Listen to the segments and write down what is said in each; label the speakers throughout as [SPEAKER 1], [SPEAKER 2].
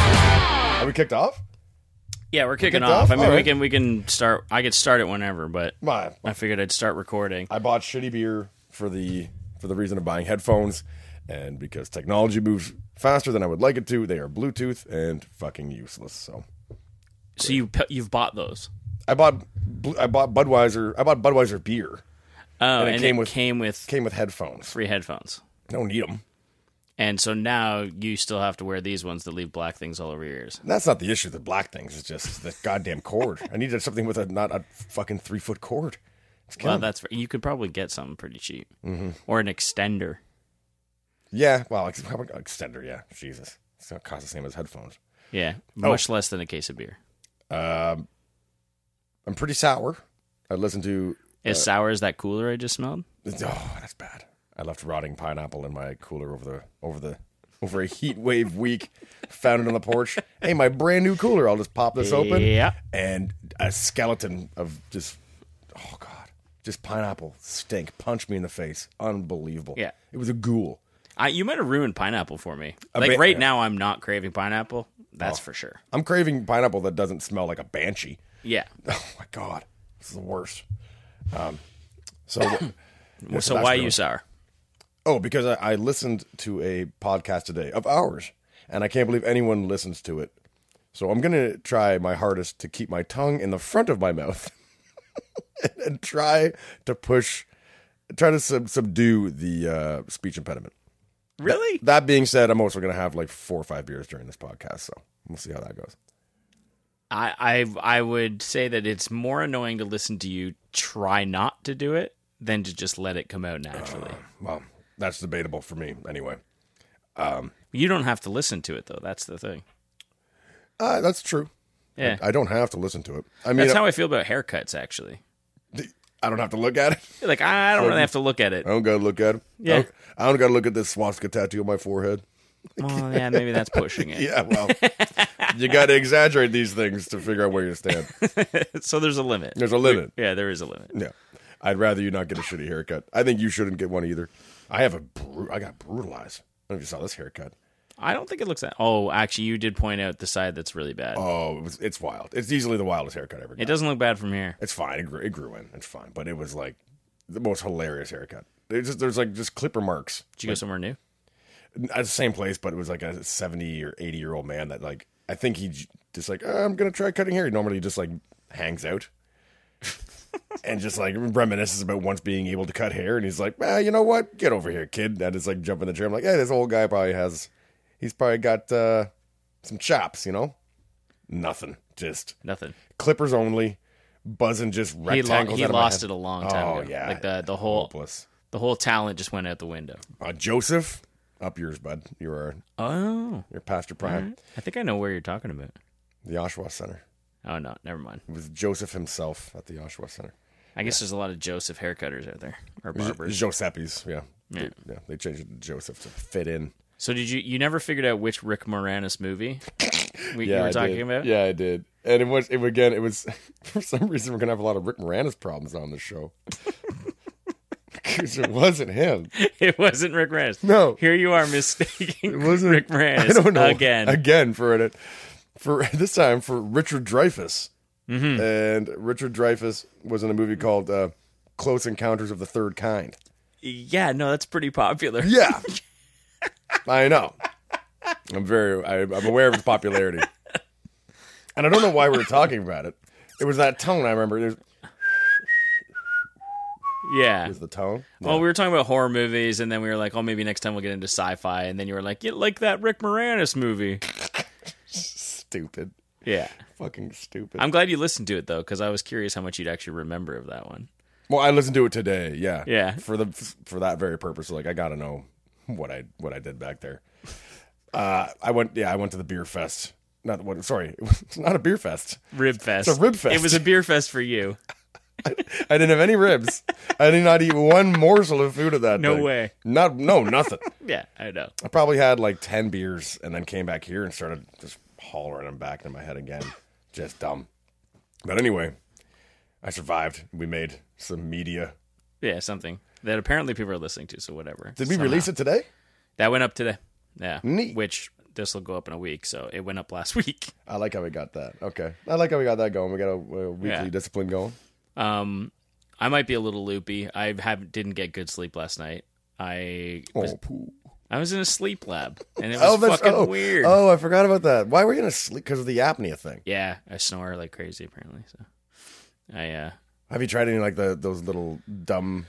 [SPEAKER 1] Are we kicked off?
[SPEAKER 2] Yeah, we're kicking
[SPEAKER 1] kicked
[SPEAKER 2] off.
[SPEAKER 1] off?
[SPEAKER 2] I mean,
[SPEAKER 1] All
[SPEAKER 2] we
[SPEAKER 1] right.
[SPEAKER 2] can we can start. I could start it whenever, but
[SPEAKER 1] My,
[SPEAKER 2] I figured I'd start recording.
[SPEAKER 1] I bought shitty beer for the for the reason of buying headphones, and because technology moves faster than I would like it to, they are Bluetooth and fucking useless. So
[SPEAKER 2] So you pe- you've bought those,
[SPEAKER 1] I bought Blu- I bought Budweiser. I bought Budweiser beer.
[SPEAKER 2] oh,
[SPEAKER 1] it
[SPEAKER 2] and,
[SPEAKER 1] came
[SPEAKER 2] it
[SPEAKER 1] with-
[SPEAKER 2] came with
[SPEAKER 1] Came with headphones.
[SPEAKER 2] free headphones,
[SPEAKER 1] Don't need them.
[SPEAKER 2] and so now you still have to wear these ones that leave black things all over your ears.
[SPEAKER 1] That's not the issue. The black things. It's just the goddamn cord. I needed something with a not a fucking three foot cord. It's
[SPEAKER 2] Well,
[SPEAKER 1] killing. me.
[SPEAKER 2] that's you could probably get something pretty cheap, mm-hmm. or an extender.
[SPEAKER 1] yeah. Well, ex- extender. Yeah. Jesus. It's gonna cost the same as headphones.
[SPEAKER 2] Yeah,
[SPEAKER 1] Oh.
[SPEAKER 2] much less than a case of beer.
[SPEAKER 1] Um, I'm pretty sour. I listened to.
[SPEAKER 2] As sour as that cooler I just smelled.
[SPEAKER 1] Oh, that's bad. I left rotting pineapple in my cooler over the over the over a heat wave week. Found it on the porch. Hey, my brand new cooler. I'll just pop this open.
[SPEAKER 2] Yeah.
[SPEAKER 1] And a skeleton of just oh god, just pineapple stink. Punched me in the face. Unbelievable.
[SPEAKER 2] Yeah.
[SPEAKER 1] It was a ghoul.
[SPEAKER 2] I, you might have ruined pineapple for me. like
[SPEAKER 1] bit,
[SPEAKER 2] right
[SPEAKER 1] yeah. Oh.
[SPEAKER 2] now, I'm not craving pineapple. That's for sure.
[SPEAKER 1] I'm craving pineapple that doesn't smell like a banshee.
[SPEAKER 2] Yeah.
[SPEAKER 1] Oh my god, this is the worst. Um, so
[SPEAKER 2] so why you sour?
[SPEAKER 1] Oh, because I, I listened to a podcast today of ours, and I can't believe anyone listens to it. So I'm gonna try my hardest to keep my tongue in the front of my mouth, and try to push, try to sub- subdue the uh, speech impediment.
[SPEAKER 2] Really?
[SPEAKER 1] That being said, I'm also gonna have like four or five beers during this podcast, so we'll see how that goes.
[SPEAKER 2] I, I I would say that it's more annoying to listen to you try not to do it than to just let it come out naturally.
[SPEAKER 1] Well, that's debatable for me, anyway.
[SPEAKER 2] you don't have to listen to it though. That's the thing.
[SPEAKER 1] Uh, that's true.
[SPEAKER 2] Yeah,
[SPEAKER 1] I don't have to listen to it. I mean,
[SPEAKER 2] that's how I feel about haircuts. Actually,
[SPEAKER 1] I don't have to look at it.
[SPEAKER 2] like I don't really have to look at it.
[SPEAKER 1] I don't gotta look at him.
[SPEAKER 2] Yeah.
[SPEAKER 1] I don't, I don't gotta look at this swastika tattoo on my forehead.
[SPEAKER 2] Well, yeah, maybe that's pushing it.
[SPEAKER 1] Yeah, well, you gotta exaggerate these things to figure out where you stand.
[SPEAKER 2] so there's a limit.
[SPEAKER 1] There's a limit.
[SPEAKER 2] yeah, there is a limit.
[SPEAKER 1] Yeah, I'd rather you not get a shitty haircut. I think you shouldn't get one either. I have a, bru- I got brutalized. I don't know if you saw this haircut.
[SPEAKER 2] I don't think it looks that. Oh, actually, you did point out the side that's really bad.
[SPEAKER 1] Oh, it was, it's wild. It's easily the wildest haircut I ever.
[SPEAKER 2] It
[SPEAKER 1] Got.
[SPEAKER 2] doesn't look bad from here.
[SPEAKER 1] It's fine. It grew, it grew in. It's fine. But it was like the most hilarious haircut. There's just, there's like just clipper marks.
[SPEAKER 2] Did you go somewhere new?
[SPEAKER 1] at the same place, but it was like a 70 or 80 year old man that like I think he j- just like "Uh, I'm gonna try cutting hair. He normally just like hangs out and just like reminisces about once being able to cut hair, and he's like, ah, you know what? Get over here, kid. And just like jump in the chair. I'm like, hey, this old guy probably has, he's probably got uh, some chops, you know? Nothing, just
[SPEAKER 2] Nothing.
[SPEAKER 1] clippers only, buzzing just
[SPEAKER 2] He, lo-
[SPEAKER 1] rectangles.
[SPEAKER 2] he
[SPEAKER 1] out of my
[SPEAKER 2] lost
[SPEAKER 1] head.
[SPEAKER 2] it a long time
[SPEAKER 1] Oh,
[SPEAKER 2] ago.
[SPEAKER 1] yeah.
[SPEAKER 2] Like the the whole
[SPEAKER 1] Hopeless.
[SPEAKER 2] the whole talent just went out the window.
[SPEAKER 1] Uh, Joseph, up yours, bud. You are
[SPEAKER 2] Oh,
[SPEAKER 1] your pastor prime.
[SPEAKER 2] I think I know where you're talking about.
[SPEAKER 1] The Oshawa Center.
[SPEAKER 2] Oh no, never mind.
[SPEAKER 1] It was Joseph himself at the Oshawa Center.
[SPEAKER 2] I guess there's a lot of Joseph haircutters out there or barbers.
[SPEAKER 1] Giuseppe's, yeah.
[SPEAKER 2] Yeah.
[SPEAKER 1] Yeah, they changed it to Joseph to fit in.
[SPEAKER 2] So did you you never figured out which Rick Moranis movie we,
[SPEAKER 1] Yeah,
[SPEAKER 2] you
[SPEAKER 1] I
[SPEAKER 2] were talking
[SPEAKER 1] did.
[SPEAKER 2] about?
[SPEAKER 1] Yeah, I did. And it was, it, again, it was, for some reason, we're going to have a lot of Rick Moranis problems on this show. Because it wasn't him.
[SPEAKER 2] It wasn't Rick Moranis.
[SPEAKER 1] No.
[SPEAKER 2] Here you are mistaking
[SPEAKER 1] It wasn't
[SPEAKER 2] Rick Moranis
[SPEAKER 1] I don't know.
[SPEAKER 2] again.
[SPEAKER 1] Again, for it. For this time, for Richard Dreyfus.
[SPEAKER 2] Mm-hmm.
[SPEAKER 1] And Richard Dreyfus was in a movie called uh, Close Encounters of the Third Kind.
[SPEAKER 2] yeah, no, that's pretty popular.
[SPEAKER 1] Yeah. I know. I'm very, I, I'm aware of its popularity. And I don't know why we were talking about it. It was that tone I remember. It was,
[SPEAKER 2] Yeah.
[SPEAKER 1] was the tone.
[SPEAKER 2] Well, we were talking about horror movies, and then we were like, "Oh, maybe next time we'll get into sci-fi." And then you were like, "Yeah, like that Rick Moranis movie."
[SPEAKER 1] Stupid.
[SPEAKER 2] Yeah,
[SPEAKER 1] Fucking stupid.
[SPEAKER 2] I'm glad you listened to it though, because I was curious how much you'd actually remember of that one.
[SPEAKER 1] well, I listened to it today. Yeah.
[SPEAKER 2] Yeah.
[SPEAKER 1] For the for that very purpose. Like I got to know what I what I did back there. Uh, I went. Yeah, I went to the beer fest. Not what? Sorry, it was not a beer fest.
[SPEAKER 2] Rib fest.
[SPEAKER 1] It's a rib fest.
[SPEAKER 2] It was a beer fest for you.
[SPEAKER 1] I didn't have any ribs. I did not eat one morsel of food at that.
[SPEAKER 2] No
[SPEAKER 1] thing.
[SPEAKER 2] way.
[SPEAKER 1] Not no nothing.
[SPEAKER 2] Yeah, I know.
[SPEAKER 1] I probably had like 10 beers and then came back here and started just hollering them back into my head again. Just dumb. But anyway, I survived. We made some media.
[SPEAKER 2] Yeah, something that apparently people are listening to. So whatever.
[SPEAKER 1] Did we release it today?
[SPEAKER 2] That went up today. Yeah.
[SPEAKER 1] Neat.
[SPEAKER 2] Which this will go up in a week, so it went up last week.
[SPEAKER 1] I like how we got that. Okay. I like how we got that going. We got a, a weekly
[SPEAKER 2] Yeah.
[SPEAKER 1] discipline going.
[SPEAKER 2] Um, I might be a little loopy. I have didn't get good sleep last night. I was,
[SPEAKER 1] Oh, poo.
[SPEAKER 2] I was in a sleep lab, and it was
[SPEAKER 1] Oh, that's
[SPEAKER 2] fucking
[SPEAKER 1] oh,
[SPEAKER 2] weird.
[SPEAKER 1] Oh, I forgot about that. Why were you gonna sleep? Because of the apnea thing.
[SPEAKER 2] Yeah, I snore like crazy apparently. So I uh
[SPEAKER 1] Have you tried any like the those little dumb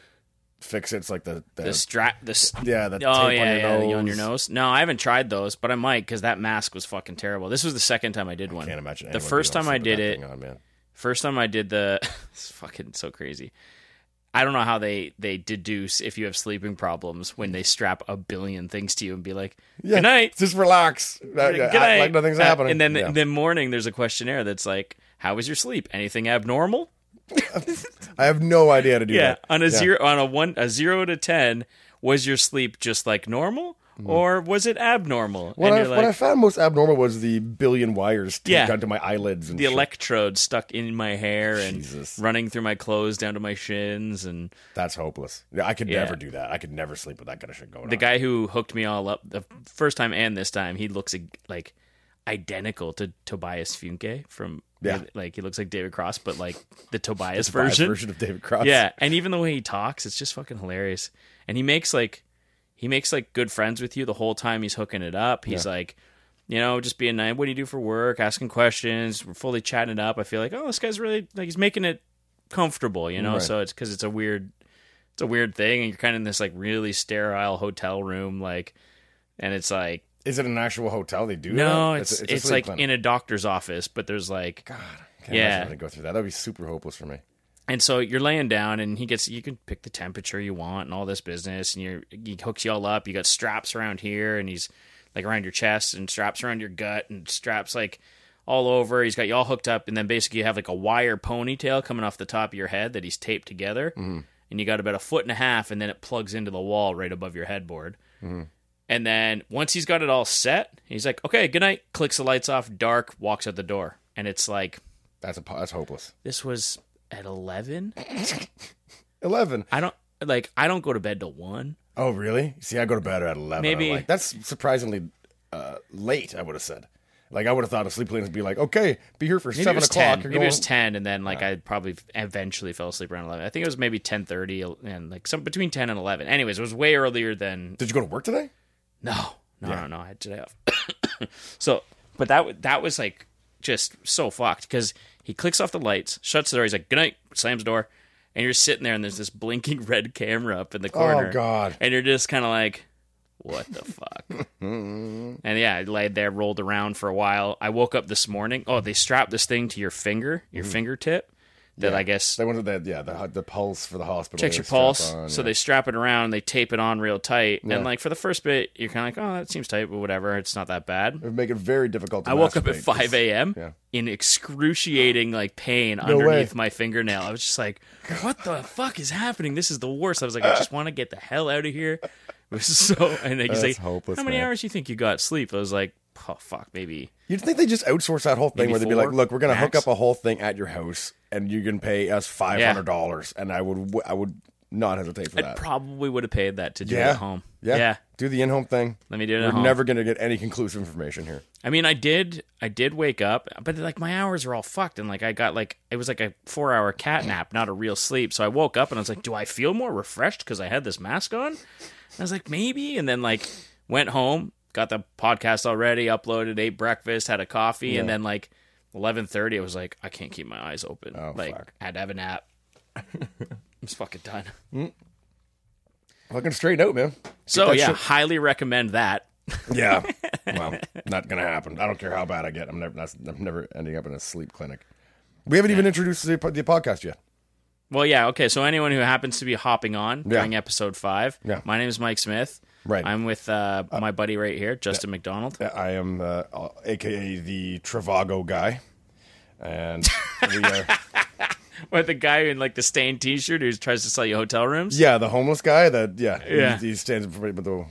[SPEAKER 1] fix its like the, the,
[SPEAKER 2] the strap the s-
[SPEAKER 1] yeah the
[SPEAKER 2] oh
[SPEAKER 1] tape
[SPEAKER 2] yeah, yeah
[SPEAKER 1] on your
[SPEAKER 2] the-
[SPEAKER 1] nose?
[SPEAKER 2] on your nose. No, I haven't tried those, but I might because that mask was fucking terrible. This was the second time I did one.
[SPEAKER 1] Can't imagine.
[SPEAKER 2] The
[SPEAKER 1] anyone
[SPEAKER 2] first
[SPEAKER 1] being able
[SPEAKER 2] time I
[SPEAKER 1] to sleep with
[SPEAKER 2] did
[SPEAKER 1] that thing on, man.
[SPEAKER 2] First time I did the it's fucking so crazy. I don't know how they they deduce if you have sleeping problems when they strap a billion things to you and be like,
[SPEAKER 1] Yeah.
[SPEAKER 2] "Good night."
[SPEAKER 1] Just relax. Yeah,
[SPEAKER 2] Good
[SPEAKER 1] act
[SPEAKER 2] night.
[SPEAKER 1] Like nothing's
[SPEAKER 2] Uh,
[SPEAKER 1] happening.
[SPEAKER 2] And then
[SPEAKER 1] Yeah.
[SPEAKER 2] the morning there's a questionnaire that's like, "How was your sleep? Anything abnormal?"
[SPEAKER 1] I have no idea how to do
[SPEAKER 2] yeah,
[SPEAKER 1] that.
[SPEAKER 2] on a zero on a one a zero to ten was your sleep just like normal or was it abnormal
[SPEAKER 1] Mm-hmm. What
[SPEAKER 2] and
[SPEAKER 1] I,
[SPEAKER 2] you're
[SPEAKER 1] what I
[SPEAKER 2] like
[SPEAKER 1] found most abnormal was the billion wires taped
[SPEAKER 2] Yeah.
[SPEAKER 1] onto my eyelids and
[SPEAKER 2] the
[SPEAKER 1] shit.
[SPEAKER 2] electrode stuck in my hair and
[SPEAKER 1] Jesus.
[SPEAKER 2] running through my clothes down to my shins and
[SPEAKER 1] That's hopeless. Yeah, I could
[SPEAKER 2] Yeah.
[SPEAKER 1] never do that. I could never sleep with that kind of shit going
[SPEAKER 2] the
[SPEAKER 1] on.
[SPEAKER 2] guy who hooked me all up the first time and this time he looks ag- like identical to Tobias Funke from
[SPEAKER 1] Yeah.
[SPEAKER 2] like he looks like David Cross but like the Tobias
[SPEAKER 1] Live
[SPEAKER 2] version
[SPEAKER 1] version of David Cross.
[SPEAKER 2] Yeah, and even the way he talks, it's just fucking hilarious. And he makes like he makes like good friends with you the whole time he's hooking it up. He's like, you know, just being nice. What do you do for work? Asking questions. We're fully chatting it up. I feel like, oh, this guy's really like he's making it comfortable, you know.
[SPEAKER 1] Right.
[SPEAKER 2] So it's because it's a weird, it's a weird thing, and you're kind of in this like really sterile hotel room, like, and it's like
[SPEAKER 1] Is it an actual hotel they do?
[SPEAKER 2] no,
[SPEAKER 1] that?
[SPEAKER 2] it's it's,
[SPEAKER 1] a sleep
[SPEAKER 2] like
[SPEAKER 1] clinic.
[SPEAKER 2] in a doctor's office, but there's like
[SPEAKER 1] God, I can't
[SPEAKER 2] Yeah.
[SPEAKER 1] imagine having to go through that. That'd be super hopeless for me.
[SPEAKER 2] And so you're laying down, and he gets you can pick the temperature you want and all this business, and you're, he hooks you all up. You got straps around here, and he's like around your chest, and straps around your gut, and straps like all over. He's got you all hooked up, and then basically you have like a wire ponytail coming off the top of your head that he's taped together, and you got about a foot and a half, and then it plugs into the wall right above your headboard. And then once he's got it all set, he's like, "Okay, good night." Clicks the lights off, dark, walks out the door, and it's like
[SPEAKER 1] That's a po- that's hopeless.
[SPEAKER 2] this was at eleven.
[SPEAKER 1] Eleven.
[SPEAKER 2] I don't like I don't go to bed till one.
[SPEAKER 1] Oh really? See, I go to bed at eleven.
[SPEAKER 2] Maybe-
[SPEAKER 1] I'm like, that's surprisingly uh, late. I would have said. Like I would have thought a sleep clinic would be like, okay, be here for
[SPEAKER 2] Maybe it
[SPEAKER 1] seven
[SPEAKER 2] was
[SPEAKER 1] o'clock.
[SPEAKER 2] ten.
[SPEAKER 1] You're
[SPEAKER 2] Maybe it
[SPEAKER 1] going-
[SPEAKER 2] was ten, and then like I probably eventually fell asleep around eleven. I think it was maybe ten thirty, and like some between ten and eleven. Anyways, it was way earlier than
[SPEAKER 1] Did you go to work today?
[SPEAKER 2] no, no, no, no. I had today off. so, but that wa- that was like just so fucked because he clicks off the lights, shuts the door. He's like, "Good night," slams the door, and you're sitting there, and there's this blinking red camera up in the corner.
[SPEAKER 1] Oh God.
[SPEAKER 2] and you're just kind of like, what the fuck? and yeah, I laid there, rolled around for a while. I woke up this morning. Oh, they strapped this thing to your finger, your fingertip, that I guess
[SPEAKER 1] Mm-hmm. They wanted that. Yeah, the the pulse for the hospital.
[SPEAKER 2] checks
[SPEAKER 1] they
[SPEAKER 2] your pulse.
[SPEAKER 1] strap on,
[SPEAKER 2] so
[SPEAKER 1] yeah.
[SPEAKER 2] they strap it around, and they tape it on real tight. And like for the first bit, you're kind of like, oh, that seems tight, but whatever, it's not that bad.
[SPEAKER 1] It'd make it very difficult. To
[SPEAKER 2] I woke up at
[SPEAKER 1] masturbate.
[SPEAKER 2] 5 a.m.
[SPEAKER 1] Yeah.
[SPEAKER 2] in excruciating like pain underneath
[SPEAKER 1] way.
[SPEAKER 2] my fingernail. I was just like, "What the fuck is happening? This is the worst." I was like, "I just want to get the hell out of here." It was so and like, he's like,
[SPEAKER 1] That's hopeless,
[SPEAKER 2] "How many
[SPEAKER 1] man.
[SPEAKER 2] hours do you think you got sleep?" I was like, "Oh fuck, maybe."
[SPEAKER 1] You'd think they just outsource that whole thing
[SPEAKER 2] Maybe
[SPEAKER 1] where they'd be
[SPEAKER 2] four,
[SPEAKER 1] like, "Look, we're gonna hook
[SPEAKER 2] max.
[SPEAKER 1] up a whole thing at your house, and you can pay us five hundred dollars." And I would, I would not hesitate for
[SPEAKER 2] I
[SPEAKER 1] that.
[SPEAKER 2] probably would have paid that to do it
[SPEAKER 1] Yeah.
[SPEAKER 2] at home.
[SPEAKER 1] yeah. do the in-home thing.
[SPEAKER 2] Let me do it
[SPEAKER 1] We're
[SPEAKER 2] at home.
[SPEAKER 1] never gonna get any conclusive information here.
[SPEAKER 2] I mean, I did, I did wake up, but like my hours are all fucked, and like I got like it was like a four-hour cat nap, not a real sleep. So I woke up and I was like, "Do I feel more refreshed because I had this mask on?" And I was like, "Maybe," and then like went home, got the podcast already uploaded, ate breakfast, had a coffee, and then like eleven thirty, I was like, "I can't keep my eyes open."
[SPEAKER 1] Oh,
[SPEAKER 2] like
[SPEAKER 1] fuck.
[SPEAKER 2] I had to have a nap. I'm just fucking done.
[SPEAKER 1] Fucking straighten out, man.
[SPEAKER 2] So
[SPEAKER 1] that
[SPEAKER 2] yeah,
[SPEAKER 1] shit-
[SPEAKER 2] highly recommend that.
[SPEAKER 1] Yeah. well, not gonna happen. I don't care how bad I get. I'm never. That's, I'm never ending up in a sleep clinic. We haven't even introduced the, the podcast yet.
[SPEAKER 2] Well, yeah, okay. So anyone who happens to be hopping on during episode five,
[SPEAKER 1] Yeah.
[SPEAKER 2] my name is Mike Smith.
[SPEAKER 1] Right.
[SPEAKER 2] I'm with uh, my buddy right here, Justin McDonald.
[SPEAKER 1] I am, uh, aka the Travago guy, and we are.
[SPEAKER 2] Or the guy in like the stained T-shirt who tries to sell you hotel rooms.
[SPEAKER 1] Yeah, the homeless guy that yeah,
[SPEAKER 2] Yeah.
[SPEAKER 1] He, he stands in front of the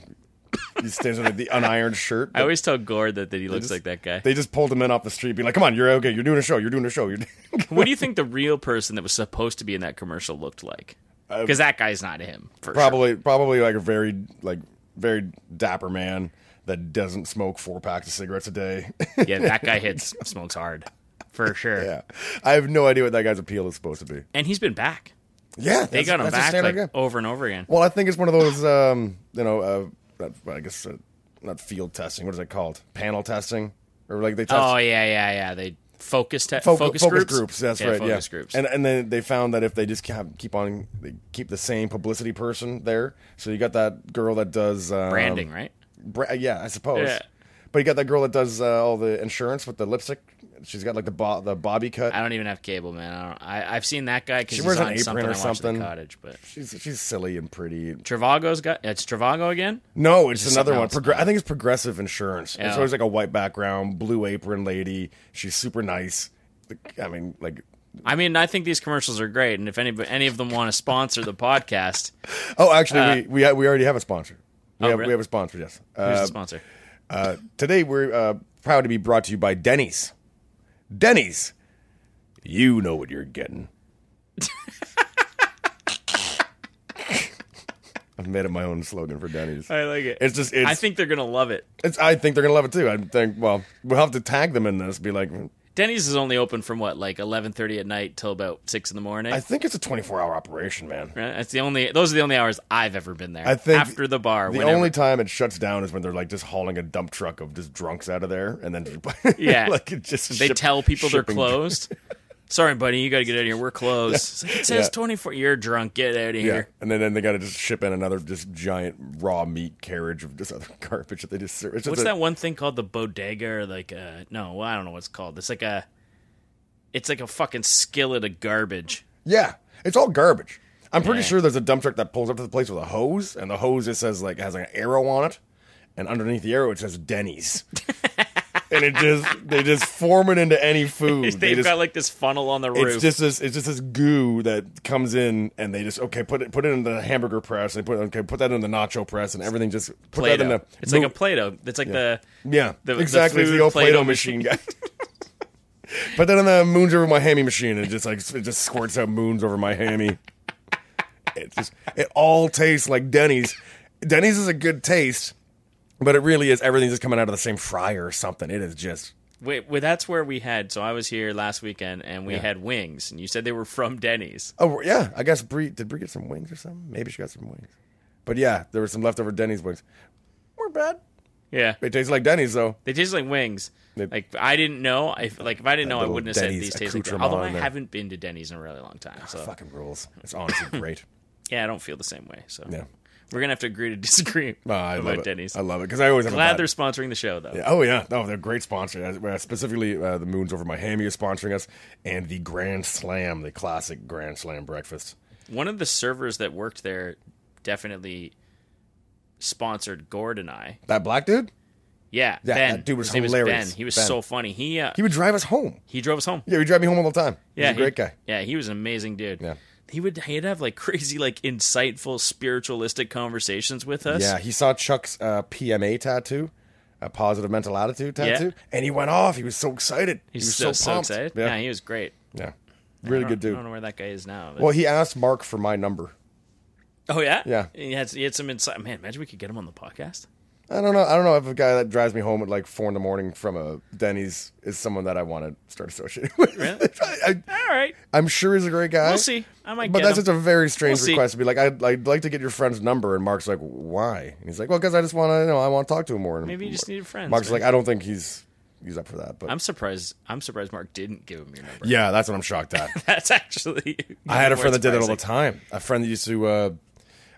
[SPEAKER 1] he stands with the unironed shirt.
[SPEAKER 2] I always tell Gore that, that he looks like that guy.
[SPEAKER 1] they just pulled him in off the street, be like, "Come on, you're okay. You're doing a show. You're doing a show. You're." doing-"
[SPEAKER 2] what do you think the real person that was supposed to be in that commercial looked like?
[SPEAKER 1] Uh,
[SPEAKER 2] Because that guy's not him. For sure.
[SPEAKER 1] probably, probably like a very like very dapper man, that doesn't smoke four packs of cigarettes a day.
[SPEAKER 2] Yeah, that guy hits smokes hard for sure.
[SPEAKER 1] yeah, I have no idea what that guy's appeal is supposed to be.
[SPEAKER 2] And he's been back.
[SPEAKER 1] Yeah,
[SPEAKER 2] They got him back like oh. over and over again.
[SPEAKER 1] Well, I think it's one of those, um, you know, uh, not, I guess uh, not field testing. What is it called? Panel testing, or like they test
[SPEAKER 2] Oh yeah, yeah, yeah. They focus te-
[SPEAKER 1] fo-
[SPEAKER 2] Oh, focus, groups.
[SPEAKER 1] That's
[SPEAKER 2] yeah,
[SPEAKER 1] right.
[SPEAKER 2] Focus
[SPEAKER 1] yeah,
[SPEAKER 2] groups.
[SPEAKER 1] and and then they found that if they just keep, keep on they keep the same publicity person there, so you got that girl that does um,
[SPEAKER 2] branding, right?
[SPEAKER 1] bra- yeah, I suppose.
[SPEAKER 2] Yeah.
[SPEAKER 1] But you got that girl that does uh, all the insurance with the lipstick. She's got like the bo- the bobby cut.
[SPEAKER 2] I don't even have cable, man. I don't, I, I've seen that guy because
[SPEAKER 1] She
[SPEAKER 2] he's
[SPEAKER 1] wears an
[SPEAKER 2] on
[SPEAKER 1] apron
[SPEAKER 2] something
[SPEAKER 1] or
[SPEAKER 2] I watched at
[SPEAKER 1] something.
[SPEAKER 2] the cottage. But
[SPEAKER 1] She's she's silly and pretty.
[SPEAKER 2] Travago's got it's Travago again.
[SPEAKER 1] No, it's another
[SPEAKER 2] something
[SPEAKER 1] one.
[SPEAKER 2] else.
[SPEAKER 1] Progr- I think it's Progressive Insurance.
[SPEAKER 2] Yeah.
[SPEAKER 1] It's always like a white background, blue apron lady. She's super nice. Like, I mean, like,
[SPEAKER 2] I mean, I think these commercials are great, and if any any of them want to sponsor the podcast,
[SPEAKER 1] oh, actually, we, we we already have a sponsor. We,
[SPEAKER 2] Uh, Oh,
[SPEAKER 1] have,
[SPEAKER 2] really?
[SPEAKER 1] we have a sponsor. Yes.
[SPEAKER 2] who's
[SPEAKER 1] Uh,
[SPEAKER 2] the sponsor?
[SPEAKER 1] uh, today we're uh, proud to be brought to you by Denny's. Denny's, you know what you're getting. I've made up my own slogan for Denny's.
[SPEAKER 2] I like it.
[SPEAKER 1] It's just it's,
[SPEAKER 2] I think they're gonna love it.
[SPEAKER 1] it's I think they're gonna love it too. I think well we'll have to tag them in this. Be like
[SPEAKER 2] Denny's is only open from what like eleven thirty at night till about six in the morning.
[SPEAKER 1] I think it's a 24 hour operation, man.
[SPEAKER 2] right? That's the only. Those are the only hours I've ever been there.
[SPEAKER 1] I think
[SPEAKER 2] after the bar,
[SPEAKER 1] The
[SPEAKER 2] whenever-
[SPEAKER 1] only time it shuts down is when they're like just hauling a dump truck of just drunks out of there, and then
[SPEAKER 2] Yeah.
[SPEAKER 1] like it just
[SPEAKER 2] they
[SPEAKER 1] ship-
[SPEAKER 2] tell people they're
[SPEAKER 1] shipping-
[SPEAKER 2] closed. Sorry, buddy, you got to get out of here. We're closed. It's like, it says
[SPEAKER 1] Yeah.
[SPEAKER 2] twenty four. You're drunk. Get out of
[SPEAKER 1] Yeah,
[SPEAKER 2] here.
[SPEAKER 1] and then, then they got to just ship in another just giant raw meat carriage of just other garbage that they just serve. It's just
[SPEAKER 2] What's
[SPEAKER 1] a-
[SPEAKER 2] that one thing called the bodega or like uh no, well, I don't know what it's called. It's like a it's like a fucking skillet of garbage.
[SPEAKER 1] Yeah, it's all garbage. I'm pretty
[SPEAKER 2] Yeah.
[SPEAKER 1] sure there's a dump truck that pulls up to the place with a hose, and the hose just says like has an arrow on it, and underneath the arrow it says Denny's. and it just they just form it into any food.
[SPEAKER 2] They've
[SPEAKER 1] They just
[SPEAKER 2] got like this funnel on the
[SPEAKER 1] it's
[SPEAKER 2] roof.
[SPEAKER 1] just this it's just this goo that comes in and they just okay put it put it in the hamburger press and put okay put that in the nacho press and everything just put that in
[SPEAKER 2] Play-Doh.
[SPEAKER 1] the
[SPEAKER 2] It's like a Play-Doh. It's like the
[SPEAKER 1] yeah
[SPEAKER 2] the- the
[SPEAKER 1] exactly it's
[SPEAKER 2] food
[SPEAKER 1] the old
[SPEAKER 2] Play-Doh
[SPEAKER 1] Play-Doh machine guy. Put that in the moons over my hammy machine and it just like it just squirts out moons over my hammy. It just it all tastes like Denny's. Denny's is a good taste, but it really is everything's just coming out of the same fryer or something. It is just
[SPEAKER 2] wait, well, that's where we had. So I was here last weekend and we had wings, and you said they were from Denny's.
[SPEAKER 1] Oh yeah, I guess Bree did Bree get some wings or something? Maybe she got some wings. But yeah, there were some leftover Denny's wings. Weren't bad.
[SPEAKER 2] Yeah,
[SPEAKER 1] It tasted like Denny's though.
[SPEAKER 2] They taste like wings.
[SPEAKER 1] They-
[SPEAKER 2] like I didn't know. If like if I didn't know, I
[SPEAKER 1] little
[SPEAKER 2] wouldn't have
[SPEAKER 1] Denny's
[SPEAKER 2] said these taste like.
[SPEAKER 1] accoutrement
[SPEAKER 2] Denny's. Although I
[SPEAKER 1] in there. Ah,
[SPEAKER 2] haven't been to Denny's in a really long time, so
[SPEAKER 1] Fucking rules. It's honestly great.
[SPEAKER 2] yeah, I don't feel the same way. So
[SPEAKER 1] Yeah.
[SPEAKER 2] we're gonna have to agree to disagree
[SPEAKER 1] Oh, I
[SPEAKER 2] about
[SPEAKER 1] love it.
[SPEAKER 2] Denny's.
[SPEAKER 1] I love it because I always have a
[SPEAKER 2] Glad
[SPEAKER 1] bad-
[SPEAKER 2] they're sponsoring the show though.
[SPEAKER 1] Oh yeah, no, they're a great sponsor. Uh, uh, Specifically, uh, the Moons Over My Hammy is sponsoring us, and the Grand Slam, the classic Grand Slam breakfast.
[SPEAKER 2] One of the servers that worked there definitely sponsored Gord and I.
[SPEAKER 1] That black dude,
[SPEAKER 2] Yeah,
[SPEAKER 1] Yeah,
[SPEAKER 2] Ben.
[SPEAKER 1] that dude was
[SPEAKER 2] His name
[SPEAKER 1] hilarious.
[SPEAKER 2] Ben. He was
[SPEAKER 1] Ben.
[SPEAKER 2] so funny. He uh,
[SPEAKER 1] he would drive us home.
[SPEAKER 2] he drove us home.
[SPEAKER 1] Yeah, he would drive me home all the time. He's
[SPEAKER 2] Yeah,
[SPEAKER 1] a great guy.
[SPEAKER 2] Yeah, he was an amazing dude.
[SPEAKER 1] Yeah.
[SPEAKER 2] He would he'd have like crazy like insightful spiritualistic conversations with us.
[SPEAKER 1] Yeah, he saw Chuck's uh, PMA tattoo, a positive mental attitude tattoo, and he went off. He was so excited.
[SPEAKER 2] He's
[SPEAKER 1] he was
[SPEAKER 2] so, so
[SPEAKER 1] pumped.
[SPEAKER 2] excited. Yeah.
[SPEAKER 1] Yeah,
[SPEAKER 2] he was great.
[SPEAKER 1] yeah. really
[SPEAKER 2] I
[SPEAKER 1] good
[SPEAKER 2] don't- I
[SPEAKER 1] dude.
[SPEAKER 2] don't know where that guy is now. but-
[SPEAKER 1] Well, he asked Mark for my number.
[SPEAKER 2] oh yeah,
[SPEAKER 1] yeah.
[SPEAKER 2] He had he had some insight. Man, imagine we could get him on the podcast.
[SPEAKER 1] I don't know. I don't know if a guy that drives me home at like four in the morning from a Denny's is someone that I want to start associating with.
[SPEAKER 2] Really?
[SPEAKER 1] I,
[SPEAKER 2] All right,
[SPEAKER 1] am sure he's a great guy.
[SPEAKER 2] we'll see. I might.
[SPEAKER 1] But
[SPEAKER 2] get
[SPEAKER 1] that's
[SPEAKER 2] him.
[SPEAKER 1] just a very strange
[SPEAKER 2] We'll see.
[SPEAKER 1] request to be like, I'd, I'd like to get your friend's number, and Mark's like, why? And he's like, well, because I just want to, you know, I want to talk to him more. And
[SPEAKER 2] Maybe you just needed friends.
[SPEAKER 1] Mark's
[SPEAKER 2] man.
[SPEAKER 1] like, I don't think he's he's up for that. But
[SPEAKER 2] I'm surprised. I'm surprised Mark didn't give him your number.
[SPEAKER 1] yeah, that's what I'm shocked at.
[SPEAKER 2] That's actually.
[SPEAKER 1] I had a friend that did it all the time. A friend that used to, uh,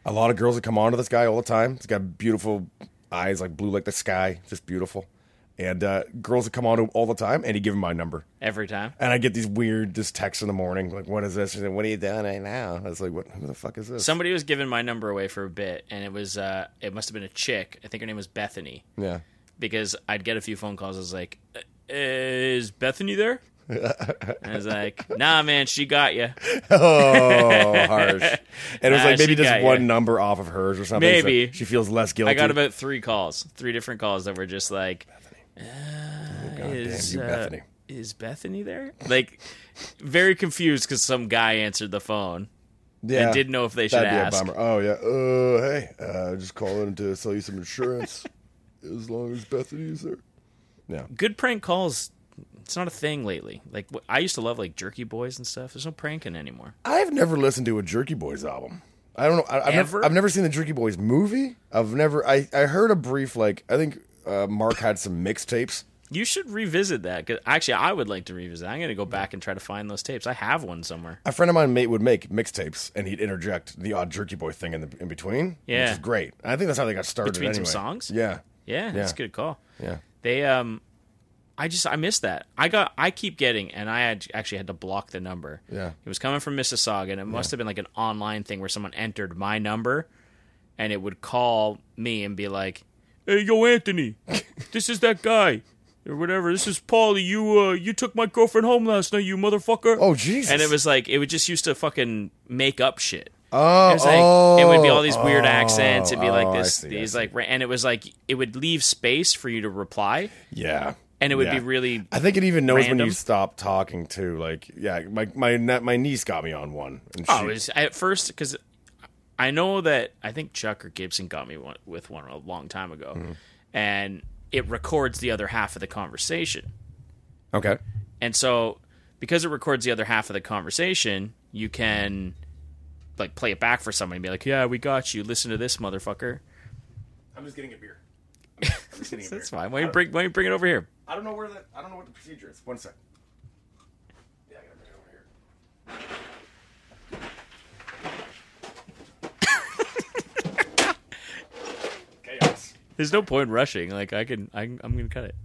[SPEAKER 1] a lot of girls would come on to this guy all the time. He's got beautiful eyes, like blue like the sky, just beautiful. And uh, girls would come on to him all the time, and he'd give him my number.
[SPEAKER 2] every time.
[SPEAKER 1] And I get these weird just texts in the morning, like, "What is this?" She's like, "What are you doing right now?" I was like, "What? Who the fuck is this?"
[SPEAKER 2] Somebody was giving my number away for a bit, and it was uh, it must have been a chick. I think her name was Bethany.
[SPEAKER 1] yeah,
[SPEAKER 2] because I'd get a few phone calls. I was like, "Uh, "Is Bethany there?" I was like, "Nah, man, she got you.
[SPEAKER 1] oh, harsh. And it was
[SPEAKER 2] Nah,
[SPEAKER 1] like maybe
[SPEAKER 2] she
[SPEAKER 1] just
[SPEAKER 2] got
[SPEAKER 1] one
[SPEAKER 2] ya.
[SPEAKER 1] number off of hers or something. so
[SPEAKER 2] Maybe.
[SPEAKER 1] she feels less guilty.
[SPEAKER 2] I got about three calls, three different calls that were just like, "Uh,
[SPEAKER 1] God
[SPEAKER 2] "Is
[SPEAKER 1] damn Oh, you,
[SPEAKER 2] uh,
[SPEAKER 1] Bethany.
[SPEAKER 2] is Bethany there?" Like, very confused because some guy answered the phone.
[SPEAKER 1] Yeah,
[SPEAKER 2] I didn't know if they should
[SPEAKER 1] That'd be
[SPEAKER 2] ask.
[SPEAKER 1] a bummer. Oh yeah. Uh, hey, uh, just calling to sell you some insurance. as long as Bethany's there. Yeah.
[SPEAKER 2] Good prank calls. It's not a thing lately. Like wh- I used to love like Jerky Boys and stuff. There's no pranking anymore.
[SPEAKER 1] I've never listened to a Jerky Boys album. I don't know. I, I've,
[SPEAKER 2] Ever?
[SPEAKER 1] Never, I've never seen the Jerky Boys movie. I've never. I, I heard a brief like. I think uh, Mark had some mixtapes.
[SPEAKER 2] You should revisit that. 'cause- actually, I would like to revisit. I'm going to go back and try to find those tapes. I have one somewhere.
[SPEAKER 1] A friend of mine mate would make mixtapes, and he'd interject the odd Jerky Boy thing in the in between.
[SPEAKER 2] Yeah.
[SPEAKER 1] which is great. I think that's how they got started.
[SPEAKER 2] Between some
[SPEAKER 1] anyway.
[SPEAKER 2] songs?
[SPEAKER 1] Yeah,
[SPEAKER 2] Yeah, that's a
[SPEAKER 1] Yeah.
[SPEAKER 2] good call.
[SPEAKER 1] yeah.
[SPEAKER 2] They um I just I missed that. I got I keep getting and I had actually had to block the number.
[SPEAKER 1] Yeah.
[SPEAKER 2] It was coming from Mississauga and it must have been like an online thing where someone entered my number and it would call me and be like, "Hey yo Anthony, this is that guy." Or whatever. This is Paulie. You uh, you took my girlfriend home last night, you motherfucker.
[SPEAKER 1] Oh Jesus!
[SPEAKER 2] and it was like it would just used to fucking make up shit.
[SPEAKER 1] oh,
[SPEAKER 2] It was like it would be all these weird
[SPEAKER 1] oh,
[SPEAKER 2] accents. It'd be
[SPEAKER 1] oh,
[SPEAKER 2] like
[SPEAKER 1] I
[SPEAKER 2] this,
[SPEAKER 1] see, I
[SPEAKER 2] these
[SPEAKER 1] see.
[SPEAKER 2] like, ra- and it was like it would leave space for you to reply,
[SPEAKER 1] yeah,
[SPEAKER 2] and it would
[SPEAKER 1] Yeah.
[SPEAKER 2] be really.
[SPEAKER 1] I think it even knows when
[SPEAKER 2] Random.
[SPEAKER 1] you stop talking too. Like, yeah, my my ne- my niece got me on one. And
[SPEAKER 2] Oh, it was at first because I know that I think Chuck or Gibson got me one, with one a long time ago,
[SPEAKER 1] Mm-hmm.
[SPEAKER 2] and it records the other half of the conversation,
[SPEAKER 1] okay.
[SPEAKER 2] and so because it records the other half of the conversation, you can like play it back for somebody and be like, "Yeah, we got you. Listen to this, motherfucker."
[SPEAKER 1] I'm just getting a beer.
[SPEAKER 2] That's fine. Why don't you bring Why don't you bring it over here?
[SPEAKER 1] I don't know where the I don't know what the procedure is. One sec. Yeah, I gotta bring it over here. Chaos.
[SPEAKER 2] There's no point rushing. Like I can, I, can- I'm gonna cut it.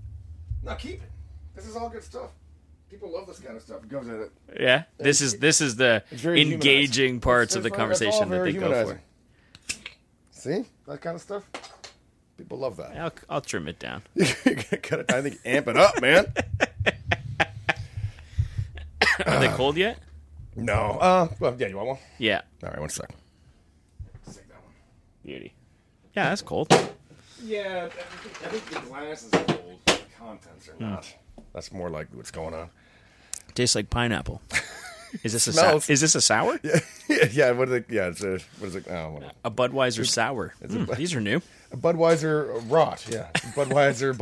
[SPEAKER 1] Now keep it. This is all good stuff. People love this kind of stuff. It goes at it.
[SPEAKER 2] Yeah, this is this is the
[SPEAKER 1] very
[SPEAKER 2] engaging
[SPEAKER 1] humanizing.
[SPEAKER 2] parts of the
[SPEAKER 1] It's very- it's all
[SPEAKER 2] conversation that
[SPEAKER 1] very
[SPEAKER 2] they go for.
[SPEAKER 1] humanizing. See that kind of stuff. People love that.
[SPEAKER 2] I'll, I'll trim it down.
[SPEAKER 1] Cut it. I think amp it up, man.
[SPEAKER 2] Are they cold yet?
[SPEAKER 1] No. Uh. Well, yeah. You want one?
[SPEAKER 2] Yeah,
[SPEAKER 1] All right. One sec. Let's take that one.
[SPEAKER 2] beauty. Yeah, that's cold.
[SPEAKER 1] Yeah, I think, I think the glass is old. The contents are not. Hmm. That's more like what's going on.
[SPEAKER 2] Tastes like pineapple. Is this a sour?
[SPEAKER 1] Smells.
[SPEAKER 2] is this a sour?
[SPEAKER 1] yeah, what is it? Yeah, it's a, what is it? Oh, whatever.
[SPEAKER 2] A Budweiser sour.
[SPEAKER 1] a
[SPEAKER 2] Hmm,
[SPEAKER 1] Bud-
[SPEAKER 2] these are new.
[SPEAKER 1] A Budweiser rot. Yeah, Budweiser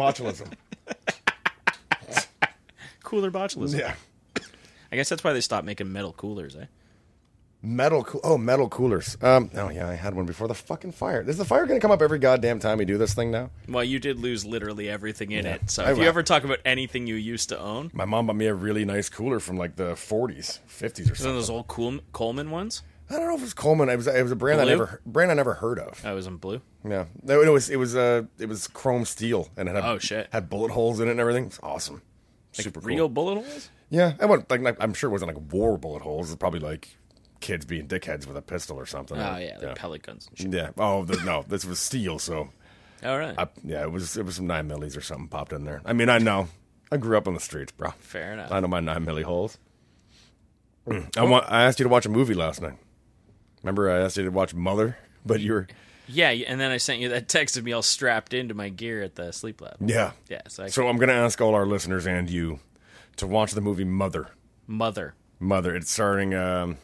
[SPEAKER 1] botulism.
[SPEAKER 2] Cooler botulism.
[SPEAKER 1] Yeah,
[SPEAKER 2] I guess that's why they stopped making metal coolers. Eh?
[SPEAKER 1] metal. Coo- oh, metal coolers. Um, oh yeah, I had one before the fucking fire. Is the fire gonna come up every goddamn time we do this thing now?
[SPEAKER 2] Well, you did lose literally everything in it. So
[SPEAKER 1] I
[SPEAKER 2] if you
[SPEAKER 1] will.
[SPEAKER 2] ever talk about anything you used to own,
[SPEAKER 1] My mom bought me a really nice cooler from like the 40s, 50s or
[SPEAKER 2] some of
[SPEAKER 1] something.
[SPEAKER 2] those old Cool- Coleman ones.
[SPEAKER 1] I don't know if it was Coleman. It was it was a brand
[SPEAKER 2] Blue?
[SPEAKER 1] I never brand I never heard of.
[SPEAKER 2] I was in blue.
[SPEAKER 1] Yeah, no, it was it was uh it was chrome steel and it had
[SPEAKER 2] Oh, shit.
[SPEAKER 1] had bullet holes in it and everything. It's awesome, super cool.
[SPEAKER 2] Real bullet holes.
[SPEAKER 1] Yeah, I wasn't like like- I'm sure it wasn't like war bullet holes. It's probably like kids being dickheads with a pistol or something.
[SPEAKER 2] Oh yeah, like
[SPEAKER 1] yeah.
[SPEAKER 2] pellet guns and shit.
[SPEAKER 1] Yeah. Oh the, no, this was steel. So
[SPEAKER 2] All right.
[SPEAKER 1] I, yeah, it was it was some nine millis or something popped in there. I mean, I know I grew up on the streets, bro.
[SPEAKER 2] Fair enough.
[SPEAKER 1] I know my nine milli holes. Mm. I want. I asked you to watch a movie last night. Remember, I asked you to watch Mother, but you were
[SPEAKER 2] Yeah, you- and then I sent you that text of me all strapped into my gear at the sleep lab.
[SPEAKER 1] yeah.
[SPEAKER 2] Yeah, so, I,
[SPEAKER 1] So I'm gonna ask all our listeners and you to watch the movie Mother.
[SPEAKER 2] mother.
[SPEAKER 1] mother. It's starting, um,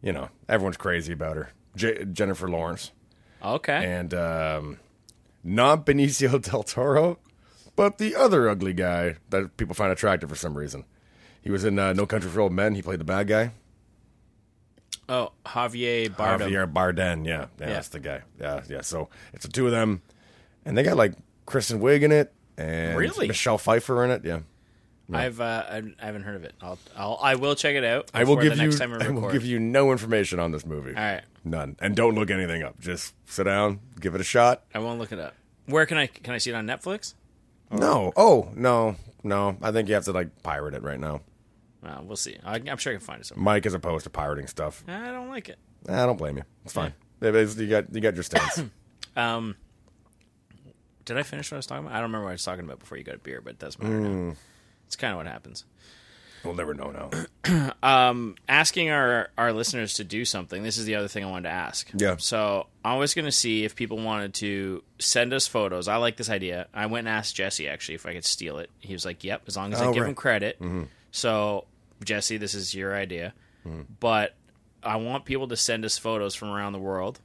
[SPEAKER 1] you know, everyone's crazy about her. J- Jennifer Lawrence
[SPEAKER 2] Okay.
[SPEAKER 1] and um, not Benicio del Toro, but the other ugly guy that people find attractive for some reason. He was in uh, No Country for Old Men. He played the bad guy.
[SPEAKER 2] oh, Javier Bardem.
[SPEAKER 1] Javier Bardem. Yeah, yeah, that's the guy. Yeah, yeah. So it's the two of them, and they got like Kristen Wiig in it and
[SPEAKER 2] Really?
[SPEAKER 1] Michelle Pfeiffer in it. Yeah.
[SPEAKER 2] I've uh, I I haven't heard of it. I'll, I'll I will check it out.
[SPEAKER 1] I will
[SPEAKER 2] before
[SPEAKER 1] give
[SPEAKER 2] the
[SPEAKER 1] you.
[SPEAKER 2] next time we
[SPEAKER 1] I will
[SPEAKER 2] record.
[SPEAKER 1] give you no information on this movie.
[SPEAKER 2] All right,
[SPEAKER 1] None. And don't look anything up. Just sit down, give it a shot.
[SPEAKER 2] I won't look it up. Where can I can I see it on Netflix?
[SPEAKER 1] No. Oh, no. No. I think you have to like pirate it right now.
[SPEAKER 2] Uh, we'll see. I, I'm sure I can find it somewhere.
[SPEAKER 1] Mike is opposed to pirating stuff.
[SPEAKER 2] I don't like it.
[SPEAKER 1] I don't blame you. It's fine. It is- you got you got your stance.
[SPEAKER 2] Um, did I finish what I was talking about? I don't remember what I was talking about before you got a beer, but it doesn't matter.
[SPEAKER 1] Hmm.
[SPEAKER 2] Now. It's kind of what happens.
[SPEAKER 1] we'll never know now.
[SPEAKER 2] um, asking our our listeners to do something. This is the other thing I wanted to ask.
[SPEAKER 1] Yeah.
[SPEAKER 2] So I was going to see if people wanted to send us photos. I like this idea. I went and asked Jesse actually if I could steal it. He was like, "Yep, as long as I
[SPEAKER 1] Oh,
[SPEAKER 2] give
[SPEAKER 1] right.
[SPEAKER 2] him credit." So Jesse, this is your idea,
[SPEAKER 1] Mm-hmm.
[SPEAKER 2] but I want people to send us photos from around the world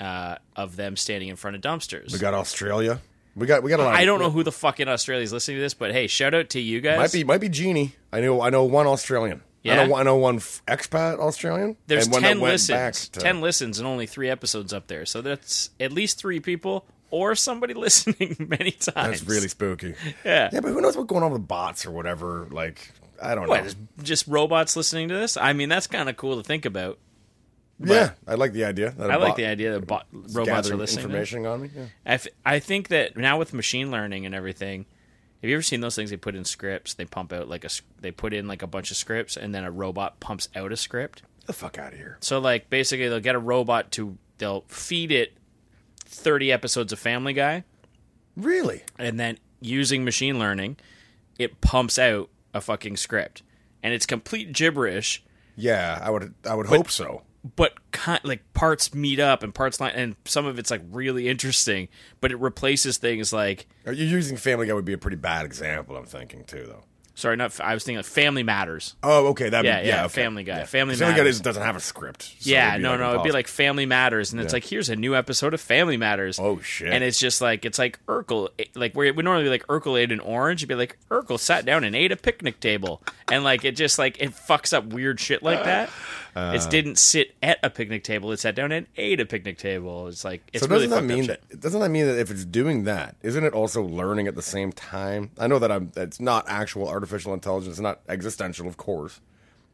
[SPEAKER 2] uh, of them standing in front of dumpsters.
[SPEAKER 1] We got Australia. We got we got a lot. Of,
[SPEAKER 2] I don't know who the fuck in Australia is listening to this, but hey, shout out to you guys.
[SPEAKER 1] Might be might be Genie. I know I know one Australian.
[SPEAKER 2] Yeah?
[SPEAKER 1] I know I know one f- expat Australian.
[SPEAKER 2] There's
[SPEAKER 1] and one
[SPEAKER 2] ten
[SPEAKER 1] that went back
[SPEAKER 2] listens,
[SPEAKER 1] to-
[SPEAKER 2] ten listens, and only three episodes up there. So that's at least three people or somebody listening many times.
[SPEAKER 1] That's really spooky.
[SPEAKER 2] Yeah.
[SPEAKER 1] Yeah, but who knows what's going on with bots or whatever? Like I don't
[SPEAKER 2] What,
[SPEAKER 1] know.
[SPEAKER 2] is just robots listening to this? I mean, that's kind of cool to think about.
[SPEAKER 1] Yeah, I like the idea. That
[SPEAKER 2] I like the idea that bot, robots are listening. To
[SPEAKER 1] information on me. Yeah.
[SPEAKER 2] I, f- I think that now with machine learning and everything, have you ever seen those things they put in scripts? They pump out like a s- they put in like a bunch of scripts, and then a robot pumps out a script.
[SPEAKER 1] Get the fuck out of here.
[SPEAKER 2] So like basically they'll get a robot to they'll feed it 30 episodes of Family Guy
[SPEAKER 1] Really?
[SPEAKER 2] and then using machine learning it pumps out a fucking script and it's complete gibberish
[SPEAKER 1] Yeah, I would I would hope so.
[SPEAKER 2] but kind, like parts meet up and parts line and some of it's like really interesting but it replaces things like
[SPEAKER 1] Are you using Family Guy would be a pretty bad example. I'm thinking too though.
[SPEAKER 2] sorry not I was thinking like Family Matters
[SPEAKER 1] Oh, okay. That
[SPEAKER 2] Yeah,
[SPEAKER 1] yeah,
[SPEAKER 2] yeah,
[SPEAKER 1] okay.
[SPEAKER 2] Family Guy. Family
[SPEAKER 1] Family Guy
[SPEAKER 2] Matters.
[SPEAKER 1] is- doesn't have a script. so
[SPEAKER 2] yeah
[SPEAKER 1] it'd be,
[SPEAKER 2] no
[SPEAKER 1] like,
[SPEAKER 2] no it'd be
[SPEAKER 1] impossible.
[SPEAKER 2] like Family Matters and it's like here's a new episode of Family Matters
[SPEAKER 1] oh shit.
[SPEAKER 2] And it's just like it's like Urkel, like where it would normally be like Urkel ate an orange, it'd be like Urkel sat down and ate a picnic table, and like it just like it fucks up weird shit like that.
[SPEAKER 1] Uh.
[SPEAKER 2] it didn't sit at a picnic table; it sat down and ate a picnic table. It's like it's
[SPEAKER 1] so
[SPEAKER 2] really
[SPEAKER 1] doesn't
[SPEAKER 2] fucked
[SPEAKER 1] that mean
[SPEAKER 2] up shit.
[SPEAKER 1] that doesn't that mean that if it's doing that, isn't it also learning at the same time? I know that I'm that's not actual artificial intelligence, it's not existential, of course.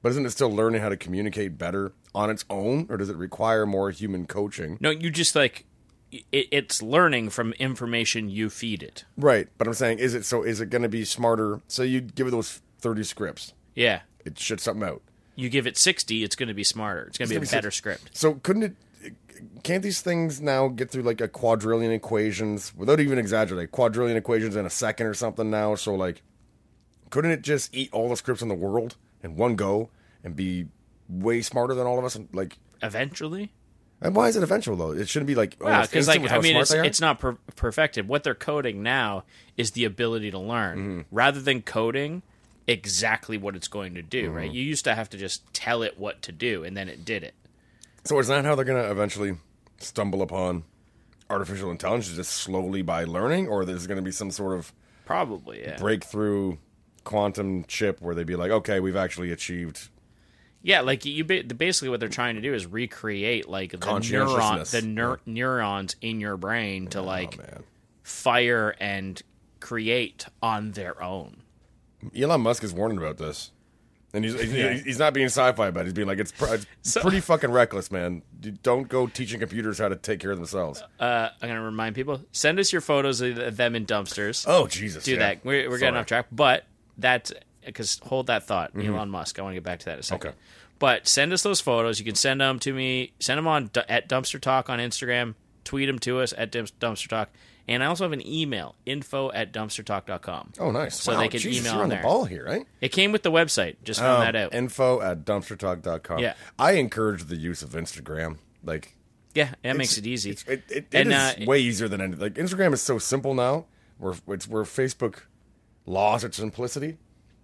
[SPEAKER 1] But isn't it still learning how to communicate better on its own, or does it require more human coaching?
[SPEAKER 2] No, you just like it, it's learning from information you feed it.
[SPEAKER 1] Right. But I'm saying, is it so? Is it going to be smarter? So you give it those 30 scripts,
[SPEAKER 2] Yeah,
[SPEAKER 1] it shits something out.
[SPEAKER 2] you give it sixty, it's going to be smarter. It's going to be a
[SPEAKER 1] gonna be
[SPEAKER 2] better script.
[SPEAKER 1] So couldn't it? Can't these things now get through like a quadrillion equations without even exaggerating? Quadrillion equations in a second or something now. So like, couldn't it just eat all the scripts in the world in one go and be way smarter than all of us? And like,
[SPEAKER 2] Eventually,
[SPEAKER 1] and why is it eventual though? It shouldn't be like
[SPEAKER 2] Yeah,
[SPEAKER 1] almost
[SPEAKER 2] because
[SPEAKER 1] instant
[SPEAKER 2] like
[SPEAKER 1] with
[SPEAKER 2] I
[SPEAKER 1] how
[SPEAKER 2] mean,
[SPEAKER 1] smart
[SPEAKER 2] it's,
[SPEAKER 1] they are?
[SPEAKER 2] it's not per- perfected. What they're coding now is the ability to learn,
[SPEAKER 1] Mm-hmm.
[SPEAKER 2] rather than coding exactly what it's going to do.
[SPEAKER 1] Mm-hmm.
[SPEAKER 2] Right? You used to have to just tell it what to do, and then it did it.
[SPEAKER 1] So is that how they're gonna eventually stumble upon artificial intelligence just slowly by learning, or there's gonna be some sort of
[SPEAKER 2] Probably, yeah.
[SPEAKER 1] breakthrough quantum chip where they'd be like, okay, we've actually achieved
[SPEAKER 2] Yeah, like you ba- basically what they're trying to do is recreate like the neuron,
[SPEAKER 1] Conscientiousness. Oh,
[SPEAKER 2] the neur- neurons in your brain to like
[SPEAKER 1] man.
[SPEAKER 2] fire and create on their own.
[SPEAKER 1] Elon Musk is warning about this, and he's he's- he's not being sci-fi about it. He's being like, it's, pr- it's pretty fucking reckless, man. You don't go teaching computers how to take care of themselves.
[SPEAKER 2] Uh, I'm gonna remind people: send us your photos of th- them in dumpsters.
[SPEAKER 1] oh Jesus,
[SPEAKER 2] do that. We're, we're getting off track, but that's because hold that thought, Elon Musk. I want to get back to that in a second.
[SPEAKER 1] Mm-hmm. Okay.
[SPEAKER 2] But send us those photos. You can send them to me. Send them on du- at Dumpster Talk on Instagram. Tweet them to us at Dumps- Dumpster Talk. And I also have an email, info at dumpstertalk.com.
[SPEAKER 1] Oh, nice.
[SPEAKER 2] So
[SPEAKER 1] Wow,
[SPEAKER 2] they can
[SPEAKER 1] Jesus,
[SPEAKER 2] email
[SPEAKER 1] you're
[SPEAKER 2] on
[SPEAKER 1] on
[SPEAKER 2] there.
[SPEAKER 1] the ball here, right? Um,
[SPEAKER 2] It came with the website. Just
[SPEAKER 1] Oh,
[SPEAKER 2] found that out.
[SPEAKER 1] Info at dumpstertalk.com.
[SPEAKER 2] Yeah.
[SPEAKER 1] I encourage the use of Instagram. Like,
[SPEAKER 2] yeah, that makes it easy.
[SPEAKER 1] it's, it, it, it
[SPEAKER 2] And,
[SPEAKER 1] is
[SPEAKER 2] uh,
[SPEAKER 1] way easier than any. Like, Instagram is so simple now. Where it's where Facebook lost its simplicity.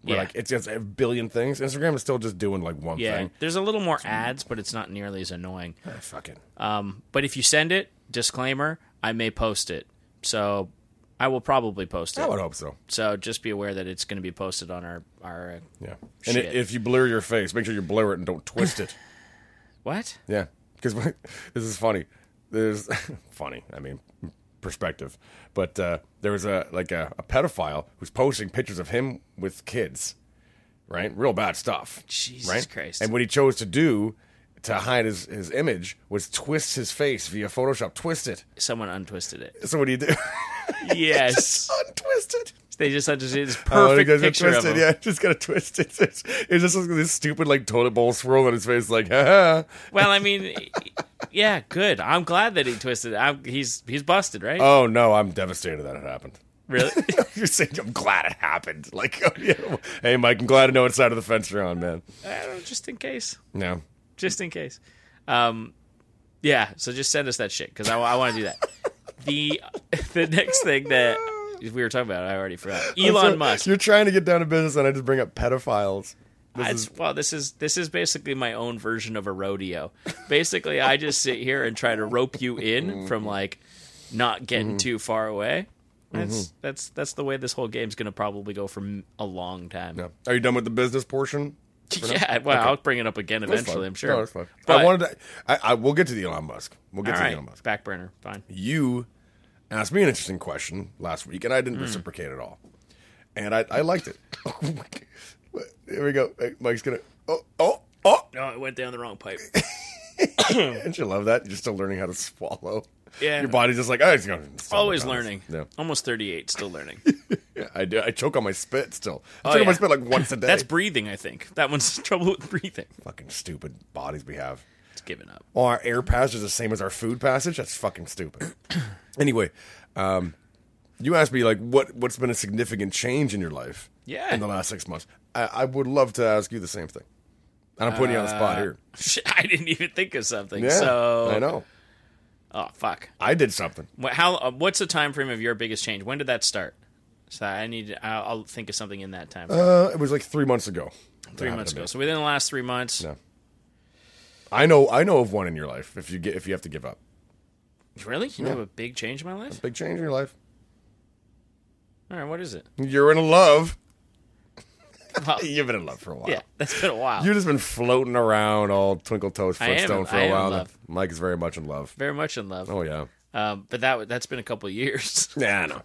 [SPEAKER 1] Where
[SPEAKER 2] Yeah.
[SPEAKER 1] like it's just a billion things. Instagram is still just doing like one
[SPEAKER 2] yeah,
[SPEAKER 1] thing.
[SPEAKER 2] there's a little more ads, but it's not nearly as annoying.
[SPEAKER 1] Ah, fucking.
[SPEAKER 2] Um, but if you send it, disclaimer, I may post it. So I will probably post it.
[SPEAKER 1] I would hope so.
[SPEAKER 2] So just be aware that it's going to be posted on our our uh,
[SPEAKER 1] Yeah.
[SPEAKER 2] Shit.
[SPEAKER 1] And i if you blur your face, make sure you blur it and don't twist it.
[SPEAKER 2] what?
[SPEAKER 1] yeah. Because this is funny. There's funny. I mean, perspective. But uh, there was a like a, a pedophile who's posting pictures of him with kids, right? Real bad stuff.
[SPEAKER 2] Jesus
[SPEAKER 1] right?
[SPEAKER 2] Christ.
[SPEAKER 1] And what he chose to do to hide his, his image was twist his face via Photoshop. Twist it.
[SPEAKER 2] Someone untwisted it.
[SPEAKER 1] So what do you do?
[SPEAKER 2] Yes,
[SPEAKER 1] Untwist it.
[SPEAKER 2] they just untwisted this
[SPEAKER 1] Oh,
[SPEAKER 2] perfect
[SPEAKER 1] you guys got
[SPEAKER 2] picture of
[SPEAKER 1] twisted.
[SPEAKER 2] him.
[SPEAKER 1] Yeah, just got twisted. It's, it's just like this stupid like toilet bowl swirl in his face, like ha ha.
[SPEAKER 2] Well, I mean, yeah, good. I'm glad that he twisted. It. I'm, he's he's busted, right?
[SPEAKER 1] Oh no, I'm devastated that it happened.
[SPEAKER 2] really?
[SPEAKER 1] You're saying I'm glad it happened. Like, oh, yeah. hey, Mike, I'm glad to know what side of the fence you're on, man.
[SPEAKER 2] I don't know, just in case.
[SPEAKER 1] No,
[SPEAKER 2] Just in case. Um, yeah. So just send us that shit because I, want to do that. the the next thing that we were talking about, I already forgot. Elon
[SPEAKER 1] Oh, So,
[SPEAKER 2] Musk.
[SPEAKER 1] You're trying to get down to business, and I just bring up pedophiles. This
[SPEAKER 2] It's,
[SPEAKER 1] is
[SPEAKER 2] well, this is this is basically my own version of a rodeo. Basically, I
[SPEAKER 1] Mm-hmm.
[SPEAKER 2] just sit here and try to rope you in from like not getting too far away, That's that's that's the way this whole game's gonna probably go for m- a long time.
[SPEAKER 1] Yeah. Are you done with the business portion?
[SPEAKER 2] Yeah, well, I'll bring it up again
[SPEAKER 1] That's fine.
[SPEAKER 2] eventually. I'm sure.
[SPEAKER 1] No, that's fine.
[SPEAKER 2] But-
[SPEAKER 1] I wanted to. I, I we'll get to the Elon Musk. We'll get
[SPEAKER 2] All
[SPEAKER 1] to the
[SPEAKER 2] right,
[SPEAKER 1] Elon Musk.
[SPEAKER 2] back burner. Fine.
[SPEAKER 1] You asked me an interesting question last week, and I
[SPEAKER 2] Hmm.
[SPEAKER 1] didn't reciprocate at all, and I, I liked it. Here we go. Hey, Mike's gonna. Oh oh oh!
[SPEAKER 2] No, it went down the wrong pipe.
[SPEAKER 1] Don't you love that? You're still learning how to swallow.
[SPEAKER 2] Yeah.
[SPEAKER 1] Your body's just like oh, it's going.
[SPEAKER 2] Always learning.
[SPEAKER 1] Yeah.
[SPEAKER 2] Almost 38, still learning.
[SPEAKER 1] yeah, I do. I choke on my spit still. I
[SPEAKER 2] Oh,
[SPEAKER 1] choke on my
[SPEAKER 2] yeah.
[SPEAKER 1] spit like once a day.
[SPEAKER 2] That's breathing, I think. That one's trouble with breathing.
[SPEAKER 1] fucking stupid bodies we have.
[SPEAKER 2] It's given up.
[SPEAKER 1] Well, our air passage is the same as our food passage. That's fucking stupid. anyway, um, you asked me like what what's been a significant change in your life?
[SPEAKER 2] Yeah.
[SPEAKER 1] in the last six months. I, I would love to ask you the same thing. And I'm putting you on the spot here.
[SPEAKER 2] Shit, I didn't even think of something.
[SPEAKER 1] Yeah,
[SPEAKER 2] Uh, so,
[SPEAKER 1] I know
[SPEAKER 2] oh fuck.
[SPEAKER 1] I did something.
[SPEAKER 2] What, how? Uh, what's the time frame of your biggest change? When did that start? So I need. I'll, I'll think of something in that time. frame.
[SPEAKER 1] Uh, it was like three months ago. that
[SPEAKER 2] three
[SPEAKER 1] happened
[SPEAKER 2] months
[SPEAKER 1] to me.
[SPEAKER 2] ago. So within the last three months,
[SPEAKER 1] No. I know. I know of one in your life. If you get, if you have to give up,
[SPEAKER 2] really, you know, a big change in my life.
[SPEAKER 1] big change in your life.
[SPEAKER 2] All right, what is it?
[SPEAKER 1] You're in love.
[SPEAKER 2] Well,
[SPEAKER 1] You've been in love for a while.
[SPEAKER 2] yeah, that's been a while.
[SPEAKER 1] You've just been floating around all twinkle toes
[SPEAKER 2] I am-
[SPEAKER 1] footstone for
[SPEAKER 2] I am
[SPEAKER 1] a
[SPEAKER 2] in
[SPEAKER 1] while.
[SPEAKER 2] love.
[SPEAKER 1] Mike is very much in love.
[SPEAKER 2] Very much in love.
[SPEAKER 1] Oh yeah.
[SPEAKER 2] Um, but that wa- that's been a couple of years.
[SPEAKER 1] Yeah, I know.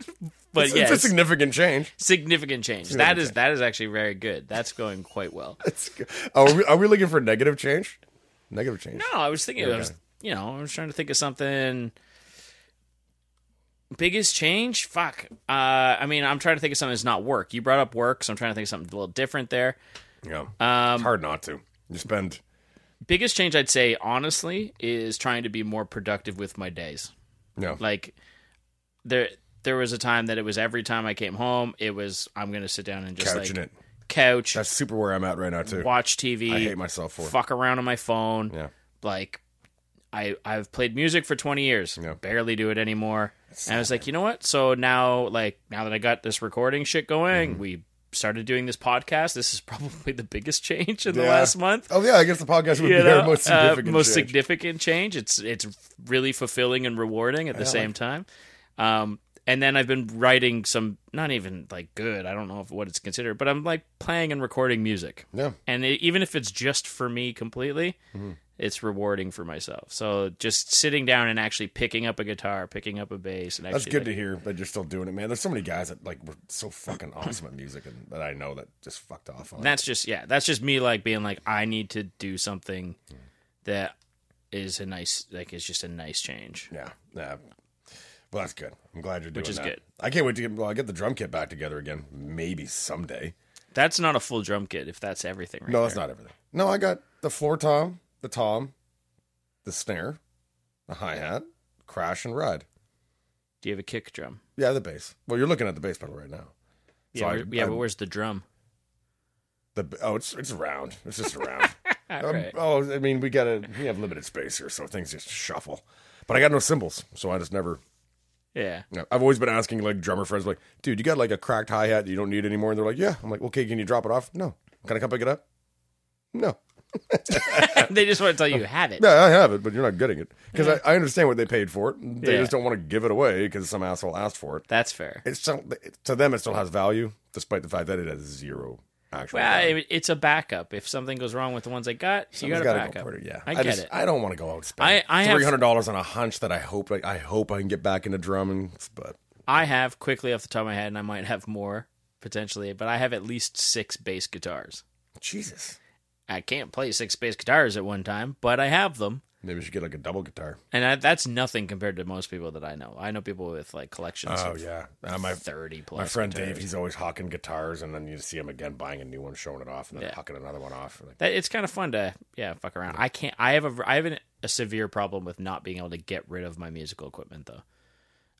[SPEAKER 2] But
[SPEAKER 1] it's,
[SPEAKER 2] yeah,
[SPEAKER 1] it's a
[SPEAKER 2] it's
[SPEAKER 1] significant change.
[SPEAKER 2] significant change. that is that is actually very good. That's going quite well.
[SPEAKER 1] It's, are, we, are we looking for negative change? Negative change.
[SPEAKER 2] No, I was thinking. I was, you know, I was trying to think of something. Biggest change? Fuck. Uh, I mean, I'm trying to think of something that's not work. You brought up work, so I'm trying to think of something a little different there.
[SPEAKER 1] Yeah.
[SPEAKER 2] Um,
[SPEAKER 1] it's hard not to. You spend.
[SPEAKER 2] Biggest change, I'd say, honestly, is trying to be more productive with my days.
[SPEAKER 1] No.
[SPEAKER 2] Like there, there was a time that it was every time I came home, it was I'm gonna sit down and just
[SPEAKER 1] Couching
[SPEAKER 2] like
[SPEAKER 1] it.
[SPEAKER 2] couch,
[SPEAKER 1] That's super where I'm at right now too.
[SPEAKER 2] watch TV.
[SPEAKER 1] I hate myself for it.
[SPEAKER 2] fuck around on my phone.
[SPEAKER 1] Yeah.
[SPEAKER 2] Like I I've played music for 20 years.
[SPEAKER 1] Yeah.
[SPEAKER 2] Barely do it anymore. and I was like, you know what? So now like now that I got this recording shit going,
[SPEAKER 1] Mm-hmm.
[SPEAKER 2] we started doing this podcast. This is probably the biggest change in the
[SPEAKER 1] Yeah.
[SPEAKER 2] last month.
[SPEAKER 1] Oh yeah, I guess the podcast would
[SPEAKER 2] You
[SPEAKER 1] be
[SPEAKER 2] know,
[SPEAKER 1] our most
[SPEAKER 2] uh,
[SPEAKER 1] significant.
[SPEAKER 2] most
[SPEAKER 1] change.
[SPEAKER 2] significant change. It's it's really fulfilling and rewarding at the same time. Um, and then I've been writing some, not even like good. I don't know if, what it's considered, but I'm like playing and recording music
[SPEAKER 1] yeah.
[SPEAKER 2] and it, even if it's just for me completely
[SPEAKER 1] Mm-hmm.
[SPEAKER 2] it's rewarding for myself so just sitting down and actually picking up a guitar picking up a bass and
[SPEAKER 1] That's
[SPEAKER 2] actually
[SPEAKER 1] good
[SPEAKER 2] like,
[SPEAKER 1] to hear that you're still doing it, man. There's so many guys that like were so fucking awesome at music, and that I know that just fucked off on. it.
[SPEAKER 2] that's just yeah that's just me like being like i need to do something that is a nice like is just a nice change
[SPEAKER 1] Yeah, yeah. Well, that's good. I'm glad you're doing
[SPEAKER 2] is
[SPEAKER 1] that.
[SPEAKER 2] good.
[SPEAKER 1] I can't wait to get. Well, I get the drum kit back together again, maybe someday.
[SPEAKER 2] that's not a full drum kit if that's everything right
[SPEAKER 1] No, that's not everything. No, I got the floor tom, the tom, the snare, the hi hat, crash and ride.
[SPEAKER 2] do you have a kick drum
[SPEAKER 1] Yeah, the bass. Well, you're looking at the bass pedal right now.
[SPEAKER 2] yeah,
[SPEAKER 1] I-
[SPEAKER 2] where- yeah
[SPEAKER 1] I-
[SPEAKER 2] but where's the drum
[SPEAKER 1] The oh, it's it's round. It's just round. Um,
[SPEAKER 2] right.
[SPEAKER 1] Oh, I mean, we gotta we have limited space here, so things just shuffle. But I got no cymbals, so I just never.
[SPEAKER 2] yeah
[SPEAKER 1] No, I've always been asking like drummer friends, like, dude, you got like a cracked hi hat that you don't need anymore? And they're like, yeah. I'm like, okay, can you drop it off? No. Can I come pick it up? No.
[SPEAKER 2] they just want to tell you have it
[SPEAKER 1] Yeah, I have it, but you're not getting it because I, I understand what they paid for it. They
[SPEAKER 2] Yeah.
[SPEAKER 1] just don't want to give it away because some asshole asked for it.
[SPEAKER 2] that's fair
[SPEAKER 1] It's still, to them, it still has value, despite the fact that it has zero actual.
[SPEAKER 2] well,
[SPEAKER 1] value.
[SPEAKER 2] it, it's a backup. If something goes wrong with the ones I got, you got
[SPEAKER 1] Someone's
[SPEAKER 2] a
[SPEAKER 1] gotta
[SPEAKER 2] backup.
[SPEAKER 1] for it, yeah,
[SPEAKER 2] I, get
[SPEAKER 1] just,
[SPEAKER 2] it.
[SPEAKER 1] I don't want to go out and
[SPEAKER 2] I-
[SPEAKER 1] spend
[SPEAKER 2] I have-
[SPEAKER 1] three hundred dollars on a hunch that I hope, like, I hope I can get back into drumming, but
[SPEAKER 2] I have quickly off the top of my head, and I might have more potentially, but I have at least six bass guitars.
[SPEAKER 1] Jesus,
[SPEAKER 2] I can't play six bass guitars at one time, but I have them,
[SPEAKER 1] maybe we should get like a double guitar.
[SPEAKER 2] and I, that's nothing compared to most people that I know. I know people with like collections
[SPEAKER 1] Oh
[SPEAKER 2] of
[SPEAKER 1] yeah, Uh, my
[SPEAKER 2] thirty plus.
[SPEAKER 1] my friend
[SPEAKER 2] guitars.
[SPEAKER 1] Dave, he's always hawking guitars, and then you see him again buying a new one, showing it off, and then
[SPEAKER 2] Yeah.
[SPEAKER 1] hawking another one off. Like,
[SPEAKER 2] That, it's kind of fun to yeah fuck around. I can't. I have a I have an, a severe problem with not being able to get rid of my musical equipment though.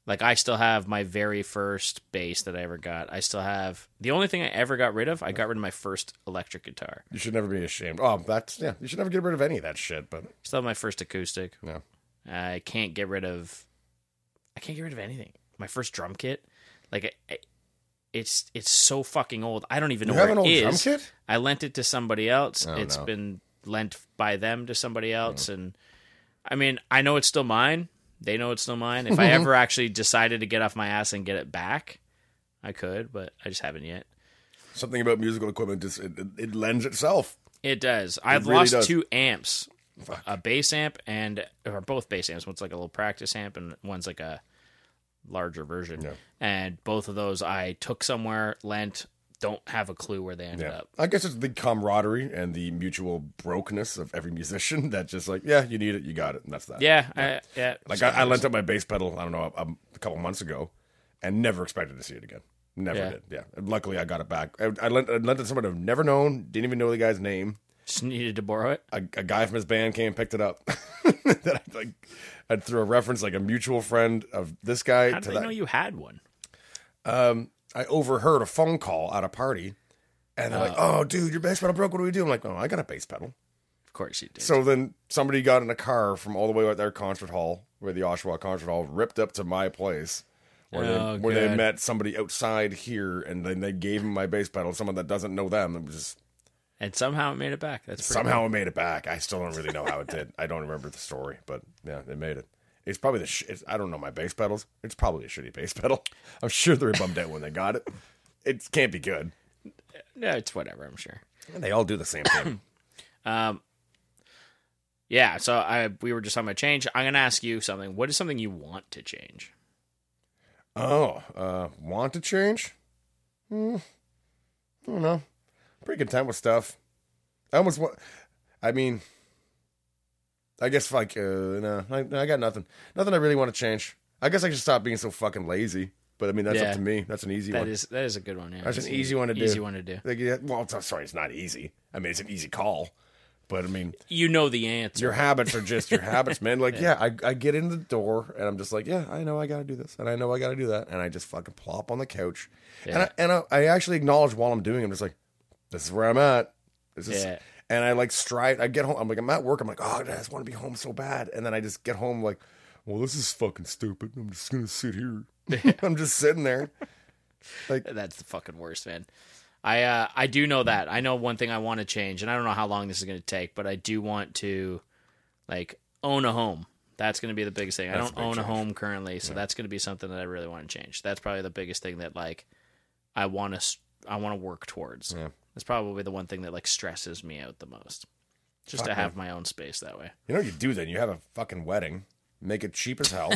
[SPEAKER 2] Like I still have my very first bass that I ever got. I still have the only thing I ever got rid of. I got rid of my first electric guitar.
[SPEAKER 1] you should never be ashamed. Oh, that's yeah, you should never get rid of any of that shit. But
[SPEAKER 2] Still have my first acoustic.
[SPEAKER 1] yeah,
[SPEAKER 2] I can't get rid of. I can't get rid of anything. My first drum kit, like, I, I- it's it's so fucking old. I don't even know
[SPEAKER 1] you
[SPEAKER 2] where
[SPEAKER 1] have an
[SPEAKER 2] it
[SPEAKER 1] old drum
[SPEAKER 2] is.
[SPEAKER 1] kit.
[SPEAKER 2] I lent it to somebody else.
[SPEAKER 1] Oh,
[SPEAKER 2] It's
[SPEAKER 1] no.
[SPEAKER 2] been lent by them to somebody else, and I mean, I know it's still mine. They know it's still mine. If I ever actually decided to get off my ass and get it back, I could, but I just haven't yet.
[SPEAKER 1] Something about musical equipment just it, it, it lends itself.
[SPEAKER 2] It does. I've
[SPEAKER 1] really
[SPEAKER 2] lost
[SPEAKER 1] does.
[SPEAKER 2] two amps, a bass amp and or both bass amps. One's like a little practice amp, and one's like a larger version.
[SPEAKER 1] Yeah.
[SPEAKER 2] And both of those I took somewhere, lent. Don't have a clue where they ended
[SPEAKER 1] Yeah.
[SPEAKER 2] up.
[SPEAKER 1] I guess it's the camaraderie and the mutual brokenness of every musician that just like, yeah, you need it, you got it, and that's that.
[SPEAKER 2] Yeah, I, yeah.
[SPEAKER 1] Like I, I lent up my bass pedal, I don't know, a, a couple months ago, and never expected to see it again. Never
[SPEAKER 2] Yeah.
[SPEAKER 1] did. Yeah. And luckily, I got it back. I, I, lent, I lent it to someone I've never known. Didn't even know the guy's name.
[SPEAKER 2] just needed to borrow it.
[SPEAKER 1] A, a guy from his band came and picked it up. that I, like, I threw a reference, like a mutual friend of this guy
[SPEAKER 2] How
[SPEAKER 1] to
[SPEAKER 2] did
[SPEAKER 1] that
[SPEAKER 2] I know you had one?
[SPEAKER 1] I overheard a phone call at a party, and they're like, "Oh, dude, your bass pedal broke. What do we do?" I'm like, "Oh, I got a bass pedal."
[SPEAKER 2] Of course you did.
[SPEAKER 1] So then somebody got in a car from all the way out their concert hall, where the Oshawa concert hall, ripped up to my place, where
[SPEAKER 2] Oh,
[SPEAKER 1] they where they
[SPEAKER 2] good.
[SPEAKER 1] met somebody outside here, and then they gave him my bass pedal. Someone that doesn't know them, it was just
[SPEAKER 2] and somehow it made it back. That's pretty
[SPEAKER 1] somehow it made it back. I still don't really know how it did. I don't remember the story, but yeah, it made it. It's probably the sh- it's, I don't know my bass pedals. It's probably a shitty bass pedal. I'm sure they were bummed out when they got it. It can't be good.
[SPEAKER 2] Cool. Yeah, it's whatever. I'm sure.
[SPEAKER 1] And they all do the same thing.
[SPEAKER 2] Um, yeah. So I we were just talking about change. I'm gonna ask you something. What is something you want to change?
[SPEAKER 1] Oh, uh, want to change? Hmm. I don't know. Pretty content with stuff. I almost want. I mean, I guess like uh, no, I, no, I got nothing. Nothing I really want to change. I guess I should stop being so fucking lazy. But I mean, that's
[SPEAKER 2] Yeah.
[SPEAKER 1] up to me. That's an easy
[SPEAKER 2] That
[SPEAKER 1] one.
[SPEAKER 2] is that is a good one. Yeah,
[SPEAKER 1] That's an
[SPEAKER 2] It's
[SPEAKER 1] easy one to do.
[SPEAKER 2] Easy one to do.
[SPEAKER 1] Like, yeah, well, it's, sorry, it's not easy. I mean, it's an easy call. But I mean,
[SPEAKER 2] You know the answer.
[SPEAKER 1] your habits are just your habits, man. Like, yeah, I, I get in the door and I'm just like, yeah, I know I got to do this and I know I got to do that. And I just fucking plop on the couch.
[SPEAKER 2] Yeah.
[SPEAKER 1] And, I, and I, I actually acknowledge while I'm doing it, I'm just like, this is where I'm at. This is,
[SPEAKER 2] Yeah.
[SPEAKER 1] And I like strive, I get home, I'm like, I'm at work. I'm like, oh, I just want to be home so bad. And then I just get home like, well, this is fucking stupid. I'm just going to sit here. I'm just sitting there.
[SPEAKER 2] That's the fucking worst, man. I uh, I do know that. I know one thing I want to change, and I don't know how long this is going to take, but I do want to like own a home. That's going to be the biggest thing. I
[SPEAKER 1] That's
[SPEAKER 2] don't
[SPEAKER 1] a big
[SPEAKER 2] own a
[SPEAKER 1] change.
[SPEAKER 2] home currently, so that's going to be something that I really want to change. That's probably the biggest thing that like I want to I want to work towards.
[SPEAKER 1] Yeah.
[SPEAKER 2] That's probably the one thing that like stresses me out the most. Just to
[SPEAKER 1] Fuck,
[SPEAKER 2] have my own space that way.
[SPEAKER 1] You know what you do then? You have a fucking wedding, make it cheap as hell.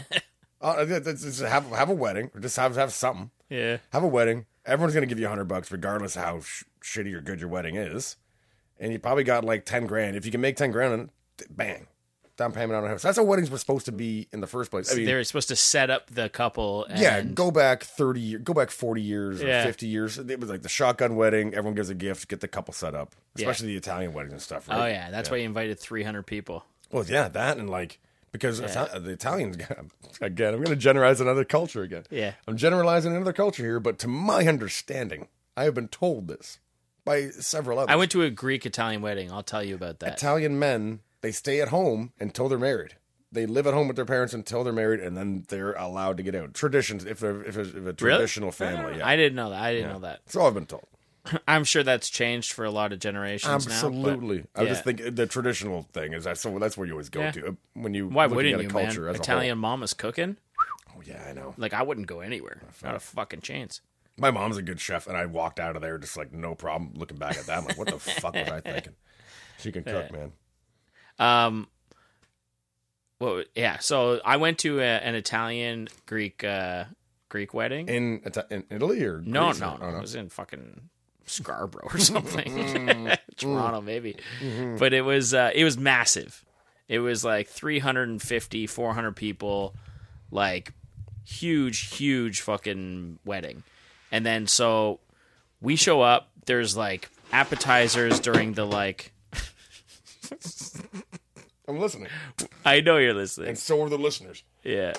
[SPEAKER 1] uh, that's- that's- just have, have a wedding or just have, have something.
[SPEAKER 2] Yeah.
[SPEAKER 1] have a wedding. Everyone's gonna give you a hundred bucks, regardless of how sh- shitty or good your wedding is. And you probably got like ten grand. If you can make ten grand, and bang, down payment on a house. That's how weddings were supposed to be in the first place. I mean,
[SPEAKER 2] They're supposed to set up the couple. And,
[SPEAKER 1] yeah, go back thirty, year, go back forty years or
[SPEAKER 2] Yeah.
[SPEAKER 1] fifty years. It was like the shotgun wedding. Everyone gives a gift, get the couple set up,
[SPEAKER 2] Yeah.
[SPEAKER 1] especially the Italian weddings and stuff. Right?
[SPEAKER 2] Oh yeah, that's why you invited 300 people.
[SPEAKER 1] Well, yeah, that and like because Ita- the Italians again, I'm going to generalize another culture again.
[SPEAKER 2] Yeah.
[SPEAKER 1] I'm generalizing another culture here, but to my understanding, I have been told this by several others.
[SPEAKER 2] I went to a Greek Italian wedding. I'll tell you about that.
[SPEAKER 1] Italian men they stay at home until they're married. They live at home with their parents until they're married, and then they're allowed to get out. Traditions, if they're if, it's- if a traditional family, yeah.
[SPEAKER 2] I didn't know that. I didn't know that.
[SPEAKER 1] so I've been told.
[SPEAKER 2] I'm sure that's changed for a lot of generations now. but-
[SPEAKER 1] Absolutely, I
[SPEAKER 2] yeah.
[SPEAKER 1] just think the traditional thing is that. So that's where you always go
[SPEAKER 2] Yeah.
[SPEAKER 1] to uh, when you
[SPEAKER 2] Why
[SPEAKER 1] looking
[SPEAKER 2] wouldn't
[SPEAKER 1] at a
[SPEAKER 2] you,
[SPEAKER 1] culture
[SPEAKER 2] man?
[SPEAKER 1] as
[SPEAKER 2] Italian mama's cooking.
[SPEAKER 1] A whole. Oh, yeah, I know.
[SPEAKER 2] Like I wouldn't go anywhere. Not a fucking chance.
[SPEAKER 1] My mom's a good chef, and I walked out of there just like no problem. Looking back at that, I'm like, what the fuck was I thinking? She can cook, man.
[SPEAKER 2] Um. Well, yeah. So I went to a, an Italian Greek uh, Greek wedding.
[SPEAKER 1] In, Ita- in Italy or
[SPEAKER 2] No,
[SPEAKER 1] Greece?
[SPEAKER 2] no,
[SPEAKER 1] Oh,
[SPEAKER 2] no. It was in fucking Scarborough or something. Toronto, maybe. But it was uh, it was massive. It was like 350, 400 people, like huge, huge fucking wedding. And then so we show up. There's like appetizers during the like.
[SPEAKER 1] I'm listening,
[SPEAKER 2] I know you're listening.
[SPEAKER 1] and so are the listeners.
[SPEAKER 2] Yeah.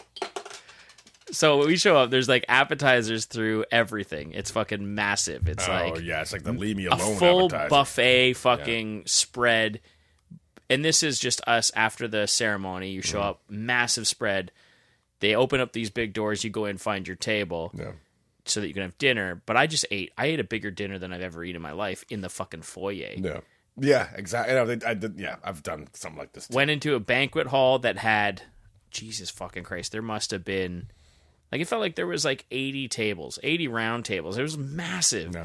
[SPEAKER 2] So we show up. There's like appetizers through everything. It's fucking massive. It's
[SPEAKER 1] oh
[SPEAKER 2] like
[SPEAKER 1] yeah, it's like the leave me
[SPEAKER 2] a
[SPEAKER 1] alone
[SPEAKER 2] full
[SPEAKER 1] appetizer.
[SPEAKER 2] buffet fucking spread. And this is just us after the ceremony. You show up, massive spread. They open up these big doors. You go in, find your table
[SPEAKER 1] Yeah.
[SPEAKER 2] so that you can have dinner. But I just ate. I ate a bigger dinner than I've ever eaten in my life in the fucking foyer.
[SPEAKER 1] yeah, yeah, exactly. I, did- I did- yeah, I've done something like this. Too.
[SPEAKER 2] Went into a banquet hall that had Jesus fucking Christ, there must have been like it felt like there was like 80 tables, 80 round tables. It was massive.
[SPEAKER 1] No.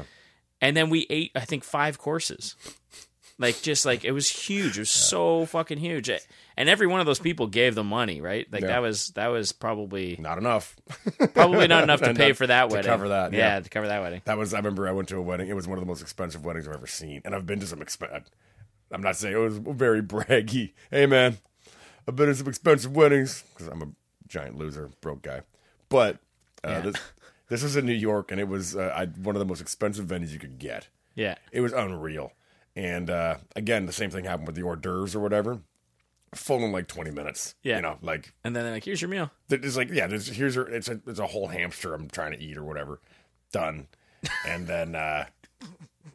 [SPEAKER 2] And then we ate I think 5 courses. Like just like it was huge. It was so fucking huge. And every one of those people gave them money, right? Like
[SPEAKER 1] Yeah.
[SPEAKER 2] that was that was probably
[SPEAKER 1] Not enough.
[SPEAKER 2] probably not enough to
[SPEAKER 1] Not
[SPEAKER 2] pay for that
[SPEAKER 1] to
[SPEAKER 2] wedding.
[SPEAKER 1] cover that, yeah.
[SPEAKER 2] to cover that wedding.
[SPEAKER 1] That was I remember I went to a wedding. It was one of the most expensive weddings I've ever seen, and I've been to some expensive. I'm not saying it was very braggy. Hey man, I've been to some expensive weddings because I'm a giant loser, broke guy. But uh,
[SPEAKER 2] Yeah.
[SPEAKER 1] this this was in New York, and it was uh, I, one of the most expensive venues you could get.
[SPEAKER 2] Yeah.
[SPEAKER 1] It was unreal. And uh, again, the same thing happened with the hors d'oeuvres or whatever. Full in like 20 minutes.
[SPEAKER 2] Yeah.
[SPEAKER 1] you know, like
[SPEAKER 2] And then they're like, "Here's your meal."
[SPEAKER 1] it's like yeah, there's here's a, it's a it's a whole hamster I'm trying to eat or whatever. Done, and then uh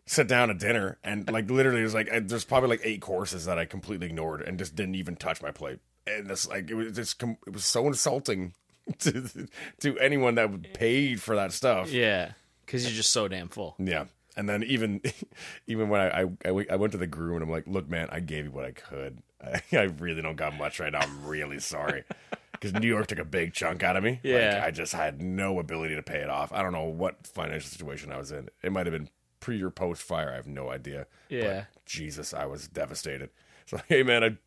[SPEAKER 1] sit down at dinner and like literally it was like I, there's probably like eight courses that I completely ignored and just didn't even touch my plate. And this like it was just com- it was so insulting to to anyone that would paid for that stuff.
[SPEAKER 2] Yeah. Cuz you're just so damn full.
[SPEAKER 1] Yeah. And then even even when I, I, I went- I went to the groom and I'm like, look, man, I gave you what I could. I, I really don't got much right now. I'm really sorry. Because New York took a big chunk out of me.
[SPEAKER 2] Yeah.
[SPEAKER 1] Like, I just had no ability to pay it off. I don't know what financial situation I was in. It might have been pre or post fire. I have no idea.
[SPEAKER 2] Yeah.
[SPEAKER 1] But Jesus, I was devastated. So, hey, man, I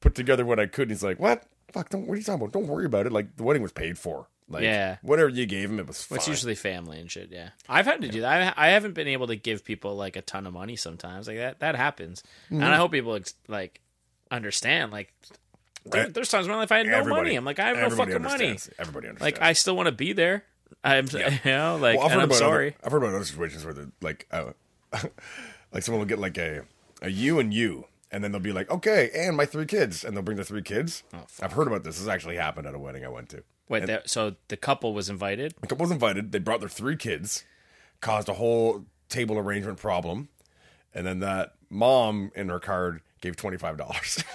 [SPEAKER 1] put together what I could. And he's like, what? Fuck, don't, what are you talking about? Don't worry about it. Like, the wedding was paid for. Like,
[SPEAKER 2] Yeah.
[SPEAKER 1] whatever you gave him, it was fine.
[SPEAKER 2] It's usually family and shit. Yeah, I've had to do that. I, I haven't been able to give people like a ton of money sometimes. Like that, that happens. And
[SPEAKER 1] Mm-hmm.
[SPEAKER 2] I hope people ex- like understand. Like there-
[SPEAKER 1] Right.
[SPEAKER 2] there's times in my life I had no money. I'm like I have no
[SPEAKER 1] everybody
[SPEAKER 2] fucking money.
[SPEAKER 1] understands. Everybody understands.
[SPEAKER 2] Like I still want to be there. I'm you know like and I'm
[SPEAKER 1] about
[SPEAKER 2] sorry.
[SPEAKER 1] Other, I've heard about other situations where they're like, uh, like someone will get like a a you and you, and then they'll be like, okay, and my three kids, and they'll bring the three kids.
[SPEAKER 2] Oh,
[SPEAKER 1] I've heard about this. This actually happened at a wedding I went to.
[SPEAKER 2] Wait, there- so the couple was invited.
[SPEAKER 1] The couple was invited. They brought their three kids, caused a whole table arrangement problem, and then that mom in her card gave twenty five dollars.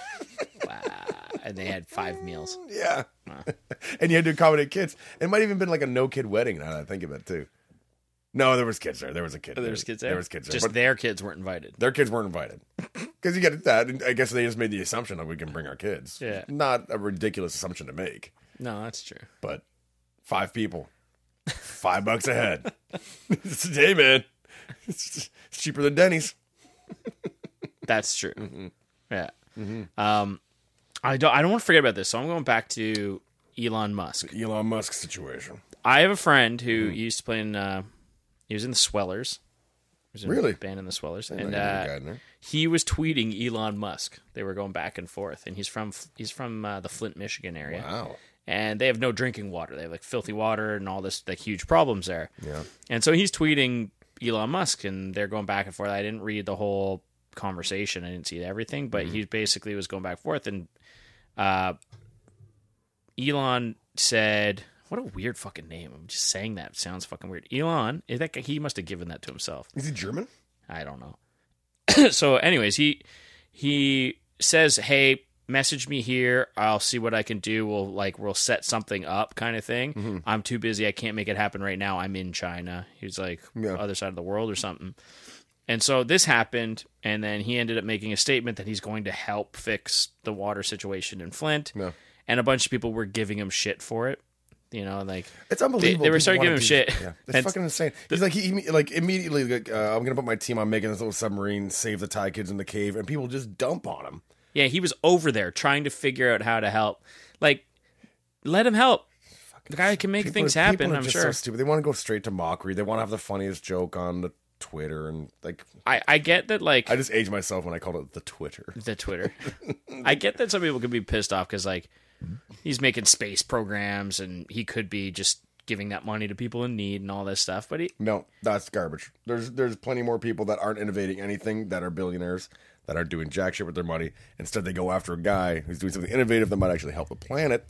[SPEAKER 2] and they had five meals.
[SPEAKER 1] yeah, and you had to accommodate kids. It might have even been like a no kid wedding. Now that I think of it too. No, there was kids there. There was a kid.
[SPEAKER 2] Oh, There was kids there.
[SPEAKER 1] There was kids there.
[SPEAKER 2] Just
[SPEAKER 1] But-
[SPEAKER 2] their kids weren't invited.
[SPEAKER 1] Their kids weren't invited. Because you get that. And I guess they just made the assumption that we can bring our kids.
[SPEAKER 2] Yeah.
[SPEAKER 1] Not a ridiculous assumption to make,
[SPEAKER 2] No, that's true.
[SPEAKER 1] but five people, five bucks a head. it's a day, man. It's it's cheaper than Denny's.
[SPEAKER 2] That's true.
[SPEAKER 1] Mm-hmm.
[SPEAKER 2] Yeah. Um, I don't. I don't want to forget about this. So I'm going back to Elon Musk.
[SPEAKER 1] Elon Musk situation.
[SPEAKER 2] I have a friend who
[SPEAKER 1] Mm-hmm.
[SPEAKER 2] used to play in. Uh, he was in the Swellers. He was in
[SPEAKER 1] Really?
[SPEAKER 2] a band in the Swellers,
[SPEAKER 1] Like,
[SPEAKER 2] and
[SPEAKER 1] another guy
[SPEAKER 2] uh,
[SPEAKER 1] in there.
[SPEAKER 2] he was tweeting Elon Musk. They were going back and forth, and he's from he's from uh, the Flint, Michigan area,
[SPEAKER 1] wow.
[SPEAKER 2] and they have no drinking water. They have like filthy water and all this like huge problems there.
[SPEAKER 1] Yeah.
[SPEAKER 2] And so he's tweeting Elon Musk, and they're going back and forth. I didn't read the whole conversation. I didn't see everything, but he basically was going back and forth. And uh, Elon said, "What a weird fucking name." I'm just saying that it sounds fucking weird. Elon, is that he must have given that to himself.
[SPEAKER 1] Is he German?
[SPEAKER 2] I don't know. so, anyways, he he says, "Hey, message me here. I'll see what I can do. We'll like we'll set something up, kind of thing.
[SPEAKER 1] Mm-hmm.
[SPEAKER 2] I'm too busy. I can't make it happen right now. I'm in China. He's like
[SPEAKER 1] Yeah.
[SPEAKER 2] other side of the world or something." And so this happened, and then he ended up making a statement that he's going to help fix the water situation in Flint.
[SPEAKER 1] Yeah.
[SPEAKER 2] And a bunch of people were giving him shit for it. You know, like
[SPEAKER 1] It's unbelievable.
[SPEAKER 2] They- they were
[SPEAKER 1] People
[SPEAKER 2] starting
[SPEAKER 1] wanna
[SPEAKER 2] giving
[SPEAKER 1] do-
[SPEAKER 2] him shit.
[SPEAKER 1] Yeah, it's
[SPEAKER 2] And-
[SPEAKER 1] fucking insane. He's like, he, he- like immediately, like, uh, I'm gonna put my team on making this little submarine, save the Thai kids in the cave, and people just dump on him.
[SPEAKER 2] Yeah, he was over there trying to figure out how to help. Like, let him help. The guy can make
[SPEAKER 1] People
[SPEAKER 2] things
[SPEAKER 1] are- people
[SPEAKER 2] happen.
[SPEAKER 1] are
[SPEAKER 2] I'm
[SPEAKER 1] just
[SPEAKER 2] sure.
[SPEAKER 1] So stupid. They want to go straight to mockery. They want to have the funniest joke on the Twitter, and like
[SPEAKER 2] I, I get that. Like
[SPEAKER 1] I just aged myself when I called it the Twitter.
[SPEAKER 2] the Twitter, I get that some people could be pissed off because like he's making space programs and he could be just giving that money to people in need and all this stuff. But he,
[SPEAKER 1] No, that's garbage. There's there's plenty more people that aren't innovating anything that are billionaires that aren't doing jack shit with their money. Instead, they go after a guy who's doing something innovative that might actually help the planet.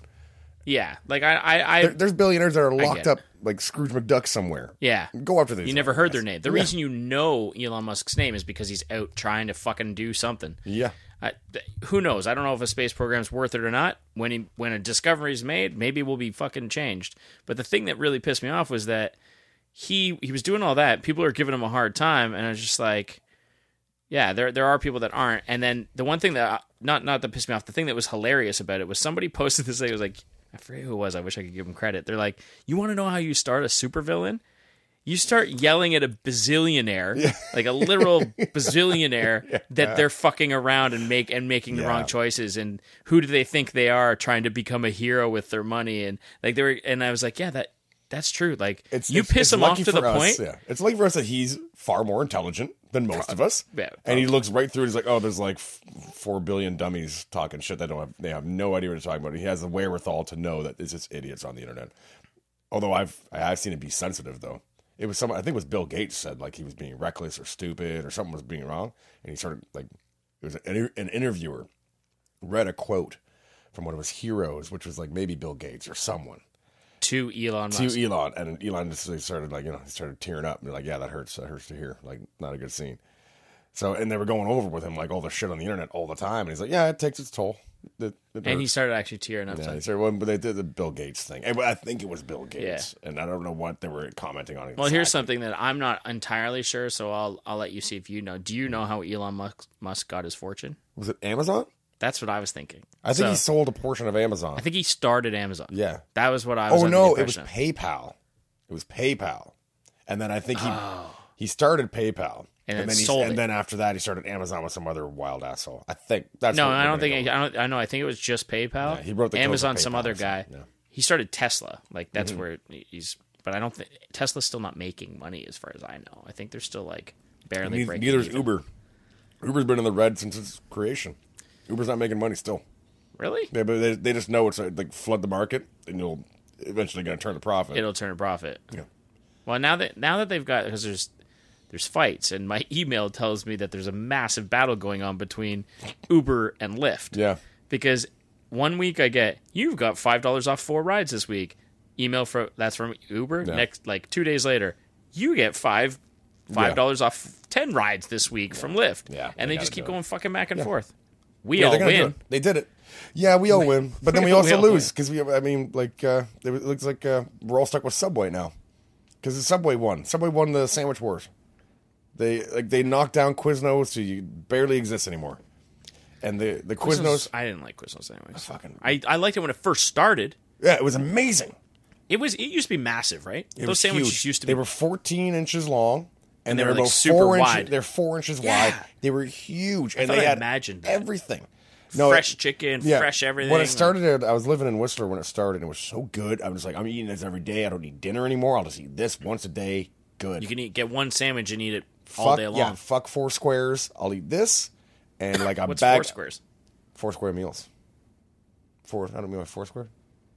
[SPEAKER 2] yeah, like I I, I
[SPEAKER 1] There- there's billionaires that are locked
[SPEAKER 2] get it.
[SPEAKER 1] up like Scrooge McDuck somewhere.
[SPEAKER 2] yeah.
[SPEAKER 1] Go after these.
[SPEAKER 2] You never heard their name. The reason you know Elon Musk's name is because he's out trying to fucking do something.
[SPEAKER 1] Yeah.
[SPEAKER 2] I, th- who knows? I don't know if a space program's worth it or not. When he, when a discovery is made, maybe we'll be fucking changed. But the thing that really pissed me off was that he he was doing all that. People are giving him a hard time, and I was just like, Yeah, there there are people that aren't. And then the one thing that uh, not not that pissed me off, the thing that was hilarious about it was somebody posted this thing. It was like I forget who it was. I wish I could give them credit. They're like, you want to know how you start a supervillain? You start yelling at a bazillionaire, like a literal bazillionaire, that they're fucking around and make and making the wrong
[SPEAKER 1] Yeah.
[SPEAKER 2] choices. And who do they think they are, trying to become a hero with their money? And like they were, and I was like, yeah, that that's true. Like
[SPEAKER 1] It's
[SPEAKER 2] you
[SPEAKER 1] it's-
[SPEAKER 2] piss
[SPEAKER 1] it's
[SPEAKER 2] them off
[SPEAKER 1] lucky
[SPEAKER 2] to the
[SPEAKER 1] for us,
[SPEAKER 2] point.
[SPEAKER 1] Yeah. It's lucky for us that he's far more intelligent than most of us.
[SPEAKER 2] yeah,
[SPEAKER 1] and he looks right through. it. He's like, "Oh, there's like f- four billion dummies talking shit that don't have. They have no idea what they're talking about." He has the wherewithal to know that it's just idiots on the internet. Although I've I've seen it be sensitive though. It was someone I think it was Bill Gates said like he was being reckless or stupid or something was being wrong, and he started like it was an, inter- an interviewer read a quote from one of his heroes, which was like maybe Bill Gates or someone
[SPEAKER 2] To Elon Musk.
[SPEAKER 1] to Elon, and Elon just like, started like you know he started tearing up and be like yeah that hurts that hurts to hear like not a good scene. So and they were going over with him like all the shit on the internet all the time, and he's like yeah it takes its toll. It, it
[SPEAKER 2] and he
[SPEAKER 1] hurts."
[SPEAKER 2] started actually tearing up.
[SPEAKER 1] yeah,
[SPEAKER 2] so-
[SPEAKER 1] he started, well, but they did the Bill Gates thing, and I think it was Bill Gates, and I don't know what they were commenting on.
[SPEAKER 2] Well,
[SPEAKER 1] exactly.
[SPEAKER 2] here's something that I'm not entirely sure, so I'll I'll let you see if you know. Do you know how Elon Musk, Musk got his fortune?
[SPEAKER 1] was it Amazon?
[SPEAKER 2] That's what I was thinking.
[SPEAKER 1] I think
[SPEAKER 2] So-
[SPEAKER 1] he sold a portion of Amazon.
[SPEAKER 2] I think he started Amazon.
[SPEAKER 1] yeah.
[SPEAKER 2] That was what I was.
[SPEAKER 1] Oh
[SPEAKER 2] under
[SPEAKER 1] no,
[SPEAKER 2] the
[SPEAKER 1] it was
[SPEAKER 2] impression of.
[SPEAKER 1] PayPal. It was PayPal, and then I think he he started PayPal,
[SPEAKER 2] Oh. And then
[SPEAKER 1] he,
[SPEAKER 2] sold
[SPEAKER 1] and
[SPEAKER 2] it.
[SPEAKER 1] then after that he started Amazon with some other wild asshole. I think that's
[SPEAKER 2] No,
[SPEAKER 1] what
[SPEAKER 2] I
[SPEAKER 1] we're
[SPEAKER 2] don't
[SPEAKER 1] gonna
[SPEAKER 2] think.
[SPEAKER 1] go
[SPEAKER 2] I don't. I know. I think it was just PayPal.
[SPEAKER 1] Yeah, he wrote the code for
[SPEAKER 2] Amazon. Some
[SPEAKER 1] PayPal Mm-hmm.
[SPEAKER 2] other
[SPEAKER 1] or something,
[SPEAKER 2] guy. He started Tesla. Like that's where he's. But I don't think Tesla's still not making money as far as I know. I think they're still like barely
[SPEAKER 1] with. Ne-
[SPEAKER 2] breaking.
[SPEAKER 1] neither is
[SPEAKER 2] even.
[SPEAKER 1] Uber. Uber's been in the red since its creation. Uber's not making money still.
[SPEAKER 2] Really?
[SPEAKER 1] They but they, they just know it's uh, like flood the market and you'll eventually going to turn the profit.
[SPEAKER 2] It'll turn a profit.
[SPEAKER 1] Yeah.
[SPEAKER 2] Well, now that now that they've got because there's there's fights, and my email tells me that there's a massive battle going on between Uber and Lyft.
[SPEAKER 1] yeah.
[SPEAKER 2] Because one week I get you've got five dollars off four rides this week. Email from that's from Uber.
[SPEAKER 1] Yeah.
[SPEAKER 2] Next, like two days later, you get five five dollars off ten rides this week from Lyft.
[SPEAKER 1] Yeah,
[SPEAKER 2] and
[SPEAKER 1] they
[SPEAKER 2] they just
[SPEAKER 1] gotta
[SPEAKER 2] keep
[SPEAKER 1] do it.
[SPEAKER 2] going fucking back and forth. We
[SPEAKER 1] Yeah,
[SPEAKER 2] all
[SPEAKER 1] they're gonna do
[SPEAKER 2] win.
[SPEAKER 1] it. They did it. Yeah, we all win, but then we also
[SPEAKER 2] We all
[SPEAKER 1] lose because we. I mean, like uh, it was- it looks like uh, we're all stuck with Subway now because the Subway won. Subway won the sandwich wars. They like they knocked down Quiznos to you barely exist anymore, and the the Quiznos.
[SPEAKER 2] I didn't like Quiznos anyways.
[SPEAKER 1] fucking-
[SPEAKER 2] I, I liked it when it first started.
[SPEAKER 1] Yeah, it was amazing.
[SPEAKER 2] It was it used to be massive, right?
[SPEAKER 1] It
[SPEAKER 2] Those
[SPEAKER 1] was
[SPEAKER 2] sandwiches
[SPEAKER 1] huge.
[SPEAKER 2] used to
[SPEAKER 1] They
[SPEAKER 2] be
[SPEAKER 1] were 14 inches long. And, they
[SPEAKER 2] they were,
[SPEAKER 1] were,
[SPEAKER 2] like,
[SPEAKER 1] about
[SPEAKER 2] super
[SPEAKER 1] four
[SPEAKER 2] wide.
[SPEAKER 1] inches. They're four inches wide.
[SPEAKER 2] Yeah.
[SPEAKER 1] They were huge, and
[SPEAKER 2] thought
[SPEAKER 1] they
[SPEAKER 2] I
[SPEAKER 1] had
[SPEAKER 2] imagined that.
[SPEAKER 1] everything. No, it-
[SPEAKER 2] fresh chicken, fresh everything.
[SPEAKER 1] When it
[SPEAKER 2] like-
[SPEAKER 1] started, it- I was living in Whistler when it started, and it was so good. I was like, I'm eating this every day. I don't need dinner anymore. I'll just eat this once a day. Good.
[SPEAKER 2] you can eat get one sandwich and eat it
[SPEAKER 1] fuck,
[SPEAKER 2] all day long.
[SPEAKER 1] Yeah, fuck four squares. I'll eat this, and like a
[SPEAKER 2] What's
[SPEAKER 1] bag
[SPEAKER 2] four squares?
[SPEAKER 1] four square meals. Four. I don't mean my four square.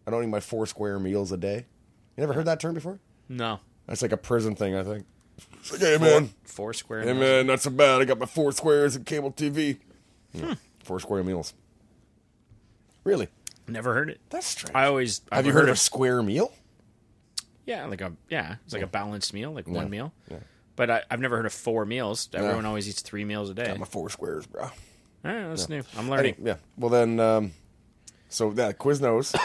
[SPEAKER 1] I don't eat my four square meals a day. You never heard that term before?
[SPEAKER 2] No,
[SPEAKER 1] That's like a prison thing, I think. It's like, hey man,
[SPEAKER 2] four square.
[SPEAKER 1] hey man, not so bad. I got my four squares at cable TV.
[SPEAKER 2] Hmm.
[SPEAKER 1] Yeah, Four square meals. Really?
[SPEAKER 2] Never heard it.
[SPEAKER 1] That's strange.
[SPEAKER 2] I always
[SPEAKER 1] Have
[SPEAKER 2] I've
[SPEAKER 1] you heard, of a square meal?
[SPEAKER 2] yeah, like a yeah, it's like a balanced meal, like one meal. But I, I've never heard of four meals. Everyone always eats three meals a day.
[SPEAKER 1] My four squares, bro.
[SPEAKER 2] All right, that's new. I'm learning.
[SPEAKER 1] Yeah. Well, then, um, so that Quiznos,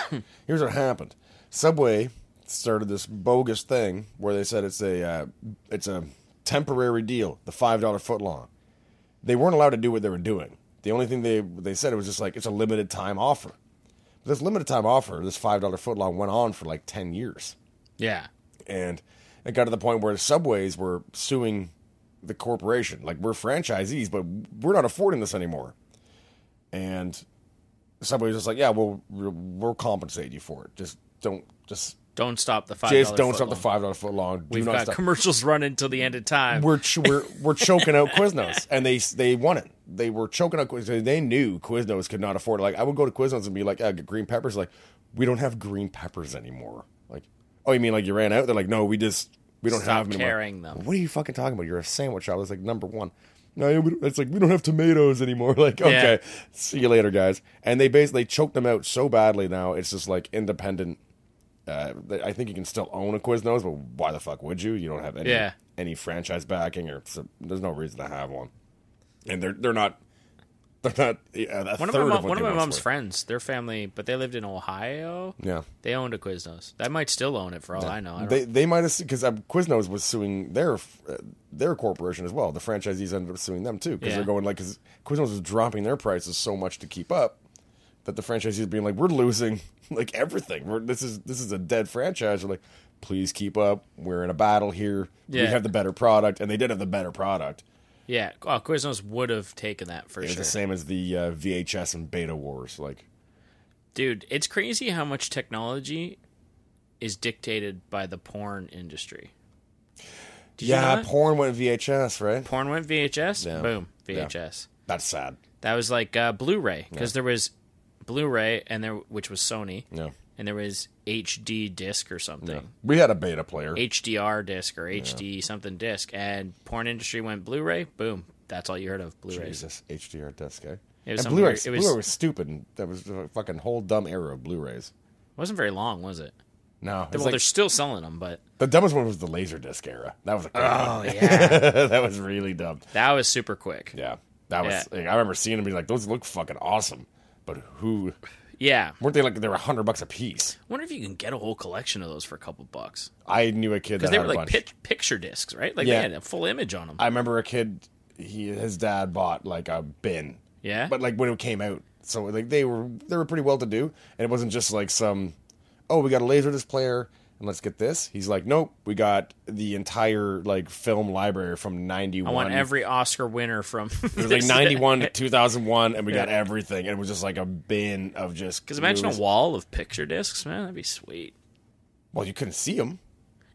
[SPEAKER 1] here's what happened. Subway started this bogus thing where they said it's a uh, it's a temporary deal, the five dollar foot long. They weren't allowed to do what they were doing. The only thing they they said it was just like it's a limited time offer. This limited time offer, this five dollar foot long, went on for like ten years
[SPEAKER 2] Yeah,
[SPEAKER 1] and it got to the point where subways were suing the corporation like we're franchisees but we're not affording this anymore and subway was just like yeah well we'll we'll compensate you for it just don't just
[SPEAKER 2] don't stop the five.
[SPEAKER 1] just don't stop the five dollar foot long do
[SPEAKER 2] We've
[SPEAKER 1] not
[SPEAKER 2] got
[SPEAKER 1] stop
[SPEAKER 2] commercials running till the end of time.
[SPEAKER 1] we're ch- we're we're choking out Quiznos, and they they won it. They were choking out Quiznos. They knew Quiznos could not afford it. Like I would go to Quiznos and be like, uh, "Green peppers." Like we don't have green peppers anymore. Like oh, you mean like you ran out? They're like, no, we just we don't
[SPEAKER 2] Stop
[SPEAKER 1] have them. anymore."
[SPEAKER 2] carrying them.
[SPEAKER 1] What are you fucking talking about? You're a sandwich shop. It's like number one. No, yeah, we don't- it's like we don't have tomatoes anymore. Like okay, see you later, guys. And they basically choked them out so badly. Now it's just like independent. Uh, I think you can still own a Quiznos, but why the fuck would you? You don't have any
[SPEAKER 2] Yeah.
[SPEAKER 1] any franchise backing or so there's no reason to have one. And they're they're not They're not yeah, a
[SPEAKER 2] One of
[SPEAKER 1] third
[SPEAKER 2] my,
[SPEAKER 1] of
[SPEAKER 2] mom,
[SPEAKER 1] what
[SPEAKER 2] one of
[SPEAKER 1] they
[SPEAKER 2] my
[SPEAKER 1] once
[SPEAKER 2] mom's
[SPEAKER 1] were.
[SPEAKER 2] friends, their family, but they lived in Ohio.
[SPEAKER 1] Yeah.
[SPEAKER 2] They owned a Quiznos. That might still own it for all I know. I don't,
[SPEAKER 1] They they might have because uh, Quiznos was suing their uh, their corporation as well. The franchisees ended up suing them too because
[SPEAKER 2] Yeah.
[SPEAKER 1] they're going like because Quiznos is dropping their prices so much to keep up that the franchisees are being like we're losing like everything. We're, this is this is a dead franchise. We're like please keep up. We're in a battle here. We
[SPEAKER 2] Yeah.
[SPEAKER 1] have the better product, and they did have the better product.
[SPEAKER 2] yeah, oh, Quiznos would have taken that for
[SPEAKER 1] It's
[SPEAKER 2] sure.
[SPEAKER 1] the same as the uh, VHS and Beta Wars. Like
[SPEAKER 2] Dude, it's crazy how much technology is dictated by the porn industry. Did you know
[SPEAKER 1] yeah,
[SPEAKER 2] that?
[SPEAKER 1] porn went VHS, right?
[SPEAKER 2] porn went VHS.
[SPEAKER 1] Yeah.
[SPEAKER 2] Boom,
[SPEAKER 1] Yeah.
[SPEAKER 2] VHS.
[SPEAKER 1] That's sad.
[SPEAKER 2] That was like uh, Blu-ray because there was Blu-ray and there which was Sony
[SPEAKER 1] Yeah,
[SPEAKER 2] and there was HD disc or something.
[SPEAKER 1] we had a beta player.
[SPEAKER 2] HDR disc or HD something disc and porn industry went Blu-ray, boom. That's all you heard of Blu-rays.
[SPEAKER 1] Jesus, HDR disc, eh?
[SPEAKER 2] It
[SPEAKER 1] and
[SPEAKER 2] was something
[SPEAKER 1] Blu-ray,
[SPEAKER 2] weird. It was-
[SPEAKER 1] Blu-ray was stupid. and That was a fucking whole dumb era of Blu-rays.
[SPEAKER 2] wasn't very long, was it?
[SPEAKER 1] No, it was
[SPEAKER 2] Well,
[SPEAKER 1] like-
[SPEAKER 2] they're still selling them, but
[SPEAKER 1] the dumbest one was the Laserdisc era. That was a great
[SPEAKER 2] oh yeah,
[SPEAKER 1] one. that was really dumb.
[SPEAKER 2] that was super quick.
[SPEAKER 1] Yeah, that was.
[SPEAKER 2] Yeah.
[SPEAKER 1] like, I remember seeing them be like, "Those look fucking awesome," but who
[SPEAKER 2] Yeah,
[SPEAKER 1] weren't they? Like they were a hundred bucks a piece.
[SPEAKER 2] wonder if you can get a whole collection of those for a couple bucks
[SPEAKER 1] I knew a kid that
[SPEAKER 2] because they
[SPEAKER 1] had
[SPEAKER 2] were
[SPEAKER 1] a
[SPEAKER 2] like
[SPEAKER 1] bunch.
[SPEAKER 2] pic- picture discs, right? Like
[SPEAKER 1] Yeah.
[SPEAKER 2] they had a full image on them.
[SPEAKER 1] I remember a kid. He his dad bought like a bin.
[SPEAKER 2] Yeah?
[SPEAKER 1] but like when it came out, so like they were they were pretty well to do, and it wasn't just like some, oh we got a laserdisc player and let's get this. He's like, nope, we got the entire like film library from ninety
[SPEAKER 2] I
[SPEAKER 1] one.
[SPEAKER 2] want every Oscar winner from
[SPEAKER 1] it was like ninety one to two thousand one, and we got everything, and it was just like a bin of just
[SPEAKER 2] Because imagine a wall of picture discs, man, that'd be sweet.
[SPEAKER 1] well you couldn't see them.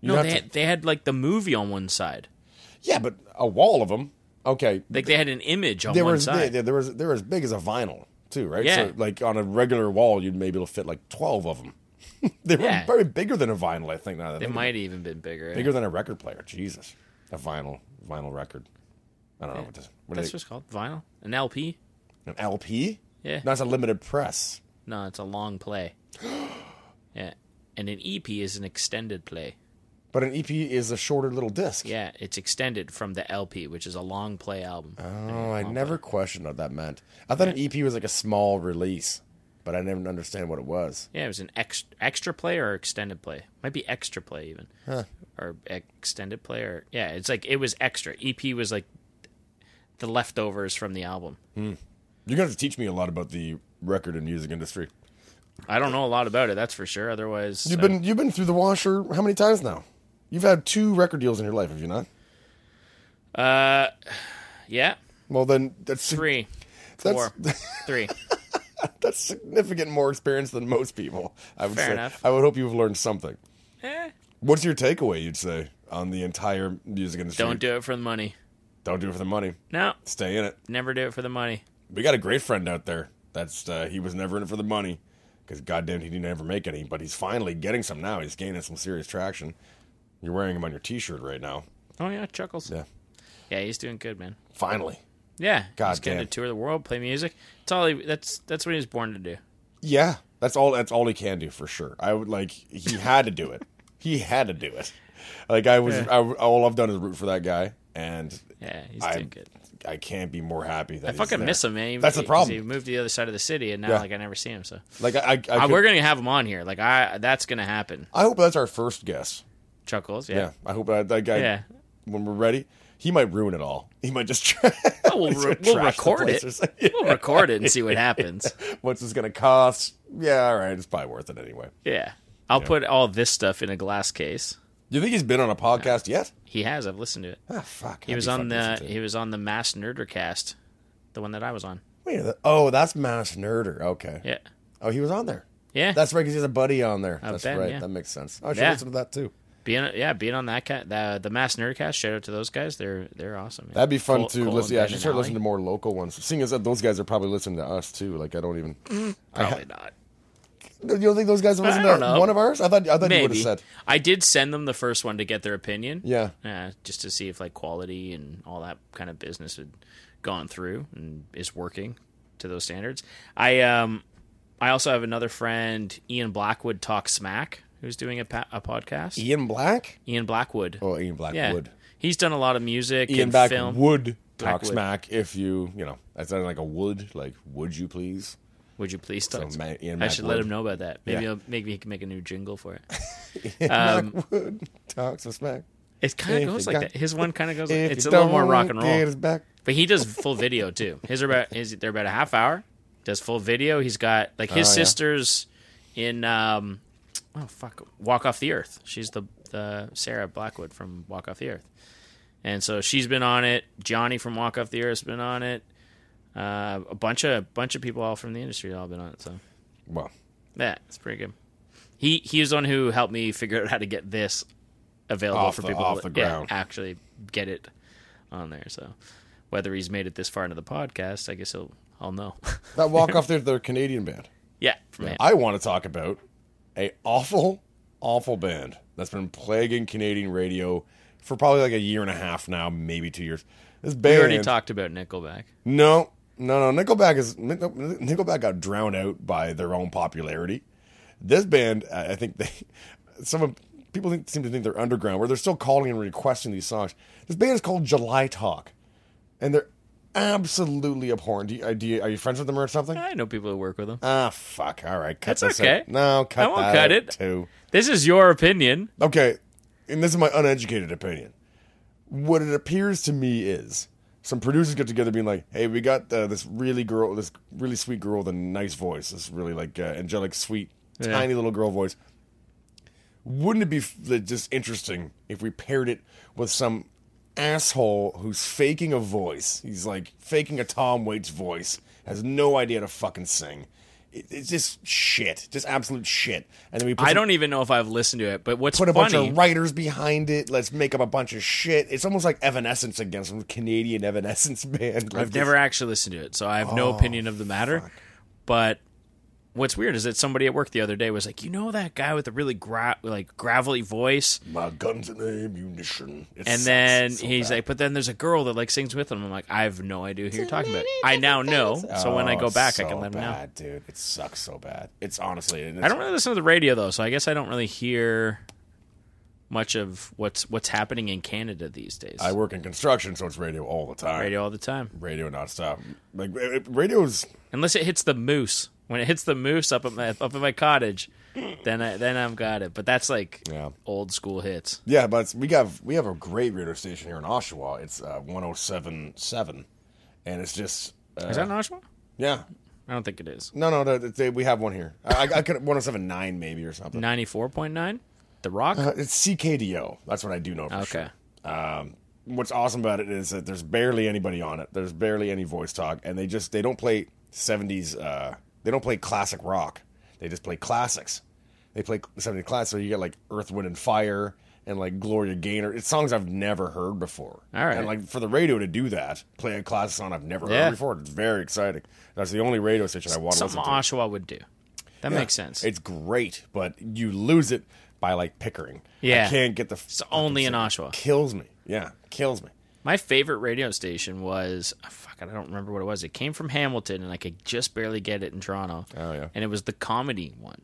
[SPEAKER 2] No, they had, they had like the movie on one side,
[SPEAKER 1] yeah, but a wall of them. Okay,
[SPEAKER 2] like they had an image on
[SPEAKER 1] they
[SPEAKER 2] one
[SPEAKER 1] were as big,
[SPEAKER 2] side.
[SPEAKER 1] they, they were as- they were as big as a vinyl too, right?
[SPEAKER 2] Yeah.
[SPEAKER 1] So like on a regular wall, you'd maybe be able to fit like twelve of them. they were
[SPEAKER 2] Yeah.
[SPEAKER 1] probably bigger than a vinyl, I think. Now that I
[SPEAKER 2] They
[SPEAKER 1] think
[SPEAKER 2] might have even been bigger.
[SPEAKER 1] bigger than a record player. Jesus, a vinyl vinyl record. I don't know what this. What
[SPEAKER 2] That's
[SPEAKER 1] is
[SPEAKER 2] what's called vinyl, an LP.
[SPEAKER 1] an LP?
[SPEAKER 2] Yeah.
[SPEAKER 1] No, it's a limited press.
[SPEAKER 2] No, it's a long play. yeah, and an EP is an extended play.
[SPEAKER 1] But an EP is a shorter little disc.
[SPEAKER 2] Yeah, it's extended from the LP, which is a long play album.
[SPEAKER 1] Oh, I never questioned what that meant. I thought an EP was like a small release, but I didn't understand what it was.
[SPEAKER 2] Yeah, it was an ex- extra play or extended play. Might be extra play even, or extended play or yeah. It's like it was extra. EP was like the leftovers from the album.
[SPEAKER 1] You're gonna have to teach me a lot about the record and music industry.
[SPEAKER 2] I don't know a lot about it, that's for sure. Otherwise,
[SPEAKER 1] You've
[SPEAKER 2] I-
[SPEAKER 1] been you've been through the washer how many times now? You've had two record deals in your life, have you not?
[SPEAKER 2] uh, yeah,
[SPEAKER 1] Well, then that's
[SPEAKER 2] three,
[SPEAKER 1] That's-
[SPEAKER 2] four, three.
[SPEAKER 1] that's significant more experience than most people. I would
[SPEAKER 2] Fair
[SPEAKER 1] say.
[SPEAKER 2] enough.
[SPEAKER 1] I would hope you've learned something.
[SPEAKER 2] Eh,
[SPEAKER 1] What's your takeaway? You'd say on the entire music industry.
[SPEAKER 2] don't do it for the money.
[SPEAKER 1] don't do it for the money.
[SPEAKER 2] No,
[SPEAKER 1] Stay in it.
[SPEAKER 2] never do it for the money.
[SPEAKER 1] We got a great friend out there. That's uh, he was never in it for the money because goddamn he didn't ever make any. But he's finally getting some now. He's gaining some serious traction. You're wearing him on your T-shirt right now.
[SPEAKER 2] Oh yeah, chuckles.
[SPEAKER 1] Yeah,
[SPEAKER 2] Yeah, he's doing good, man.
[SPEAKER 1] finally.
[SPEAKER 2] Yeah,
[SPEAKER 1] God
[SPEAKER 2] he's getting
[SPEAKER 1] damn.
[SPEAKER 2] to tour the world, play music. It's all he, that's that's what he was born to do.
[SPEAKER 1] Yeah, that's all. That's all he can do for sure. I would like he had to do it. he had to do it. Like I was, I, all I've done is root for that guy, and
[SPEAKER 2] Yeah, he's
[SPEAKER 1] I,
[SPEAKER 2] doing good.
[SPEAKER 1] I can't be more happy that
[SPEAKER 2] I fucking miss him, man. He-
[SPEAKER 1] That's the
[SPEAKER 2] 'cause
[SPEAKER 1] problem.
[SPEAKER 2] He moved to the other side of the city, and now
[SPEAKER 1] Yeah.
[SPEAKER 2] like I never see him. So
[SPEAKER 1] Like I, I, I,
[SPEAKER 2] Uh,
[SPEAKER 1] could-
[SPEAKER 2] we're gonna have him on here. Like I, that's gonna happen.
[SPEAKER 1] I hope that's our first guess.
[SPEAKER 2] Chuckles.
[SPEAKER 1] Yeah,
[SPEAKER 2] Yeah.
[SPEAKER 1] I hope uh, that, that guy.
[SPEAKER 2] Yeah.
[SPEAKER 1] When we're ready, he might ruin it all. He might just. Try,
[SPEAKER 2] Oh, we'll, re- we'll record it. We'll record it and see what happens.
[SPEAKER 1] What's this gonna cost? Yeah, all right. It's probably worth it anyway.
[SPEAKER 2] Yeah. I'll put all this stuff in a glass case.
[SPEAKER 1] Do you think he's been on a podcast yet?
[SPEAKER 2] He has. I've listened to it.
[SPEAKER 1] Ah, fuck.
[SPEAKER 2] He was on the E- he was on the Mass Nerdercast, the one that I was on.
[SPEAKER 1] Wait, a minute. oh, that's Mass Nerder. Okay.
[SPEAKER 2] Yeah.
[SPEAKER 1] Oh, he was on there.
[SPEAKER 2] Yeah.
[SPEAKER 1] That's right, because he has a buddy on there.
[SPEAKER 2] I
[SPEAKER 1] That's
[SPEAKER 2] bet,
[SPEAKER 1] right.
[SPEAKER 2] yeah.
[SPEAKER 1] That makes sense. Oh, I should
[SPEAKER 2] Yeah.
[SPEAKER 1] listen to that too.
[SPEAKER 2] being yeah, being on that cat the the Mass Nerdcast, shout out to those guys. They're they're awesome. man.
[SPEAKER 1] That'd be fun
[SPEAKER 2] Cole-
[SPEAKER 1] to
[SPEAKER 2] Cole
[SPEAKER 1] listen.
[SPEAKER 2] and
[SPEAKER 1] Yeah, I
[SPEAKER 2] Ben
[SPEAKER 1] should
[SPEAKER 2] and
[SPEAKER 1] start
[SPEAKER 2] Allie.
[SPEAKER 1] listening to more local ones. Seeing as that those guys are probably listening to us too. Like I don't even.
[SPEAKER 2] Probably not.
[SPEAKER 1] You don't think those guys have
[SPEAKER 2] I
[SPEAKER 1] listened
[SPEAKER 2] don't
[SPEAKER 1] to
[SPEAKER 2] know.
[SPEAKER 1] one of ours? I thought I thought you would
[SPEAKER 2] Maybe
[SPEAKER 1] have said.
[SPEAKER 2] I did send them the first one to get their opinion.
[SPEAKER 1] Yeah.
[SPEAKER 2] uh, just to see if like quality and all that kind of business had gone through and is working to those standards. I um I also have another friend Ian Blackwood talk smack who's doing a, pa- a podcast.
[SPEAKER 1] Ian Black.
[SPEAKER 2] Ian Blackwood.
[SPEAKER 1] Oh, Ian
[SPEAKER 2] yeah.
[SPEAKER 1] Blackwood.
[SPEAKER 2] He's done a lot of music
[SPEAKER 1] Ian
[SPEAKER 2] and film.
[SPEAKER 1] Blackwood. talk
[SPEAKER 2] wood.
[SPEAKER 1] smack if you, you know, that sounded like a would, like, would you please?
[SPEAKER 2] Would you please
[SPEAKER 1] So
[SPEAKER 2] stop?
[SPEAKER 1] Ma- Ian
[SPEAKER 2] I should let
[SPEAKER 1] Mackwood.
[SPEAKER 2] him know about that. Maybe
[SPEAKER 1] Yeah.
[SPEAKER 2] he'll, maybe he can make a new jingle for it. um,
[SPEAKER 1] Would talk some smack.
[SPEAKER 2] It kind
[SPEAKER 1] If
[SPEAKER 2] of goes
[SPEAKER 1] you
[SPEAKER 2] like
[SPEAKER 1] got-
[SPEAKER 2] that. His one kind of goes.
[SPEAKER 1] If
[SPEAKER 2] Like, it's
[SPEAKER 1] you
[SPEAKER 2] a little
[SPEAKER 1] don't
[SPEAKER 2] more rock
[SPEAKER 1] like
[SPEAKER 2] and
[SPEAKER 1] it,
[SPEAKER 2] roll.
[SPEAKER 1] it's back.
[SPEAKER 2] But he does full video too. His are about his they're about a half hour. Does full video. He's got like his
[SPEAKER 1] Oh, yeah.
[SPEAKER 2] sisters in um oh fuck Walk Off the Earth. She's the the Sarah Blackwood from Walk Off the Earth. And so she's been on it. Johnny from Walk Off the Earth's been on it. Uh, a bunch of bunch of people all from the industry have all been on it. So
[SPEAKER 1] Well,
[SPEAKER 2] yeah, it's pretty good. He he was the one who helped me figure out how to get this available
[SPEAKER 1] Off
[SPEAKER 2] for
[SPEAKER 1] the-
[SPEAKER 2] people
[SPEAKER 1] off
[SPEAKER 2] to
[SPEAKER 1] the
[SPEAKER 2] yeah,
[SPEAKER 1] ground.
[SPEAKER 2] actually get it on there. So whether he's made it this far into the podcast, I guess he'll I'll know.
[SPEAKER 1] that walk off there, they're a Canadian band.
[SPEAKER 2] yeah, from him.
[SPEAKER 1] I want to talk about a awful, awful band that's been plaguing Canadian radio for probably like a year and a half now, maybe two years. This band,
[SPEAKER 2] we already talked about Nickelback.
[SPEAKER 1] no, no, no. Nickelback is Nickelback got drowned out by their own popularity. This band, I I think they, some of, people think, seem to think they're underground, where they're still calling and requesting these songs. This band is called July Talk, and they're absolutely abhorrent. Do you, uh, do you- are you friends with them or something?
[SPEAKER 2] I know people who work with him.
[SPEAKER 1] Ah, fuck. All right, cut
[SPEAKER 2] Mm-hmm. That's
[SPEAKER 1] this
[SPEAKER 2] okay.
[SPEAKER 1] out. No, cut
[SPEAKER 2] I won't
[SPEAKER 1] that
[SPEAKER 2] cut
[SPEAKER 1] out
[SPEAKER 2] it.
[SPEAKER 1] too.
[SPEAKER 2] This is your opinion.
[SPEAKER 1] Okay, and this is my uneducated opinion. What it appears to me is some producers get together, being like, "Hey, we got uh, this really girl, this really sweet girl with a nice voice, this really like uh, angelic, sweet,
[SPEAKER 2] Yeah.
[SPEAKER 1] tiny little girl voice. Wouldn't it be f- like, just interesting if we paired it with some asshole who's faking a voice? He's like faking a Tom Waits voice, has no idea how to fucking sing." It- It's just shit, just absolute shit. And then we put
[SPEAKER 2] I
[SPEAKER 1] some
[SPEAKER 2] don't even know if I've listened to it, but what's
[SPEAKER 1] put a bunch
[SPEAKER 2] funny?
[SPEAKER 1] of writers behind it. Let's make up a bunch of shit. It's almost like Evanescence again, some Canadian Evanescence band. Like
[SPEAKER 2] I've never actually listened to it, so I have
[SPEAKER 1] Oh,
[SPEAKER 2] no opinion of the matter. But what's weird is that somebody at work the other day was like, "You know that guy with the really gra- like gravelly voice?"
[SPEAKER 1] this- my guns and ammunition. It
[SPEAKER 2] And
[SPEAKER 1] sucks
[SPEAKER 2] then
[SPEAKER 1] so
[SPEAKER 2] he's
[SPEAKER 1] bad.
[SPEAKER 2] like, "But then there's a girl that like sings with him." I'm like, "I have no idea who you're talking about." I now know, so when I
[SPEAKER 1] Oh,
[SPEAKER 2] go
[SPEAKER 1] it's
[SPEAKER 2] back, I
[SPEAKER 1] so
[SPEAKER 2] can let him know.
[SPEAKER 1] bad, dude. It sucks so bad. It's honestly. It's,
[SPEAKER 2] I don't really listen to the radio though, so I guess I don't really hear much of what's what's happening in Canada these days.
[SPEAKER 1] I work in construction, so it's radio all the time.
[SPEAKER 2] radio all the time,
[SPEAKER 1] Radio nonstop. Like eh, eh, radio's.
[SPEAKER 2] unless it hits the moose. When it hits the moose up at my up at my cottage, then I then I've got it. But that's like
[SPEAKER 1] Yeah.
[SPEAKER 2] old school hits.
[SPEAKER 1] Yeah, but it's, we have we have a great radio station here in Oshawa. It's uh, 107.7, and it's just uh,
[SPEAKER 2] Is that an Oshawa?
[SPEAKER 1] yeah.
[SPEAKER 2] I don't think it is.
[SPEAKER 1] No, no, no, they, we have one here. I, I- I could 107.9 maybe or something.
[SPEAKER 2] Ninety four point nine, The Rock.
[SPEAKER 1] Uh, It's CKDO. That's what I do know for
[SPEAKER 2] okay.
[SPEAKER 1] sure. Um, what's awesome about it is that there's barely anybody on it. There's barely any voice talk, and they just they don't play 70s. Uh, they don't play classic rock. They just play classics. They play 70s classics. So you get like Earth, Wind, and Fire, and like Gloria Gaynor. It's songs I've never heard before.
[SPEAKER 2] All right.
[SPEAKER 1] And like for the radio to do that, play a classic song I've never
[SPEAKER 2] Yeah.
[SPEAKER 1] heard before. It's very exciting. That's the only radio station I want to
[SPEAKER 2] Something
[SPEAKER 1] listen to.
[SPEAKER 2] Oshawa would do. That makes sense.
[SPEAKER 1] It's great, but you lose it by like Pickering.
[SPEAKER 2] Yeah.
[SPEAKER 1] I can't get the. It's
[SPEAKER 2] only in Oshawa.
[SPEAKER 1] Kills me. Yeah, kills me.
[SPEAKER 2] My favorite radio station was oh, fuck. I don't remember what it was. It came from Hamilton, and I could just barely get it in Toronto.
[SPEAKER 1] Oh, yeah.
[SPEAKER 2] and it was the comedy one.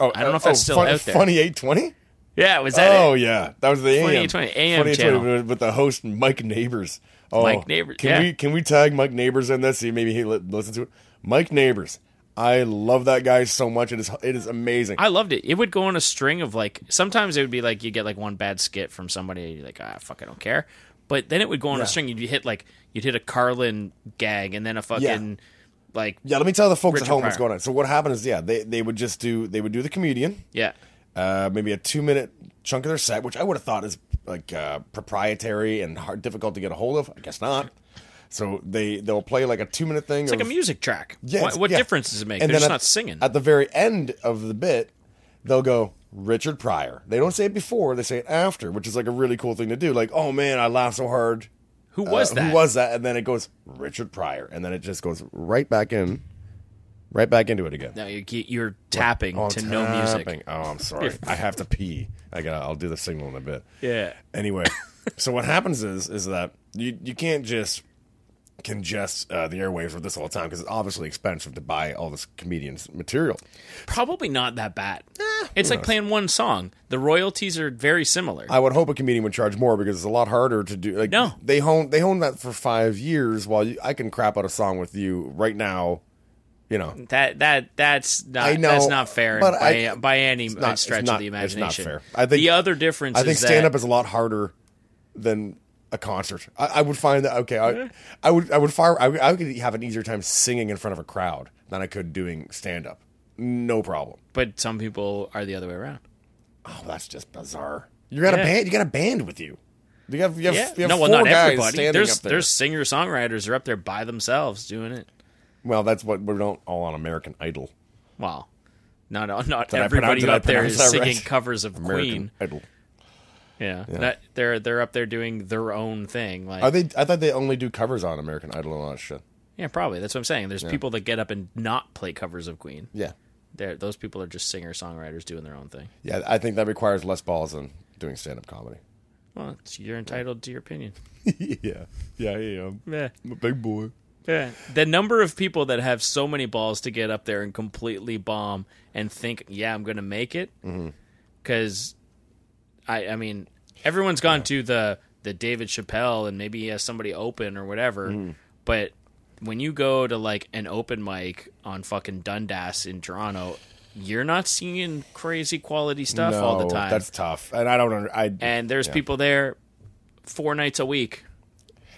[SPEAKER 1] Oh,
[SPEAKER 2] I don't know if that's still
[SPEAKER 1] fun,
[SPEAKER 2] out there.
[SPEAKER 1] Funny eight twenty.
[SPEAKER 2] Yeah, was that
[SPEAKER 1] Oh
[SPEAKER 2] it?
[SPEAKER 1] yeah, that was the AM.
[SPEAKER 2] 2820, AM
[SPEAKER 1] 2820
[SPEAKER 2] channel.
[SPEAKER 1] with the host Mike Neighbors. Oh,
[SPEAKER 2] Mike Neighbors,
[SPEAKER 1] Can
[SPEAKER 2] yeah.
[SPEAKER 1] we can we tag Mike Neighbors in this? See, maybe he li- listens to it. Mike Neighbors. I love that guy so much. It is it is amazing.
[SPEAKER 2] I loved it. It would go on a string of like. Sometimes it would be like you get like one bad skit from somebody. And you're like, ah, fuck, I don't care. But then it would go on
[SPEAKER 1] Yeah.
[SPEAKER 2] a string. You'd hit like you'd hit a Carlin gag, and then a fucking like
[SPEAKER 1] yeah, let me tell the folks
[SPEAKER 2] Richard
[SPEAKER 1] at home what's
[SPEAKER 2] Pryor.
[SPEAKER 1] going on. So what happened is, yeah, they they would just do they would do the comedian.
[SPEAKER 2] yeah.
[SPEAKER 1] uh, maybe a two minute chunk of their set, which I would have thought is like uh, proprietary and hard, difficult to get a hold of. I guess not. So they they'll play like a two minute thing.
[SPEAKER 2] It's like a music track.
[SPEAKER 1] Yeah,
[SPEAKER 2] what
[SPEAKER 1] it's-
[SPEAKER 2] what
[SPEAKER 1] yeah.
[SPEAKER 2] difference does it make?
[SPEAKER 1] And
[SPEAKER 2] They're
[SPEAKER 1] then
[SPEAKER 2] just
[SPEAKER 1] at-
[SPEAKER 2] not singing.
[SPEAKER 1] At the very end of the bit, they'll go Richard Pryor. They don't say it before; they say it after, which is like a really cool thing to do. Like, oh man, I laughed so hard.
[SPEAKER 2] who was
[SPEAKER 1] Uh,
[SPEAKER 2] that?
[SPEAKER 1] Who was that? And then it goes Richard Pryor, and then it just goes right back in, right back into it again.
[SPEAKER 2] No, you're, you're tapping
[SPEAKER 1] Oh, I'm
[SPEAKER 2] to no music.
[SPEAKER 1] tapping. Oh, I'm sorry. I have to pee. I got. to I'll do the signal in a bit.
[SPEAKER 2] Yeah.
[SPEAKER 1] Anyway, so what happens is is that you you can't just congest uh, the airwaves with this all the time because it's obviously expensive to buy all this comedian's material.
[SPEAKER 2] Probably not that bad.
[SPEAKER 1] Eh,
[SPEAKER 2] It's like playing one song. The royalties are very similar.
[SPEAKER 1] I would hope a comedian would charge more because it's a lot harder to do. Like,
[SPEAKER 2] No.
[SPEAKER 1] they hone they hone that for five years. While you, I can crap out a song with you right now, you know,
[SPEAKER 2] that that that's not
[SPEAKER 1] I know,
[SPEAKER 2] that's not fair
[SPEAKER 1] but
[SPEAKER 2] by,
[SPEAKER 1] I-
[SPEAKER 2] by any uh,
[SPEAKER 1] not- it's
[SPEAKER 2] stretch
[SPEAKER 1] not-
[SPEAKER 2] of the
[SPEAKER 1] it's not
[SPEAKER 2] imagination.
[SPEAKER 1] fair. I think-
[SPEAKER 2] the other difference
[SPEAKER 1] I think
[SPEAKER 2] is that
[SPEAKER 1] stand up is a lot harder than a concert. I, I would find that okay. I, I would I would fire. I, would- I could have an easier time singing in front of a crowd than I could doing stand up. No problem.
[SPEAKER 2] but some people are the other way around.
[SPEAKER 1] Oh, that's just bizarre. You got a
[SPEAKER 2] Yeah.
[SPEAKER 1] band. You got a band with you. You have you have,
[SPEAKER 2] Yeah,
[SPEAKER 1] you have
[SPEAKER 2] no,
[SPEAKER 1] four
[SPEAKER 2] well, not
[SPEAKER 1] guys
[SPEAKER 2] everybody.
[SPEAKER 1] standing
[SPEAKER 2] There's
[SPEAKER 1] up there.
[SPEAKER 2] there's singer songwriters are up there by themselves doing it.
[SPEAKER 1] Well, that's what we don't all on American Idol.
[SPEAKER 2] Well, not not
[SPEAKER 1] I pronounce-
[SPEAKER 2] everybody
[SPEAKER 1] did I
[SPEAKER 2] up there
[SPEAKER 1] pronounce
[SPEAKER 2] is
[SPEAKER 1] that
[SPEAKER 2] singing
[SPEAKER 1] right?
[SPEAKER 2] covers of
[SPEAKER 1] American
[SPEAKER 2] Queen.
[SPEAKER 1] Idol.
[SPEAKER 2] Yeah, Not- they're they're up there doing their own thing. Like,
[SPEAKER 1] Are they? I thought they only do covers on American Idol and all that shit.
[SPEAKER 2] yeah, probably that's what I'm saying. There's people that get up and not play covers of Queen.
[SPEAKER 1] Yeah,
[SPEAKER 2] They're, those people are just singer songwriters doing their own thing.
[SPEAKER 1] yeah. I think that requires less balls than doing stand-up comedy.
[SPEAKER 2] Well, it's, you're entitled to your opinion.
[SPEAKER 1] yeah, yeah, yeah.
[SPEAKER 2] Yeah.
[SPEAKER 1] I'm a big boy.
[SPEAKER 2] Yeah. The number of people that have so many balls to get up there and completely bomb and think, yeah, I'm going to make it. Because, I, I mean, everyone's gone to the, the David Chappelle and maybe he has somebody open or whatever. But when you go to like an open mic on fucking Dundas in Toronto, you're not seeing crazy quality stuff all the time.
[SPEAKER 1] That's tough, and I don't. Under, I
[SPEAKER 2] and there's
[SPEAKER 1] yeah.
[SPEAKER 2] people there four nights a week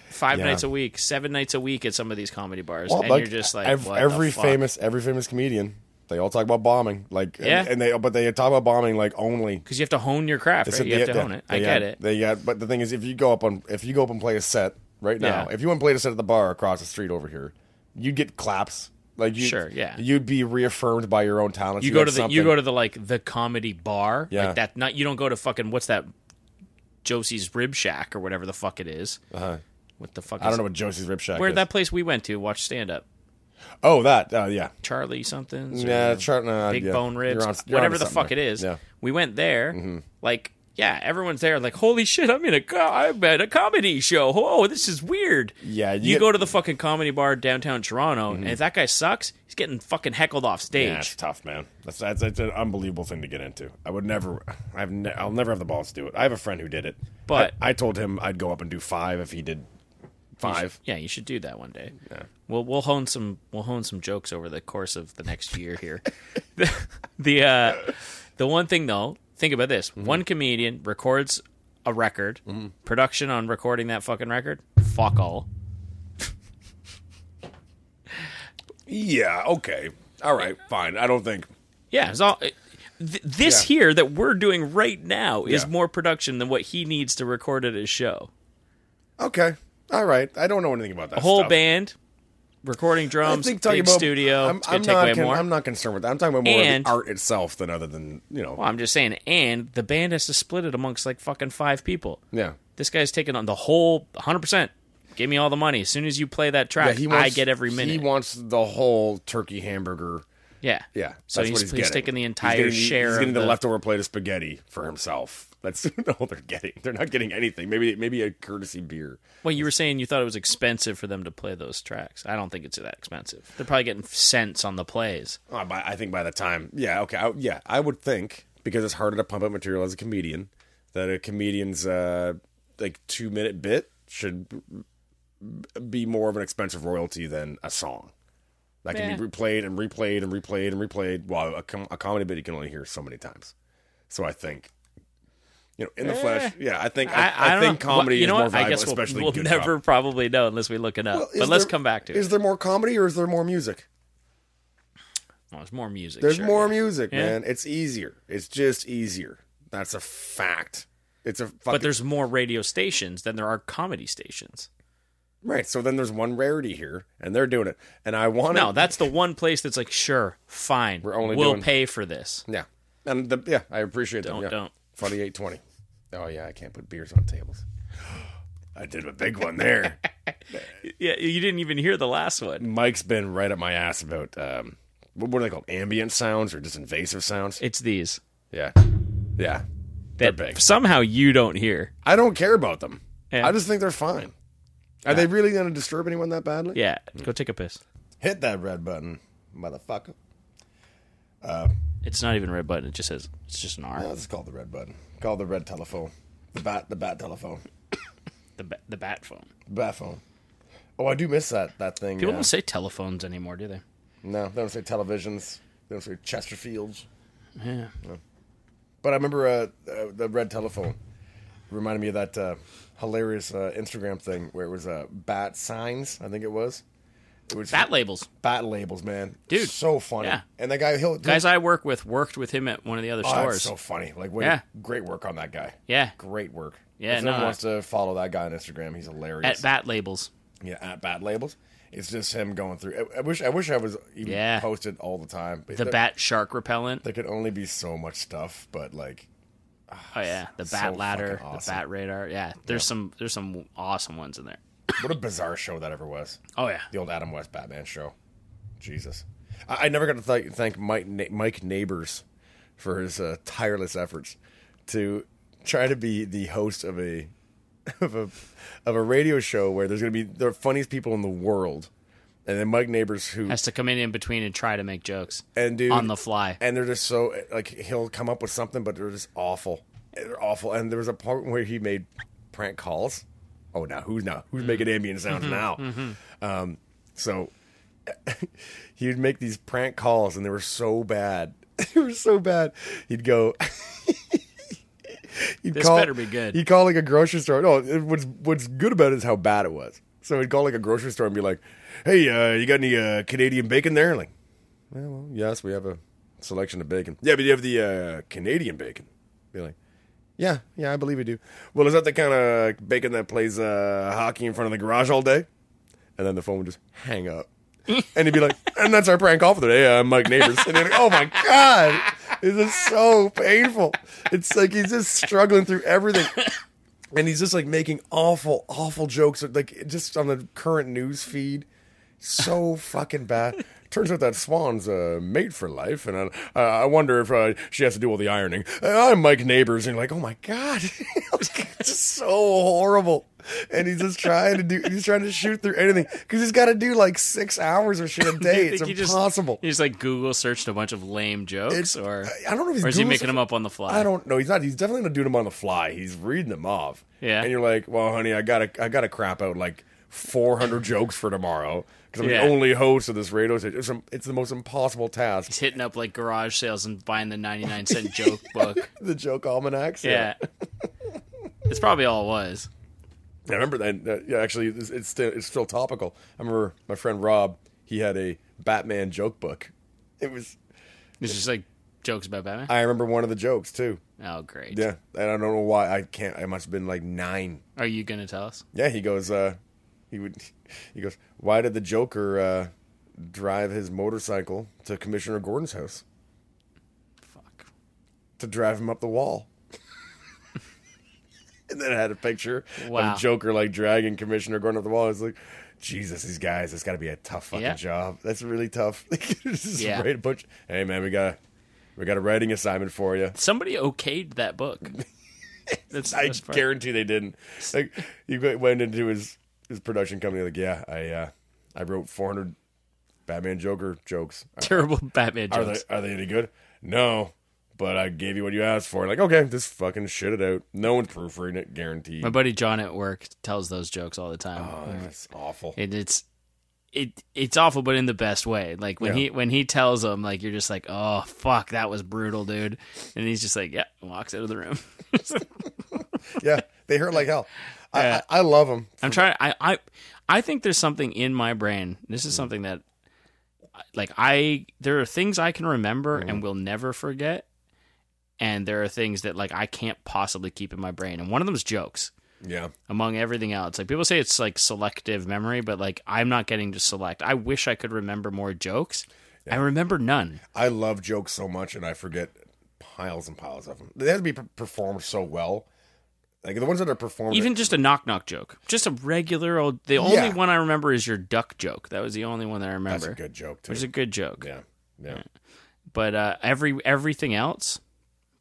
[SPEAKER 2] five
[SPEAKER 1] Yeah.
[SPEAKER 2] nights a week seven nights a week at some of these comedy bars
[SPEAKER 1] Well,
[SPEAKER 2] and you're just like
[SPEAKER 1] ev-
[SPEAKER 2] what the
[SPEAKER 1] every
[SPEAKER 2] fuck?
[SPEAKER 1] famous every famous comedian. They all talk about bombing, like and-
[SPEAKER 2] Yeah.
[SPEAKER 1] and, they but they talk about bombing like only.
[SPEAKER 2] because you have to hone your craft right?
[SPEAKER 1] said
[SPEAKER 2] you
[SPEAKER 1] they-
[SPEAKER 2] have to
[SPEAKER 1] they-
[SPEAKER 2] hone it i
[SPEAKER 1] they
[SPEAKER 2] get
[SPEAKER 1] had-
[SPEAKER 2] it
[SPEAKER 1] They got, but the thing is, if you go up on if you go up and play a set right now,
[SPEAKER 2] Yeah.
[SPEAKER 1] if you went and played a set at the bar across the street over here, you'd get claps. Like you,
[SPEAKER 2] Sure, yeah.
[SPEAKER 1] you'd be reaffirmed by your own talent.
[SPEAKER 2] you go to the you go to the like the comedy bar
[SPEAKER 1] Yeah.
[SPEAKER 2] like that not you don't go to fucking what's that josie's rib shack or whatever the fuck it is. what the fuck is
[SPEAKER 1] Uh-huh. I don't know what Josie's Rib Shack.
[SPEAKER 2] where
[SPEAKER 1] is.
[SPEAKER 2] that place we went to watch stand up
[SPEAKER 1] Oh, that. Uh, yeah.
[SPEAKER 2] charlie something
[SPEAKER 1] Yeah, chart, nah,
[SPEAKER 2] big
[SPEAKER 1] yeah.
[SPEAKER 2] bone ribs,
[SPEAKER 1] You're on- you're
[SPEAKER 2] whatever
[SPEAKER 1] onto
[SPEAKER 2] the
[SPEAKER 1] something
[SPEAKER 2] fuck
[SPEAKER 1] there.
[SPEAKER 2] it is.
[SPEAKER 1] Yeah. Mm-hmm.
[SPEAKER 2] We went there, like yeah, everyone's there. Like holy shit, I'm in a co- I'm at a comedy show. Oh, this is weird.
[SPEAKER 1] Yeah,
[SPEAKER 2] you,
[SPEAKER 1] you get- Mm-hmm.
[SPEAKER 2] go to the fucking comedy bar downtown Toronto, and if that guy sucks, he's getting fucking heckled off stage.
[SPEAKER 1] Yeah, it's tough, man. That's, that's that's an unbelievable thing to get into. I would never. I've ne- I'll never have the balls to do it. I have a friend who did it,
[SPEAKER 2] But-
[SPEAKER 1] I, I told him I'd go up and do five if he did five.
[SPEAKER 2] Yeah, you should do that one day. We'll we'll hone some we'll hone some jokes over the course of the next year here. the the, uh, the one thing though, think about this:
[SPEAKER 1] Mm-hmm.
[SPEAKER 2] one comedian records a record, production on recording that fucking record, fuck all.
[SPEAKER 1] Yeah. Okay. All right. Fine. I don't think.
[SPEAKER 2] Yeah, it's all. Th- this
[SPEAKER 1] Yeah.
[SPEAKER 2] here that we're doing right now is
[SPEAKER 1] Yeah.
[SPEAKER 2] more production than what he needs to record at his show.
[SPEAKER 1] Okay. All right. I don't know anything about that.
[SPEAKER 2] Whole
[SPEAKER 1] stuff.
[SPEAKER 2] band, recording
[SPEAKER 1] I
[SPEAKER 2] drums,
[SPEAKER 1] think
[SPEAKER 2] big
[SPEAKER 1] talking about
[SPEAKER 2] studio.
[SPEAKER 1] I'm,
[SPEAKER 2] it's
[SPEAKER 1] I'm
[SPEAKER 2] gonna take
[SPEAKER 1] not.
[SPEAKER 2] away
[SPEAKER 1] con-
[SPEAKER 2] more.
[SPEAKER 1] I'm not concerned with that. I'm talking about more of
[SPEAKER 2] And-
[SPEAKER 1] the art itself than other than you know.
[SPEAKER 2] Well, I'm just saying, and the band has to split it amongst like fucking five people.
[SPEAKER 1] Yeah.
[SPEAKER 2] This guy's taking on the whole 100. percent Give me all the money as soon as you play that
[SPEAKER 1] Yeah,
[SPEAKER 2] track.
[SPEAKER 1] he wants,
[SPEAKER 2] I get every
[SPEAKER 1] He
[SPEAKER 2] minute.
[SPEAKER 1] wants the whole turkey hamburger.
[SPEAKER 2] yeah,
[SPEAKER 1] Yeah.
[SPEAKER 2] So
[SPEAKER 1] that's
[SPEAKER 2] he's,
[SPEAKER 1] what
[SPEAKER 2] he's
[SPEAKER 1] getting.
[SPEAKER 2] taking the
[SPEAKER 1] He's
[SPEAKER 2] entire
[SPEAKER 1] getting the-
[SPEAKER 2] share.
[SPEAKER 1] He's
[SPEAKER 2] of
[SPEAKER 1] getting the,
[SPEAKER 2] the-
[SPEAKER 1] leftover plate of spaghetti for himself. That's all they're getting. They're not getting anything. Maybe maybe a courtesy beer.
[SPEAKER 2] Well, you were saying you thought it was expensive for them to play those tracks. I don't think it's that expensive. They're probably getting cents on the plays.
[SPEAKER 1] Oh, by, I think by the time, yeah, okay, I, yeah, I would think because it's harder to pump out material as a comedian that a comedian's uh, like two minute bit should be more of an expensive royalty than a song that can be
[SPEAKER 2] Yeah.
[SPEAKER 1] replayed and replayed and replayed and replayed. While a, com- a comedy bit you can only hear so many times, so I think. You know, in the flesh, yeah. I think I, I,
[SPEAKER 2] Eh. don't
[SPEAKER 1] think
[SPEAKER 2] know.
[SPEAKER 1] comedy
[SPEAKER 2] Well, you know
[SPEAKER 1] is more
[SPEAKER 2] what?
[SPEAKER 1] valuable,
[SPEAKER 2] I guess we'll,
[SPEAKER 1] especially
[SPEAKER 2] we'll
[SPEAKER 1] good
[SPEAKER 2] never
[SPEAKER 1] comedy.
[SPEAKER 2] probably know unless we look it up.
[SPEAKER 1] Well, is
[SPEAKER 2] but let's
[SPEAKER 1] there-
[SPEAKER 2] come back to
[SPEAKER 1] Is
[SPEAKER 2] it.
[SPEAKER 1] there more comedy or is there more music?
[SPEAKER 2] Well, there's more music.
[SPEAKER 1] There's
[SPEAKER 2] sure.
[SPEAKER 1] more music,
[SPEAKER 2] Yeah.
[SPEAKER 1] man. It's easier. It's just easier. That's a fact. It's a fucking
[SPEAKER 2] but there's more radio stations than there are comedy stations.
[SPEAKER 1] right. So then there's one rarity here, and they're doing it. And I want
[SPEAKER 2] No, that's the one place that's like, sure, fine,
[SPEAKER 1] We're only
[SPEAKER 2] we'll
[SPEAKER 1] doing-
[SPEAKER 2] pay for this.
[SPEAKER 1] yeah, and the yeah, I appreciate that.
[SPEAKER 2] Don't-
[SPEAKER 1] yeah.
[SPEAKER 2] don't.
[SPEAKER 1] Funny eight twenty. Oh yeah, I can't put beers on tables. I did a big one there.
[SPEAKER 2] Yeah, you didn't even hear the last one.
[SPEAKER 1] Mike's been right up my ass about um, what what are they called? Ambient sounds or just invasive sounds?
[SPEAKER 2] It's these
[SPEAKER 1] Yeah, yeah.
[SPEAKER 2] that
[SPEAKER 1] big.
[SPEAKER 2] somehow you don't hear.
[SPEAKER 1] I don't care about them.
[SPEAKER 2] Yeah.
[SPEAKER 1] I just think they're fine. Are they really going to disturb anyone that badly?
[SPEAKER 2] Yeah, go take a piss.
[SPEAKER 1] Hit that red button, motherfucker. Uh,
[SPEAKER 2] It's not even red button. It just says it's just an R.
[SPEAKER 1] No, it's called the red button. Called the red telephone. The bat. The bat telephone.
[SPEAKER 2] The ba- the bat phone.
[SPEAKER 1] The bat phone. Oh, I do miss that that thing.
[SPEAKER 2] People
[SPEAKER 1] yeah.
[SPEAKER 2] don't say telephones anymore, do they?
[SPEAKER 1] No, they don't say televisions. They don't say Chesterfields.
[SPEAKER 2] Yeah.
[SPEAKER 1] But I remember uh, uh, the red telephone. Reminded me of that uh, hilarious uh, Instagram thing where it was uh, bat signs. I think it was. It was
[SPEAKER 2] Bat labels.
[SPEAKER 1] bat labels, man.
[SPEAKER 2] Dude.
[SPEAKER 1] so funny.
[SPEAKER 2] Yeah.
[SPEAKER 1] And that guy, he'll
[SPEAKER 2] Guys I work with worked with him at one of the other
[SPEAKER 1] Oh, that's
[SPEAKER 2] stores.
[SPEAKER 1] so funny. Like, wait,
[SPEAKER 2] Yeah.
[SPEAKER 1] great work on that guy.
[SPEAKER 2] yeah.
[SPEAKER 1] Great work.
[SPEAKER 2] Yeah,
[SPEAKER 1] If anyone
[SPEAKER 2] no,
[SPEAKER 1] wants to follow that guy on Instagram, he's hilarious.
[SPEAKER 2] At bat labels.
[SPEAKER 1] yeah, at bat labels. It's just him going through. I, I wish. I wish I was even
[SPEAKER 2] Yeah.
[SPEAKER 1] posted all the time. But
[SPEAKER 2] The
[SPEAKER 1] there,
[SPEAKER 2] bat shark repellent.
[SPEAKER 1] There could only be so much stuff, but like,
[SPEAKER 2] Oh yeah, the
[SPEAKER 1] so
[SPEAKER 2] bat ladder,
[SPEAKER 1] fucking awesome.
[SPEAKER 2] the bat radar. Yeah, there's some there's some awesome ones in there.
[SPEAKER 1] what a bizarre show that ever was.
[SPEAKER 2] Oh yeah,
[SPEAKER 1] The old Adam West Batman show. Jesus, I, I never got to th- thank Mike Na- Mike Neighbors for his uh, tireless efforts to try to be the host of a of a of a radio show where there's going to be the funniest people in the world, and then Mike Neighbors who
[SPEAKER 2] has to come in in between and try to make jokes
[SPEAKER 1] and dude
[SPEAKER 2] on the fly.
[SPEAKER 1] and they're just so like he'll come up with something, but they're just awful. They're awful. And there was a part where he made prank calls. Oh, now who's now who's making ambient sounds now? Um, so he would make these prank calls, and they were so bad. they were so bad. He'd go. he'd
[SPEAKER 2] This better be good.
[SPEAKER 1] He'd call like a grocery store. No, it- what's what's good about it is how bad it was. So he'd call like a grocery store and be like, "Hey, uh, you got any uh, Canadian bacon there?" Like, yeah, well, yes, we have a selection of bacon. Yeah, but you have the uh, Canadian bacon. Be like, yeah, yeah, I believe you do. Well, is that the kind of bacon that plays uh, hockey in front of the garage all day? And then the phone would just hang up. and he'd be like, and that's our prank call for today. Uh, I'm Mike Neighbors. And they're like, oh my God, this is so painful. It's like he's just struggling through everything. And he's just like making awful, awful jokes, like just on the current news feed. So fucking bad. Turns out that Swan's uh, mate for life, and I, uh, I wonder if uh, she has to do all the ironing. Uh, I'm Mike Neighbors, and you're like, oh my god, it's just so horrible. And he's just trying to do, he's trying to shoot through anything because he's got to do like six hours of shit a day.
[SPEAKER 2] You
[SPEAKER 1] It's
[SPEAKER 2] think he just-
[SPEAKER 1] impossible.
[SPEAKER 2] He just like Google searched a bunch of lame jokes, or
[SPEAKER 1] I don't know if he's
[SPEAKER 2] or is he
[SPEAKER 1] doing
[SPEAKER 2] making
[SPEAKER 1] something-
[SPEAKER 2] them up on the fly?
[SPEAKER 1] I don't know. He's not. He's definitely not doing them on the fly. He's reading them off.
[SPEAKER 2] Yeah.
[SPEAKER 1] And you're like, well, honey, I gotta, I gotta crap out like 400 jokes for tomorrow because I'm
[SPEAKER 2] Yeah.
[SPEAKER 1] the only host of this radio station. It's, it's the most impossible task.
[SPEAKER 2] He's hitting up like garage sales and buying the 99 cent joke book.
[SPEAKER 1] The joke almanacs.
[SPEAKER 2] Yeah, it's probably all it was.
[SPEAKER 1] I remember that. that- yeah, actually, it's, it's still it's still topical. I remember my friend Rob. He had a Batman joke book. It was.
[SPEAKER 2] It's just like jokes about Batman.
[SPEAKER 1] I remember one of the jokes too.
[SPEAKER 2] Oh great.
[SPEAKER 1] Yeah, and I don't know why. I can't. I must have been like nine.
[SPEAKER 2] Are you gonna tell us?
[SPEAKER 1] Yeah, he goes. Uh, he would. He goes. Why did the Joker uh, drive his motorcycle to Commissioner Gordon's house
[SPEAKER 2] Fuck.
[SPEAKER 1] to drive him up the wall? and then I had a picture
[SPEAKER 2] Wow.
[SPEAKER 1] of Joker like dragging Commissioner Gordon up the wall. I was like, Jesus, these guys. It's got to be a tough fucking
[SPEAKER 2] Yeah.
[SPEAKER 1] job. That's really tough. This is
[SPEAKER 2] Yeah.
[SPEAKER 1] right, a bunch. Hey man, we got we got a writing assignment for you.
[SPEAKER 2] Somebody okayed that book. That's,
[SPEAKER 1] I
[SPEAKER 2] that's part-
[SPEAKER 1] guarantee they didn't. Like he went- went into his his production company like, yeah, I uh, I wrote 400 Batman Joker jokes.
[SPEAKER 2] terrible Batman
[SPEAKER 1] Are
[SPEAKER 2] jokes.
[SPEAKER 1] they are they any good? No, but I gave you what you asked for. Like, okay, just fucking shit it out. No one's proofreading it, guaranteed.
[SPEAKER 2] My buddy John at work tells those jokes all the time.
[SPEAKER 1] Oh, that's awful.
[SPEAKER 2] and it's it it's awful but in the best way like when
[SPEAKER 1] Yeah.
[SPEAKER 2] he when he tells them like you're just like oh fuck that was brutal dude and he's just like yeah and walks out of the room
[SPEAKER 1] yeah, they hurt like hell. I,
[SPEAKER 2] Yeah.
[SPEAKER 1] I, I love them.
[SPEAKER 2] i'm trying I, I i think there's something in my brain this
[SPEAKER 1] Hmm.
[SPEAKER 2] is something that like i there are things i can remember
[SPEAKER 1] Hmm.
[SPEAKER 2] and will never forget and there are things that like i can't possibly keep in my brain and one of them is jokes
[SPEAKER 1] Yeah,
[SPEAKER 2] among everything else. Like people say it's like selective memory, but like I'm not getting to select. I wish I could remember more jokes. I remember none.
[SPEAKER 1] I love jokes so much, and I forget piles and piles of them. They have to be per- performed so well. Like the ones that are performed,
[SPEAKER 2] Even just a knock knock joke. Just a regular old the only
[SPEAKER 1] Yeah.
[SPEAKER 2] one I remember is your duck joke. That was the only one that I
[SPEAKER 1] that's
[SPEAKER 2] remember.
[SPEAKER 1] a good joke too.
[SPEAKER 2] Which is a good joke.
[SPEAKER 1] yeah, yeah.
[SPEAKER 2] But uh every everything else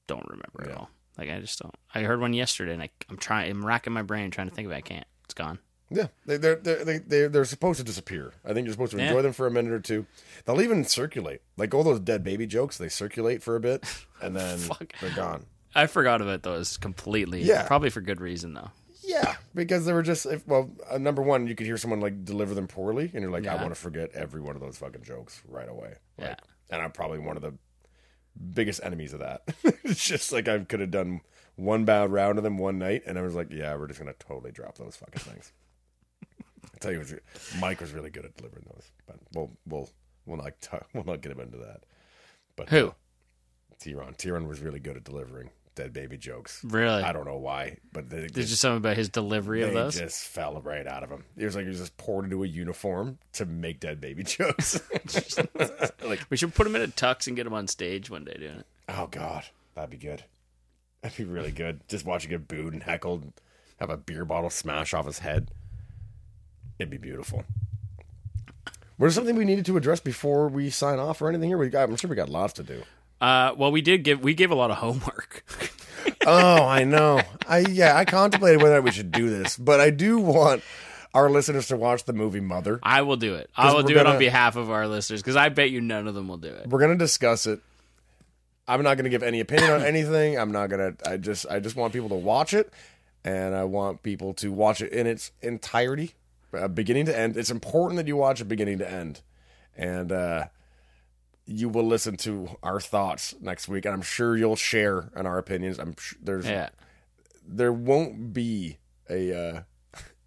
[SPEAKER 2] don't remember at
[SPEAKER 1] Yeah.
[SPEAKER 2] all. Like I just don't. I heard one yesterday and I I'm trying I'm racking my brain trying to think of it. I can't. It's gone.
[SPEAKER 1] Yeah, they, they're, they're, they, they're, they're supposed to disappear. I think you're supposed to
[SPEAKER 2] Yeah.
[SPEAKER 1] enjoy them for a minute or two. They'll even circulate. Like all those dead baby jokes, they circulate for a bit and then
[SPEAKER 2] Fuck.
[SPEAKER 1] they're gone.
[SPEAKER 2] I forgot about those completely.
[SPEAKER 1] Yeah.
[SPEAKER 2] Probably for good reason though.
[SPEAKER 1] Yeah, because they were just, if, well, uh, number one, you could hear someone like deliver them poorly and you're like, I
[SPEAKER 2] Yeah.
[SPEAKER 1] want to forget every one of those fucking jokes right away. Like,
[SPEAKER 2] Yeah.
[SPEAKER 1] And I'm probably one of the biggest enemies of that. it's just like I could have done one bad round of them one night and I was like, yeah, we're just going to totally drop those fucking things. I tell you, it was, Mike was really good at delivering those, but we'll we'll we'll not talk, we'll not get him into that. But
[SPEAKER 2] Who?
[SPEAKER 1] Tyron? Tyron was really good at delivering dead baby jokes.
[SPEAKER 2] Really?
[SPEAKER 1] I don't know why, but they,
[SPEAKER 2] There's just something about his delivery of
[SPEAKER 1] they
[SPEAKER 2] those.
[SPEAKER 1] just fell right out of him. It was like he was just poured into a uniform to make dead baby jokes. like,
[SPEAKER 2] We should put him in a tux and get him on stage one day doing it.
[SPEAKER 1] oh god, that'd be good. That'd be really good. Just watch him get booed and heckled, and have a beer bottle smash off his head. It'd be beautiful. Was there something we needed to address before we sign off or anything here? We got, I'm sure we got lots to do.
[SPEAKER 2] Uh, well, we did give we gave a lot of homework.
[SPEAKER 1] oh, I know. I yeah, I contemplated whether we should do this, but I do want our listeners to watch the movie Mother.
[SPEAKER 2] I will do it. I will
[SPEAKER 1] we're
[SPEAKER 2] do it
[SPEAKER 1] gonna-
[SPEAKER 2] on behalf of our listeners because I bet you none of them will do it.
[SPEAKER 1] We're gonna discuss it. I'm not gonna give any opinion on anything. I'm not gonna. I just I just want people to watch it, and I want people to watch it in its entirety, uh, beginning to end. It's important that you watch it beginning to end, and uh, you will listen to our thoughts next week. And I'm sure you'll share in our opinions. I'm sh- there's
[SPEAKER 2] Yeah.
[SPEAKER 1] there won't be a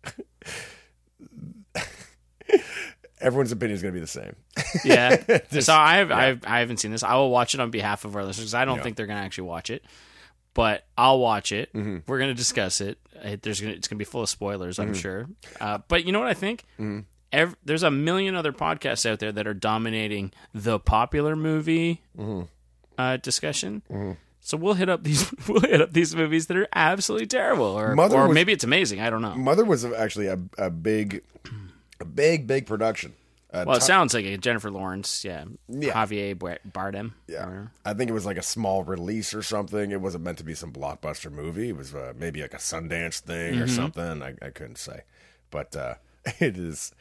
[SPEAKER 1] uh everyone's opinion is going to be the same
[SPEAKER 2] Yeah. so I've, I've, I haven't seen this. I will watch it on behalf of our listeners. 'cause I don't
[SPEAKER 1] Yeah.
[SPEAKER 2] think they're going to actually watch it, but I'll watch it.
[SPEAKER 1] Mm-hmm.
[SPEAKER 2] We're going to discuss it. Uh, There's gonna, it's going to be full of spoilers, I'm sure. Uh, but you know what I think?
[SPEAKER 1] Mm-hmm.
[SPEAKER 2] Ev- there's a million other podcasts out there that are dominating the popular movie
[SPEAKER 1] Mm-hmm.
[SPEAKER 2] uh, discussion. So we'll hit up these we'll hit up these movies that are absolutely terrible, or
[SPEAKER 1] Mother
[SPEAKER 2] or
[SPEAKER 1] was- Mm,
[SPEAKER 2] maybe it's amazing. I don't know.
[SPEAKER 1] mother was actually a, a big a big big production uh,
[SPEAKER 2] Well, it sounds like a Jennifer Lawrence, yeah, Javier Bar- Bardem,
[SPEAKER 1] yeah i think it was like a small release or something it wasn't meant to be some blockbuster movie it was uh, maybe like a sundance thing or
[SPEAKER 2] Mm-hmm.
[SPEAKER 1] something I, I couldn't say but uh it is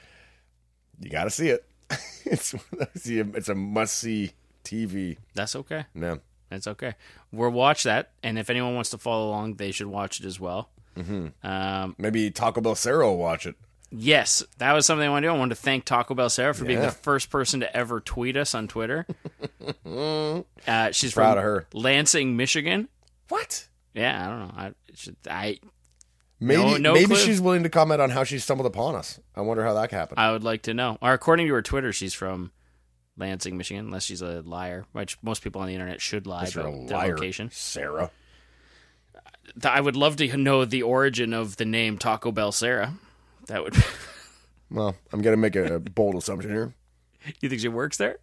[SPEAKER 1] you gotta see it it's one of those- it's a must see tv
[SPEAKER 2] That's okay.
[SPEAKER 1] no
[SPEAKER 2] That's okay. We'll watch that, and if anyone wants to follow along, they should watch it as well. Mm-hmm. Um,
[SPEAKER 1] maybe taco bell sarah will watch it
[SPEAKER 2] yes, that was something I wanted to do. I wanted to thank Taco Bell Sarah for being
[SPEAKER 1] Yeah.
[SPEAKER 2] the first person to ever tweet us on Twitter. uh, she's
[SPEAKER 1] Proud
[SPEAKER 2] from
[SPEAKER 1] of her.
[SPEAKER 2] Lansing, Michigan.
[SPEAKER 1] What?
[SPEAKER 2] Yeah, I don't know. I, should, I
[SPEAKER 1] Maybe
[SPEAKER 2] No- no
[SPEAKER 1] maybe
[SPEAKER 2] clue.
[SPEAKER 1] she's willing to comment on how she stumbled upon us. I wonder how that happened.
[SPEAKER 2] I would like to know. Or according to her Twitter, she's from Lansing, Michigan, unless she's a liar, which most people on the internet should lie
[SPEAKER 1] You're a
[SPEAKER 2] about their
[SPEAKER 1] liar,
[SPEAKER 2] location.
[SPEAKER 1] Sarah.
[SPEAKER 2] Th- I would love to know the origin of the name Taco Bell Sarah. That would. Be-
[SPEAKER 1] Well, I'm gonna make a bold assumption here.
[SPEAKER 2] you think she works there?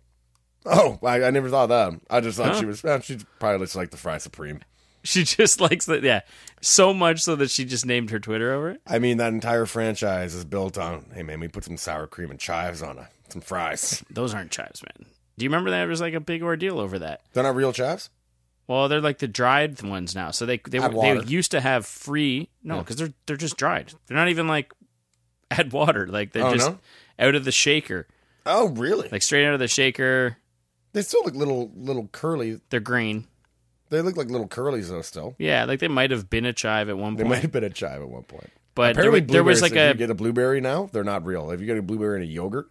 [SPEAKER 1] Oh, I, I never thought of that. I just thought she was. eh, she's probably just like the fry supreme.
[SPEAKER 2] She just likes that. Yeah, so much so that she just named her Twitter over it.
[SPEAKER 1] I mean, that entire franchise is built on. Hey, man, we put some sour cream and chives on a, some fries.
[SPEAKER 2] Those aren't chives, man. Do you remember that? There was like a big ordeal over that.
[SPEAKER 1] They're not real chives.
[SPEAKER 2] Well, they're like the dried ones now. So they they
[SPEAKER 1] Add
[SPEAKER 2] were,
[SPEAKER 1] water.
[SPEAKER 2] they used to have free no because they're they're just dried. They're not even like add water. Like they're
[SPEAKER 1] Oh,
[SPEAKER 2] just
[SPEAKER 1] no?
[SPEAKER 2] out of the shaker,
[SPEAKER 1] Oh, really?
[SPEAKER 2] like straight out of the shaker.
[SPEAKER 1] they still look little, little curly.
[SPEAKER 2] They're green.
[SPEAKER 1] They look like little curlies though. Still,
[SPEAKER 2] Yeah, like they might have been a chive at one
[SPEAKER 1] they
[SPEAKER 2] point,
[SPEAKER 1] might have been a chive at one point.
[SPEAKER 2] but Uh, there,
[SPEAKER 1] Apparently,
[SPEAKER 2] was- there was
[SPEAKER 1] blueberries,
[SPEAKER 2] like
[SPEAKER 1] if you
[SPEAKER 2] a
[SPEAKER 1] get a blueberry now, they're not real. If you get a blueberry in a yogurt,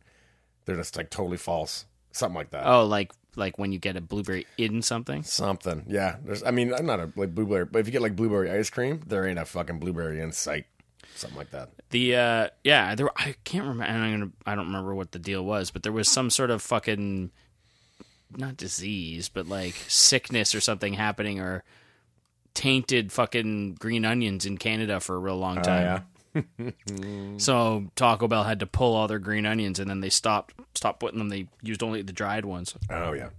[SPEAKER 1] they're just like totally false, something like that.
[SPEAKER 2] oh like like when you get a blueberry in something.
[SPEAKER 1] Something, yeah. There's, I mean, I'm not a like blueberry, but if you get like blueberry ice cream, there ain't a fucking blueberry in sight, something like that.
[SPEAKER 2] The uh yeah, there I can't remember and I'm gonna I don't remember what the deal was, but there was some sort of fucking not disease, but like sickness or something happening or tainted fucking green onions in Canada for a real long time. So Taco Bell had to pull all their green onions and then they stopped stopped putting them. They used only the dried ones.
[SPEAKER 1] Oh yeah.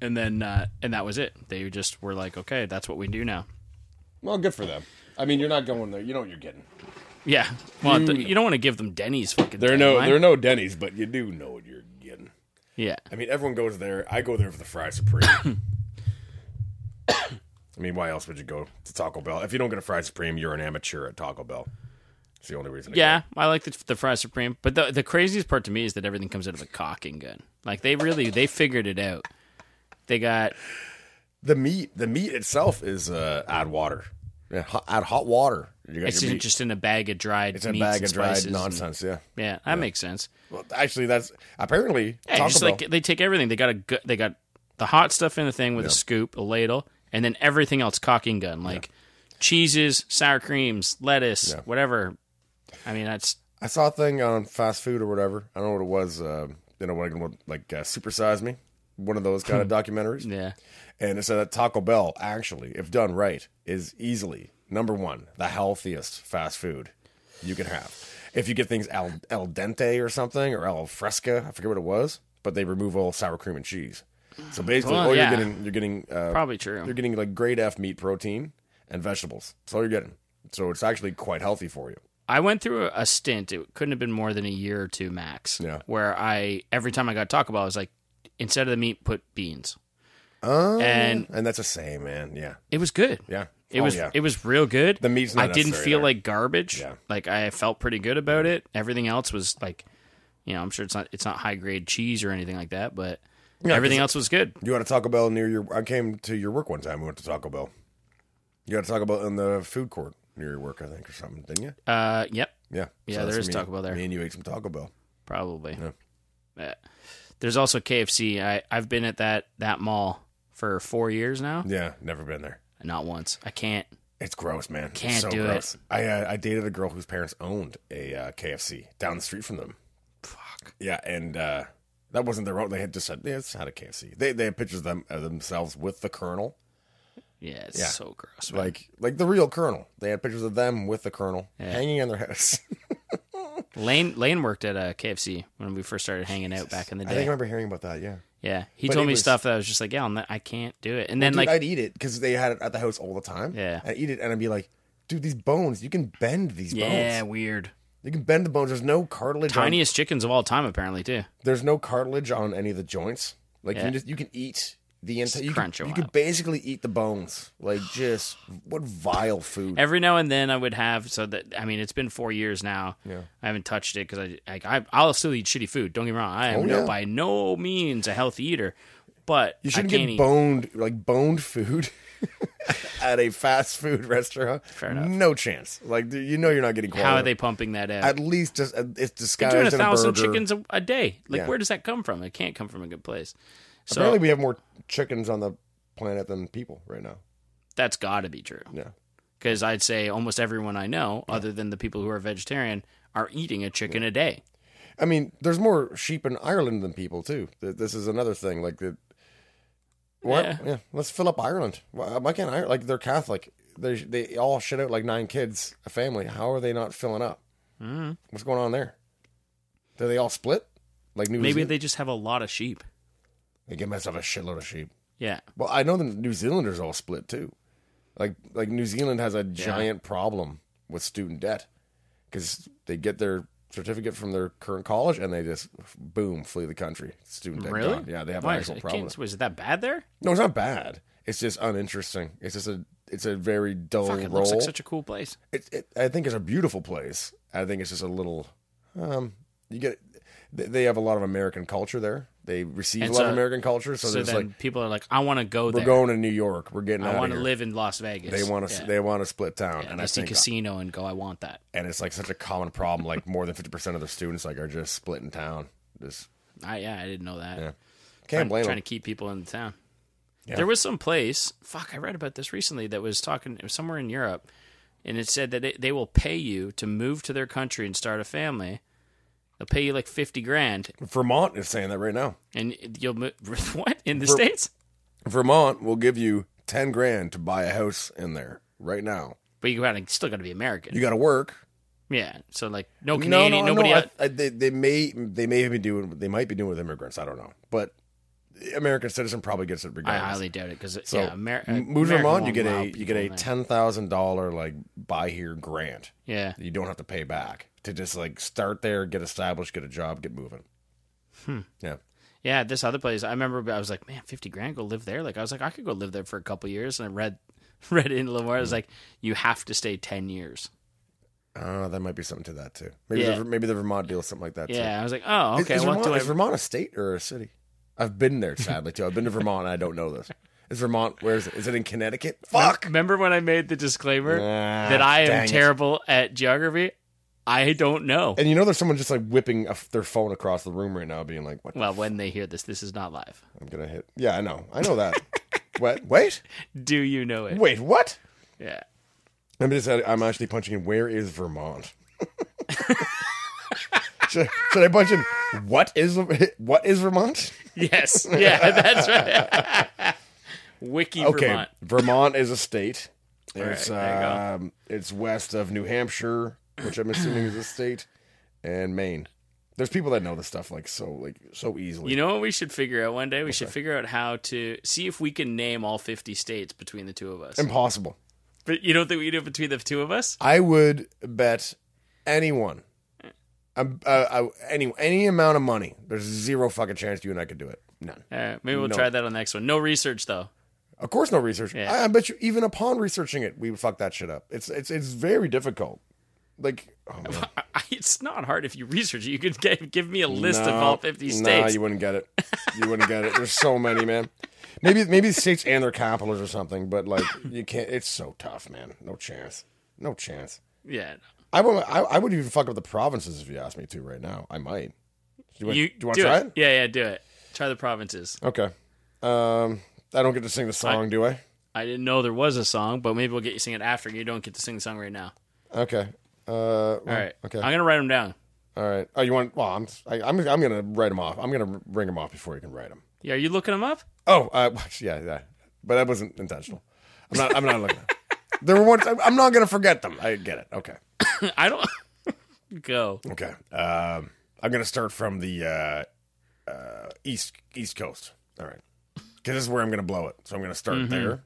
[SPEAKER 2] And then uh and that was it. They just were like, Okay, that's what we do now.
[SPEAKER 1] Well, good for them. I mean, you're not going there. You know what you're getting.
[SPEAKER 2] Yeah. Well, th- you don't want to give them Denny's fucking
[SPEAKER 1] There are no,
[SPEAKER 2] timeline.
[SPEAKER 1] there are no Denny's, but you do know what you're getting.
[SPEAKER 2] Yeah.
[SPEAKER 1] I mean, everyone goes there. I go there for the fry supreme. I mean, why else would you go to Taco Bell if you don't get a fried supreme? You're an amateur at Taco Bell. It's the only reason. I
[SPEAKER 2] Yeah, I like the the fry supreme, but the the craziest part to me is that everything comes out of a caulking gun. Like they really they figured it out. They got
[SPEAKER 1] the meat the meat itself is uh add water yeah hot, add hot water you got
[SPEAKER 2] it's
[SPEAKER 1] your
[SPEAKER 2] in,
[SPEAKER 1] meat.
[SPEAKER 2] just in a bag of dried
[SPEAKER 1] it's a
[SPEAKER 2] meats
[SPEAKER 1] bag
[SPEAKER 2] and
[SPEAKER 1] of dried
[SPEAKER 2] spices. and-
[SPEAKER 1] nonsense yeah
[SPEAKER 2] yeah, that makes sense.
[SPEAKER 1] well actually that's apparently
[SPEAKER 2] Yeah,
[SPEAKER 1] Taco
[SPEAKER 2] just
[SPEAKER 1] Bell,
[SPEAKER 2] like they take everything. They got a gu- they got the hot stuff in the thing with a scoop, a ladle, and then everything else caulking gun like cheeses, sour creams, lettuce, whatever. I mean, that's
[SPEAKER 1] i saw a thing on fast food or whatever i don't know what it was um you know like, what- like uh, supersize me one of those kind of documentaries
[SPEAKER 2] Hmm. yeah.
[SPEAKER 1] and it said that taco bell actually if done right is easily number one the healthiest fast food you can have if you get things al, al dente or something or al fresca i forget what it was but they remove all sour cream and cheese so basically
[SPEAKER 2] Well,
[SPEAKER 1] all
[SPEAKER 2] yeah.
[SPEAKER 1] you're getting you're getting uh,
[SPEAKER 2] Probably true.
[SPEAKER 1] you're getting like grade F meat protein and vegetables. That's all you're getting. So it's actually quite healthy for you.
[SPEAKER 2] I went through a stint. It couldn't have been more than a year or two max.
[SPEAKER 1] Yeah.
[SPEAKER 2] Where I every time I got Taco Bell, I was like, instead of the meat, put beans.
[SPEAKER 1] Oh,
[SPEAKER 2] And-
[SPEAKER 1] and that's the same, man. Yeah,
[SPEAKER 2] It was good.
[SPEAKER 1] yeah.
[SPEAKER 2] It
[SPEAKER 1] Oh,
[SPEAKER 2] was
[SPEAKER 1] yeah.
[SPEAKER 2] it was real good.
[SPEAKER 1] The meat's not
[SPEAKER 2] I didn't
[SPEAKER 1] necessary
[SPEAKER 2] feel
[SPEAKER 1] there.
[SPEAKER 2] like garbage.
[SPEAKER 1] Yeah.
[SPEAKER 2] Like I felt pretty good about it. Everything else was like, you know, I'm sure it's not it's not high grade cheese or anything like that, but everything else was good.
[SPEAKER 1] you had a Taco Bell near your. I came to your work one time. We went to Taco Bell. You had a Taco Bell in the food court near your work, I think, or something, didn't you?
[SPEAKER 2] Uh, yep,
[SPEAKER 1] Yeah.
[SPEAKER 2] Yeah,
[SPEAKER 1] that's
[SPEAKER 2] there is
[SPEAKER 1] me-
[SPEAKER 2] Taco Bell there.
[SPEAKER 1] Me and you ate some Taco Bell.
[SPEAKER 2] probably.
[SPEAKER 1] Yeah.
[SPEAKER 2] Yeah. There's also KFC. I I've been at that that mall for four years now.
[SPEAKER 1] Yeah, never been there.
[SPEAKER 2] Not once. I can't.
[SPEAKER 1] It's gross, man. It's
[SPEAKER 2] Can't
[SPEAKER 1] so
[SPEAKER 2] do it.
[SPEAKER 1] gross. I uh, I dated a girl whose parents owned a uh, KFC down the street from them. Fuck. Yeah, and uh, that wasn't their own. They had just said yeah, it's had a KFC. They they had pictures of them of themselves with the colonel,
[SPEAKER 2] Yeah, it's
[SPEAKER 1] Yeah.
[SPEAKER 2] so gross. man.
[SPEAKER 1] like like the real colonel. They had pictures of them with the colonel hanging on their house.
[SPEAKER 2] Lane Lane worked at uh, a KFC when we first started hanging out back in the
[SPEAKER 1] I think I
[SPEAKER 2] day.
[SPEAKER 1] remember hearing about that. Yeah,
[SPEAKER 2] Yeah, he
[SPEAKER 1] But
[SPEAKER 2] told
[SPEAKER 1] it
[SPEAKER 2] me
[SPEAKER 1] was-
[SPEAKER 2] stuff that I was just like, yeah, I'm not- I can't do it. And then
[SPEAKER 1] dude,
[SPEAKER 2] like,
[SPEAKER 1] I'd eat it because they had it at the house all the time.
[SPEAKER 2] Yeah.
[SPEAKER 1] I'd eat it and I'd be like, dude, these bones. You can bend these
[SPEAKER 2] yeah,
[SPEAKER 1] bones.
[SPEAKER 2] weird.
[SPEAKER 1] You can bend the bones. There's no cartilage. on-
[SPEAKER 2] Tiniest chickens of all time, apparently too.
[SPEAKER 1] there's no cartilage on any of the joints. Like
[SPEAKER 2] Yeah.
[SPEAKER 1] you just you can eat the entire you
[SPEAKER 2] crunch 'em
[SPEAKER 1] can, you can
[SPEAKER 2] up.
[SPEAKER 1] basically eat the bones. Like just what vile food.
[SPEAKER 2] Every now and then I would have so that I mean it's been four years now. Yeah, I haven't touched it because I like I I'll still eat shitty food. Don't get me wrong, I am
[SPEAKER 1] Oh,
[SPEAKER 2] no
[SPEAKER 1] yeah.
[SPEAKER 2] by no means a healthy eater, but
[SPEAKER 1] you
[SPEAKER 2] I
[SPEAKER 1] shouldn't
[SPEAKER 2] can't
[SPEAKER 1] get
[SPEAKER 2] eat.
[SPEAKER 1] boned like boned food at a fast food restaurant. Fair
[SPEAKER 2] enough.
[SPEAKER 1] No chance. Like dude, you know you're not getting quality.
[SPEAKER 2] How are they pumping that out?
[SPEAKER 1] at least just uh, it's disguised
[SPEAKER 2] doing a
[SPEAKER 1] in
[SPEAKER 2] thousand
[SPEAKER 1] burger.
[SPEAKER 2] chickens a, a day. Like,
[SPEAKER 1] Yeah.
[SPEAKER 2] where does that come from? It can't come from a good place. So
[SPEAKER 1] Apparently we have more chickens on the planet than people right now.
[SPEAKER 2] that's got to be true.
[SPEAKER 1] Yeah.
[SPEAKER 2] because I'd say almost everyone I know, other than the people who are vegetarian, are eating a chicken a day.
[SPEAKER 1] I mean, there's more sheep in Ireland than people too. Th- This is another thing. Like the what?
[SPEAKER 2] Yeah.
[SPEAKER 1] Yeah. let's fill up Ireland. Why, why can't Ireland? Like they're Catholic. They they all shit out like nine kids a family. How are they not filling up?
[SPEAKER 2] Mm.
[SPEAKER 1] What's going on there? Do they all split? Like New
[SPEAKER 2] Maybe
[SPEAKER 1] Zealand?
[SPEAKER 2] they just have a lot of sheep.
[SPEAKER 1] they give myself a shitload of sheep.
[SPEAKER 2] Yeah,
[SPEAKER 1] Well, I know the New Zealanders all split too. Like like New Zealand has a giant problem with student debt because they get their certificate from their current college and they just boom flee the country. Student debt,
[SPEAKER 2] really?
[SPEAKER 1] gone. yeah, they have
[SPEAKER 2] Why
[SPEAKER 1] an
[SPEAKER 2] is
[SPEAKER 1] actual
[SPEAKER 2] it-
[SPEAKER 1] problem.
[SPEAKER 2] kids- Was it that bad there?
[SPEAKER 1] No, it's not bad. It's just uninteresting. It's just a it's a very dull
[SPEAKER 2] Fuck, it
[SPEAKER 1] role.
[SPEAKER 2] looks like such a cool place.
[SPEAKER 1] it, it, I think it's a beautiful place. I think it's just a little. Um, you get they, they have a lot of American culture there. They receive
[SPEAKER 2] And
[SPEAKER 1] a lot
[SPEAKER 2] so-
[SPEAKER 1] of American culture, so,
[SPEAKER 2] So
[SPEAKER 1] there's
[SPEAKER 2] then
[SPEAKER 1] like
[SPEAKER 2] people are like, I want to go
[SPEAKER 1] we're
[SPEAKER 2] there.
[SPEAKER 1] going to New York. We're getting
[SPEAKER 2] I
[SPEAKER 1] out of
[SPEAKER 2] want to
[SPEAKER 1] here.
[SPEAKER 2] live in Las Vegas.
[SPEAKER 1] They want to.
[SPEAKER 2] Yeah.
[SPEAKER 1] They want to split town,
[SPEAKER 2] Yeah,
[SPEAKER 1] and
[SPEAKER 2] they
[SPEAKER 1] I
[SPEAKER 2] see
[SPEAKER 1] think, uh,
[SPEAKER 2] casino and go. I want that.
[SPEAKER 1] and it's like such a common problem. Like more than fifty percent of the students like are just splitting town. Just
[SPEAKER 2] I, yeah, I didn't know that.
[SPEAKER 1] Yeah.
[SPEAKER 2] Trying,
[SPEAKER 1] can't blame
[SPEAKER 2] trying
[SPEAKER 1] them.
[SPEAKER 2] to keep people in the town.
[SPEAKER 1] Yeah.
[SPEAKER 2] There was some place. Fuck, I read about this recently. That was talking. It was somewhere in Europe, and it said that they, they will pay you to move to their country and start a family. They'll pay you like fifty grand,
[SPEAKER 1] Vermont is saying that right now.
[SPEAKER 2] and you'll mo- what in the states?
[SPEAKER 1] Vermont will give you ten grand to buy a house in there right now.
[SPEAKER 2] But you gotta still got to be American.
[SPEAKER 1] You got to work.
[SPEAKER 2] yeah. So like no Canadian,
[SPEAKER 1] no, no,
[SPEAKER 2] nobody.
[SPEAKER 1] no. I-
[SPEAKER 2] else.
[SPEAKER 1] I, they, they may they may be doing they might be doing with immigrants. I don't know, but American citizen probably gets it
[SPEAKER 2] I
[SPEAKER 1] regardless.
[SPEAKER 2] highly doubt it because
[SPEAKER 1] So
[SPEAKER 2] yeah, Amer-
[SPEAKER 1] m- move to
[SPEAKER 2] American
[SPEAKER 1] Vermont, you
[SPEAKER 2] won't
[SPEAKER 1] get
[SPEAKER 2] allow
[SPEAKER 1] a you get
[SPEAKER 2] people
[SPEAKER 1] a
[SPEAKER 2] in there.
[SPEAKER 1] ten thousand dollar like buy here grant.
[SPEAKER 2] yeah.
[SPEAKER 1] that you don't have to pay back to just like start there, get established, get a job, get moving.
[SPEAKER 2] Hmm.
[SPEAKER 1] Yeah.
[SPEAKER 2] Yeah, this other place. I remember I was like, man, fifty grand, go live there. Like I was like, I could go live there
[SPEAKER 1] Mm.
[SPEAKER 2] for a couple years. And I read read it in a little more. I was like, you have to stay ten years.
[SPEAKER 1] Ah, that might be something to that too. Maybe
[SPEAKER 2] Yeah.
[SPEAKER 1] the, maybe the Vermont deal is something like that too.
[SPEAKER 2] Yeah, I was like, oh,
[SPEAKER 1] Is-
[SPEAKER 2] okay.
[SPEAKER 1] Is,
[SPEAKER 2] Well,
[SPEAKER 1] Vermont,
[SPEAKER 2] do I?
[SPEAKER 1] is Vermont a state or a city? I've been there sadly too. I've been to Vermont and I don't know this. Is Vermont where is it? Is it in Connecticut? Fuck.
[SPEAKER 2] Remember when I made the disclaimer
[SPEAKER 1] Ah,
[SPEAKER 2] that I
[SPEAKER 1] dang
[SPEAKER 2] am
[SPEAKER 1] it.
[SPEAKER 2] terrible at geography? I don't know.
[SPEAKER 1] And you know, there's someone just like whipping a f their phone across the room right now, being like, "What?
[SPEAKER 2] Well, when they hear this, this is not live.
[SPEAKER 1] I'm gonna hit." Yeah, I know. I know that. what? Wait.
[SPEAKER 2] Do you know it?
[SPEAKER 1] Wait. What?
[SPEAKER 2] Yeah.
[SPEAKER 1] I'm just. I'm actually punching in. Where is Vermont? should, should I punch in? What is what is Vermont?
[SPEAKER 2] Yes. Yeah, that's right. Wiki
[SPEAKER 1] Okay,
[SPEAKER 2] Vermont.
[SPEAKER 1] Vermont is a state. It's
[SPEAKER 2] right, there you go.
[SPEAKER 1] um, it's west of New Hampshire, which I'm assuming is a state, and Maine. There's people that know this stuff like so like so easily.
[SPEAKER 2] You know what we should figure out one day? We should figure out how to see if we can name all 50 states between the two of us.
[SPEAKER 1] Impossible.
[SPEAKER 2] But you don't think we can do it between the two of us?
[SPEAKER 1] I would bet anyone, um, uh, uh, any any amount of money. There's zero fucking chance you and I could do it. None.
[SPEAKER 2] All right, maybe we'll
[SPEAKER 1] No.
[SPEAKER 2] try that on the next one. No research, though.
[SPEAKER 1] Of course, no research.
[SPEAKER 2] Yeah.
[SPEAKER 1] I, I bet you, even upon researching it, we would fuck that shit up. It's it's it's very difficult. Like oh, man.
[SPEAKER 2] It's not hard if you research it. You could get, give me a list of
[SPEAKER 1] No,
[SPEAKER 2] all 50
[SPEAKER 1] nah,
[SPEAKER 2] states.
[SPEAKER 1] you wouldn't get it. You wouldn't get it. There's so many, man. Maybe maybe states and their capitals or something, but like you can't. It's so tough, man. No chance. No chance.
[SPEAKER 2] yeah.
[SPEAKER 1] I would I, I would even fuck up the provinces if you asked me to right now. I might. Do you,
[SPEAKER 2] You,
[SPEAKER 1] do you want
[SPEAKER 2] do
[SPEAKER 1] to try
[SPEAKER 2] it.
[SPEAKER 1] it?
[SPEAKER 2] Yeah, yeah, do it. Try the provinces.
[SPEAKER 1] Okay. Um, I don't get to sing the song, do I?
[SPEAKER 2] I didn't know there was a song, but maybe we'll get you sing it after. You don't get to sing the song right now.
[SPEAKER 1] Okay. Uh, all
[SPEAKER 2] All right.
[SPEAKER 1] Okay.
[SPEAKER 2] I'm going to write them down.
[SPEAKER 1] All right. Oh, you want? Well, I'm I, I'm I'm gonna write them off. I'm gonna ring them off before you can write them.
[SPEAKER 2] Yeah, are you looking them up?
[SPEAKER 1] Oh, uh, yeah, yeah, but that wasn't intentional. I'm not. I'm not looking. There were ones. I'm not gonna forget them. I get it. Okay.
[SPEAKER 2] I don't. Go.
[SPEAKER 1] Okay. Um, I'm gonna start from the uh, uh, east East Coast. All right, because this is where I'm gonna blow it. So I'm gonna start there.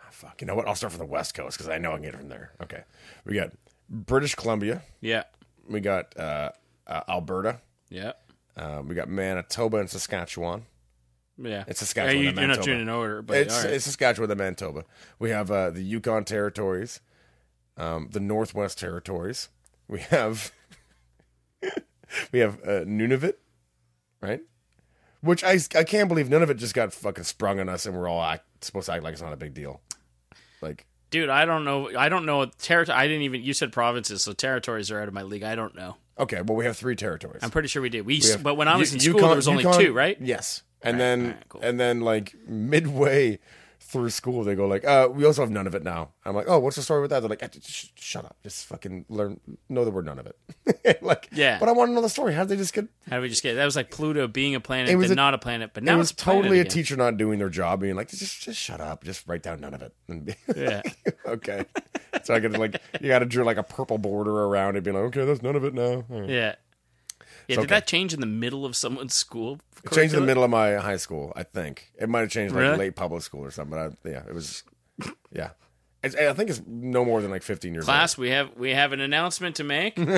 [SPEAKER 1] Ah, fuck. You know what? I'll start from the West Coast because I know I can get it from there. Okay. We got British Columbia.
[SPEAKER 2] Yeah.
[SPEAKER 1] We got uh, uh, Alberta.
[SPEAKER 2] Yeah.
[SPEAKER 1] Uh, we got Manitoba and Saskatchewan.
[SPEAKER 2] Yeah.
[SPEAKER 1] It's
[SPEAKER 2] Are
[SPEAKER 1] Saskatchewan.
[SPEAKER 2] you,
[SPEAKER 1] and
[SPEAKER 2] you're not
[SPEAKER 1] Manitoba.
[SPEAKER 2] doing an order, but
[SPEAKER 1] it's,
[SPEAKER 2] all right.
[SPEAKER 1] it's Saskatchewan and Manitoba. We have uh, the Yukon Territories, um, the Northwest Territories. We have we have uh, Nunavut, right? Which I, I can't believe none of it just got fucking sprung on us, and we're all act, supposed to act like it's not a big deal. Like
[SPEAKER 2] dude. I don't know. I don't know territory. I didn't even. You said provinces, so territories are out of my league. I don't know.
[SPEAKER 1] okay, well we have three territories.
[SPEAKER 2] I'm pretty sure we did. We,
[SPEAKER 1] We
[SPEAKER 2] s
[SPEAKER 1] have
[SPEAKER 2] but when I was
[SPEAKER 1] Yu-
[SPEAKER 2] in school,
[SPEAKER 1] Yukon-
[SPEAKER 2] there was only
[SPEAKER 1] Yukon-
[SPEAKER 2] two, right?
[SPEAKER 1] Yes, and then
[SPEAKER 2] alright, cool.
[SPEAKER 1] and then like midway through school, they go like, uh, "We also have none of it now." I'm like, "Oh, what's the story with that?" They're like, "Ah, just sh- "Shut up, just fucking learn, know the word none of it." like,
[SPEAKER 2] Yeah.
[SPEAKER 1] but I want to know the story. How did they just get?
[SPEAKER 2] How did we just get? That was like Pluto being a planet,
[SPEAKER 1] It was
[SPEAKER 2] then
[SPEAKER 1] a-
[SPEAKER 2] not a planet, but
[SPEAKER 1] it
[SPEAKER 2] now
[SPEAKER 1] was
[SPEAKER 2] it's planet
[SPEAKER 1] totally a
[SPEAKER 2] again.
[SPEAKER 1] teacher not doing their job, being like, "Just, just shut up, just write down none of it." And be,
[SPEAKER 2] Yeah.
[SPEAKER 1] okay. So I could like, you got to draw like a purple border around it, be like, "Okay, that's none of it now." All right.
[SPEAKER 2] Yeah. Yeah.
[SPEAKER 1] okay.
[SPEAKER 2] Did that change in the middle of someone's school?
[SPEAKER 1] It changed in
[SPEAKER 2] curriculum?
[SPEAKER 1] the middle of my high school, I think. It might have changed like
[SPEAKER 2] Really?
[SPEAKER 1] late public school or something. But I, yeah, it was. Yeah, it's, I think it's no more than like 15 years
[SPEAKER 2] Class, we have we have an announcement to make.
[SPEAKER 1] old.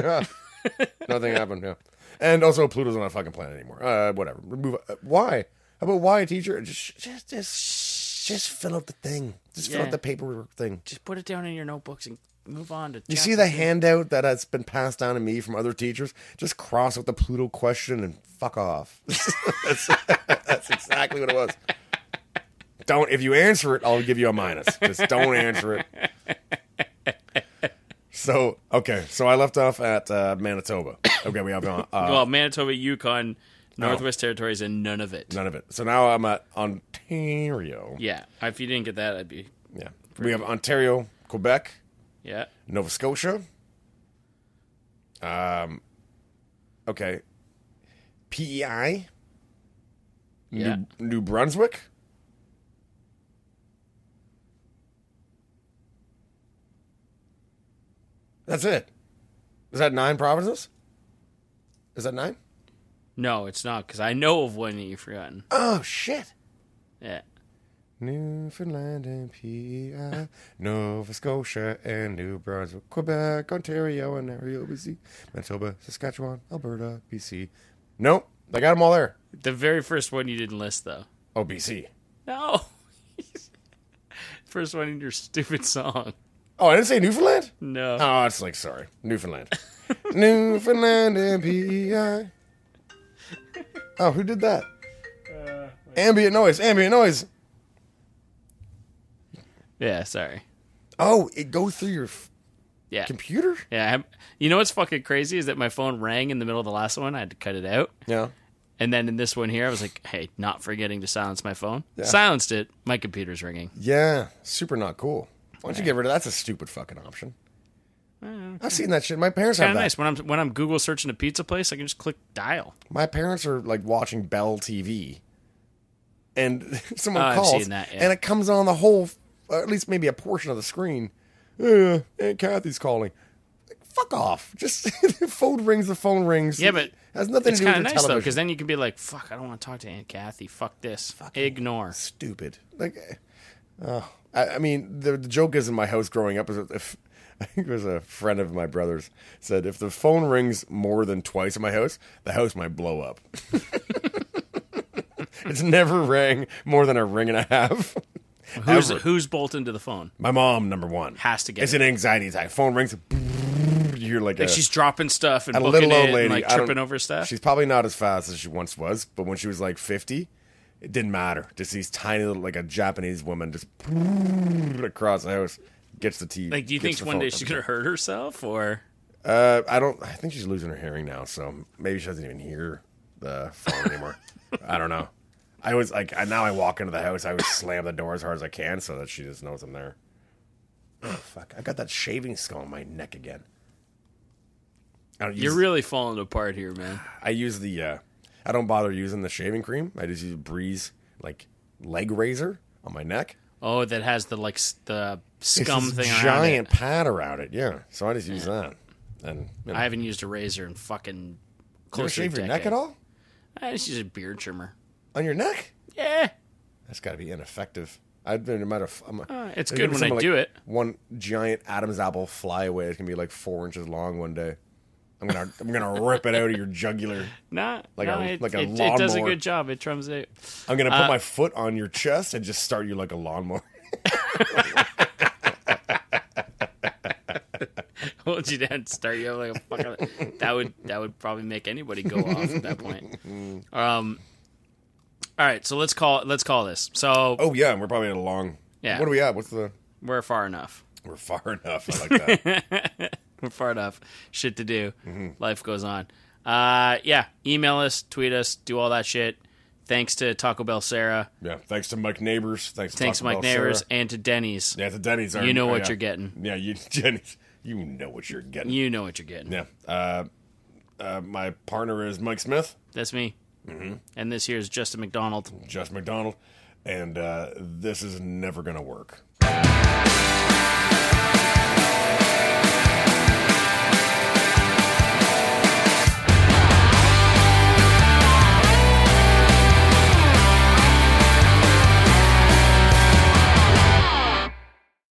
[SPEAKER 1] Nothing happened. Yeah, and also Pluto's not a fucking planet anymore. Uh, whatever. Remove. Uh, why? How about why, teacher? Just, just, just, just fill out the thing. Just fill
[SPEAKER 2] Yeah.
[SPEAKER 1] out the paperwork thing.
[SPEAKER 2] just put it down in your notebooks and move on to.
[SPEAKER 1] You see the handout that has been passed down to me from other teachers? Just cross out the Pluto question and fuck off. that's, that's exactly what it was. Don't if you answer it, I'll give you a minus. Just don't answer it. So okay, so I left off at uh, Manitoba. Okay, we have uh,
[SPEAKER 2] well, Manitoba, Yukon,
[SPEAKER 1] Oh.
[SPEAKER 2] Northwest Territories, and none of it.
[SPEAKER 1] none of it. So now I'm at Ontario.
[SPEAKER 2] Yeah, if you didn't get that, I'd be
[SPEAKER 1] Yeah, we have Ontario, Quebec,
[SPEAKER 2] yeah.
[SPEAKER 1] Nova Scotia. Um, okay. PEI.
[SPEAKER 2] Yeah.
[SPEAKER 1] New, New Brunswick. That's it. Is that nine provinces? Is that nine?
[SPEAKER 2] No, it's not because I know of one that you've forgotten.
[SPEAKER 1] Oh shit!
[SPEAKER 2] Yeah,
[SPEAKER 1] Newfoundland and PEI, Nova Scotia and New Brunswick, Quebec, Ontario, and Ontario, BC, Manitoba, Saskatchewan, Alberta, BC. Nope, I got them all there.
[SPEAKER 2] the very first one you didn't list though.
[SPEAKER 1] Oh, BC.
[SPEAKER 2] No, first one in your stupid song.
[SPEAKER 1] Oh, I didn't say Newfoundland?
[SPEAKER 2] No.
[SPEAKER 1] Oh, it's like, sorry. Newfoundland. Newfoundland MPI. Oh, who did that? ambient noise, ambient noise.
[SPEAKER 2] Yeah, sorry.
[SPEAKER 1] Oh, it goes through your f-
[SPEAKER 2] Yeah.
[SPEAKER 1] computer?
[SPEAKER 2] Yeah. I'm- you know what's fucking crazy is that my phone rang in the middle of the last one. I had to cut it out.
[SPEAKER 1] Yeah.
[SPEAKER 2] And then in this one here, I was like, hey, not forgetting to silence my phone. Silenced it. My computer's ringing.
[SPEAKER 1] Yeah, super not cool. Why don't you get rid of that's a stupid fucking option. I've seen that shit. My parents
[SPEAKER 2] Kind
[SPEAKER 1] have
[SPEAKER 2] of
[SPEAKER 1] that.
[SPEAKER 2] nice. When I'm when I'm Google searching a pizza place, I can just click dial.
[SPEAKER 1] My parents are like watching Bell TV, and someone
[SPEAKER 2] Oh, I've
[SPEAKER 1] calls,
[SPEAKER 2] seen that, yeah.
[SPEAKER 1] and it comes on the whole, or at least maybe a portion of the screen. Uh, Aunt Kathy's calling. Like, fuck off! Just the phone rings. The phone rings.
[SPEAKER 2] Yeah, but
[SPEAKER 1] has nothing
[SPEAKER 2] It's
[SPEAKER 1] to do with
[SPEAKER 2] kind
[SPEAKER 1] your
[SPEAKER 2] of nice though,
[SPEAKER 1] television.
[SPEAKER 2] because then you can be like, fuck, I don't want to talk to Aunt Kathy. Fuck this. Ignore.
[SPEAKER 1] stupid. Like, eh, oh, I, I mean, the, the joke is in my house growing up is if I think it was a friend of my brother's said if the phone rings more than twice in my house, the house might blow up. it's never rang more than a ring and a half.
[SPEAKER 2] Who's
[SPEAKER 1] Ever.
[SPEAKER 2] who's bolting to the phone?
[SPEAKER 1] My mom, number one,
[SPEAKER 2] Has to get
[SPEAKER 1] It's
[SPEAKER 2] it.
[SPEAKER 1] an anxiety attack. Phone rings. You're like,
[SPEAKER 2] Like
[SPEAKER 1] a,
[SPEAKER 2] she's dropping stuff and
[SPEAKER 1] a
[SPEAKER 2] booking
[SPEAKER 1] little old
[SPEAKER 2] it
[SPEAKER 1] lady
[SPEAKER 2] and like
[SPEAKER 1] I don't-
[SPEAKER 2] tripping over stuff.
[SPEAKER 1] She's probably not as fast as she once was, but when she was like fifty, it didn't matter. Just these tiny little, like a Japanese woman, just across the house gets the tea.
[SPEAKER 2] Like, do you
[SPEAKER 1] gets
[SPEAKER 2] think
[SPEAKER 1] the
[SPEAKER 2] one
[SPEAKER 1] phone.
[SPEAKER 2] day she's gonna hurt herself or?
[SPEAKER 1] Uh, I don't. I think she's losing her hearing now, so maybe she doesn't even hear the phone anymore. I don't know. I was like, I, now I walk into the house, I would slam the door as hard as I can so that she just knows I'm there. Oh, fuck! I got that shaving skull on my neck again. I don't
[SPEAKER 2] You're
[SPEAKER 1] use-
[SPEAKER 2] really falling apart here, man.
[SPEAKER 1] I use the uh, I don't bother using the shaving cream. I just use Breeze like leg razor on my neck.
[SPEAKER 2] Oh, that has the like s- the
[SPEAKER 1] It's
[SPEAKER 2] scum
[SPEAKER 1] this
[SPEAKER 2] thing. around it.
[SPEAKER 1] giant pad around it. Yeah, so I just use that. And you know,
[SPEAKER 2] I haven't used a razor in fucking
[SPEAKER 1] you ever
[SPEAKER 2] close to
[SPEAKER 1] shave your neck at all
[SPEAKER 2] I just use a beard trimmer.
[SPEAKER 1] on your neck?
[SPEAKER 2] Yeah,
[SPEAKER 1] That's got to be ineffective. I've been no matter. If, I'm,
[SPEAKER 2] it's
[SPEAKER 1] there's gonna
[SPEAKER 2] good
[SPEAKER 1] be
[SPEAKER 2] when I
[SPEAKER 1] something like
[SPEAKER 2] do it.
[SPEAKER 1] One giant Adam's apple flyaway is gonna be like four inches long one day. I'm gonna I'm gonna rip it out of your jugular.
[SPEAKER 2] Nah,
[SPEAKER 1] Like
[SPEAKER 2] nah,
[SPEAKER 1] a-
[SPEAKER 2] it,
[SPEAKER 1] like a
[SPEAKER 2] it, it does a
[SPEAKER 1] lawnmower.
[SPEAKER 2] good job. It trims it.
[SPEAKER 1] I'm gonna
[SPEAKER 2] Uh,
[SPEAKER 1] put my foot on your chest and just start you like a lawnmower.
[SPEAKER 2] Hold you down, and start you up like a fucking. that would that would probably make anybody go off at that point. Um. All right, so let's call let's call this. So
[SPEAKER 1] Oh yeah, and we're probably at a long.
[SPEAKER 2] Yeah.
[SPEAKER 1] What are we at? What's the?
[SPEAKER 2] we're far enough.
[SPEAKER 1] We're far enough. I like that.
[SPEAKER 2] We're far enough. Shit to do.
[SPEAKER 1] Mm-hmm.
[SPEAKER 2] Life goes on. Uh, yeah. Email us, tweet us, do all that shit. Thanks to Taco Bell Sarah.
[SPEAKER 1] yeah. Thanks to Mike Neighbors. Thanks. To
[SPEAKER 2] Thanks to
[SPEAKER 1] Taco
[SPEAKER 2] Mike
[SPEAKER 1] Bell
[SPEAKER 2] Neighbors
[SPEAKER 1] Sarah.
[SPEAKER 2] and to Denny's.
[SPEAKER 1] Yeah, to Denny's. our-
[SPEAKER 2] You know what
[SPEAKER 1] yeah.
[SPEAKER 2] you're getting.
[SPEAKER 1] Yeah, you Denny's. You know what you're getting.
[SPEAKER 2] You know what you're getting.
[SPEAKER 1] yeah. Uh, uh, my partner is Mike Smith,
[SPEAKER 2] That's me.
[SPEAKER 1] Mm-hmm.
[SPEAKER 2] And this here is Justin McDonald.
[SPEAKER 1] Jess McDonald, and uh, this is never gonna work.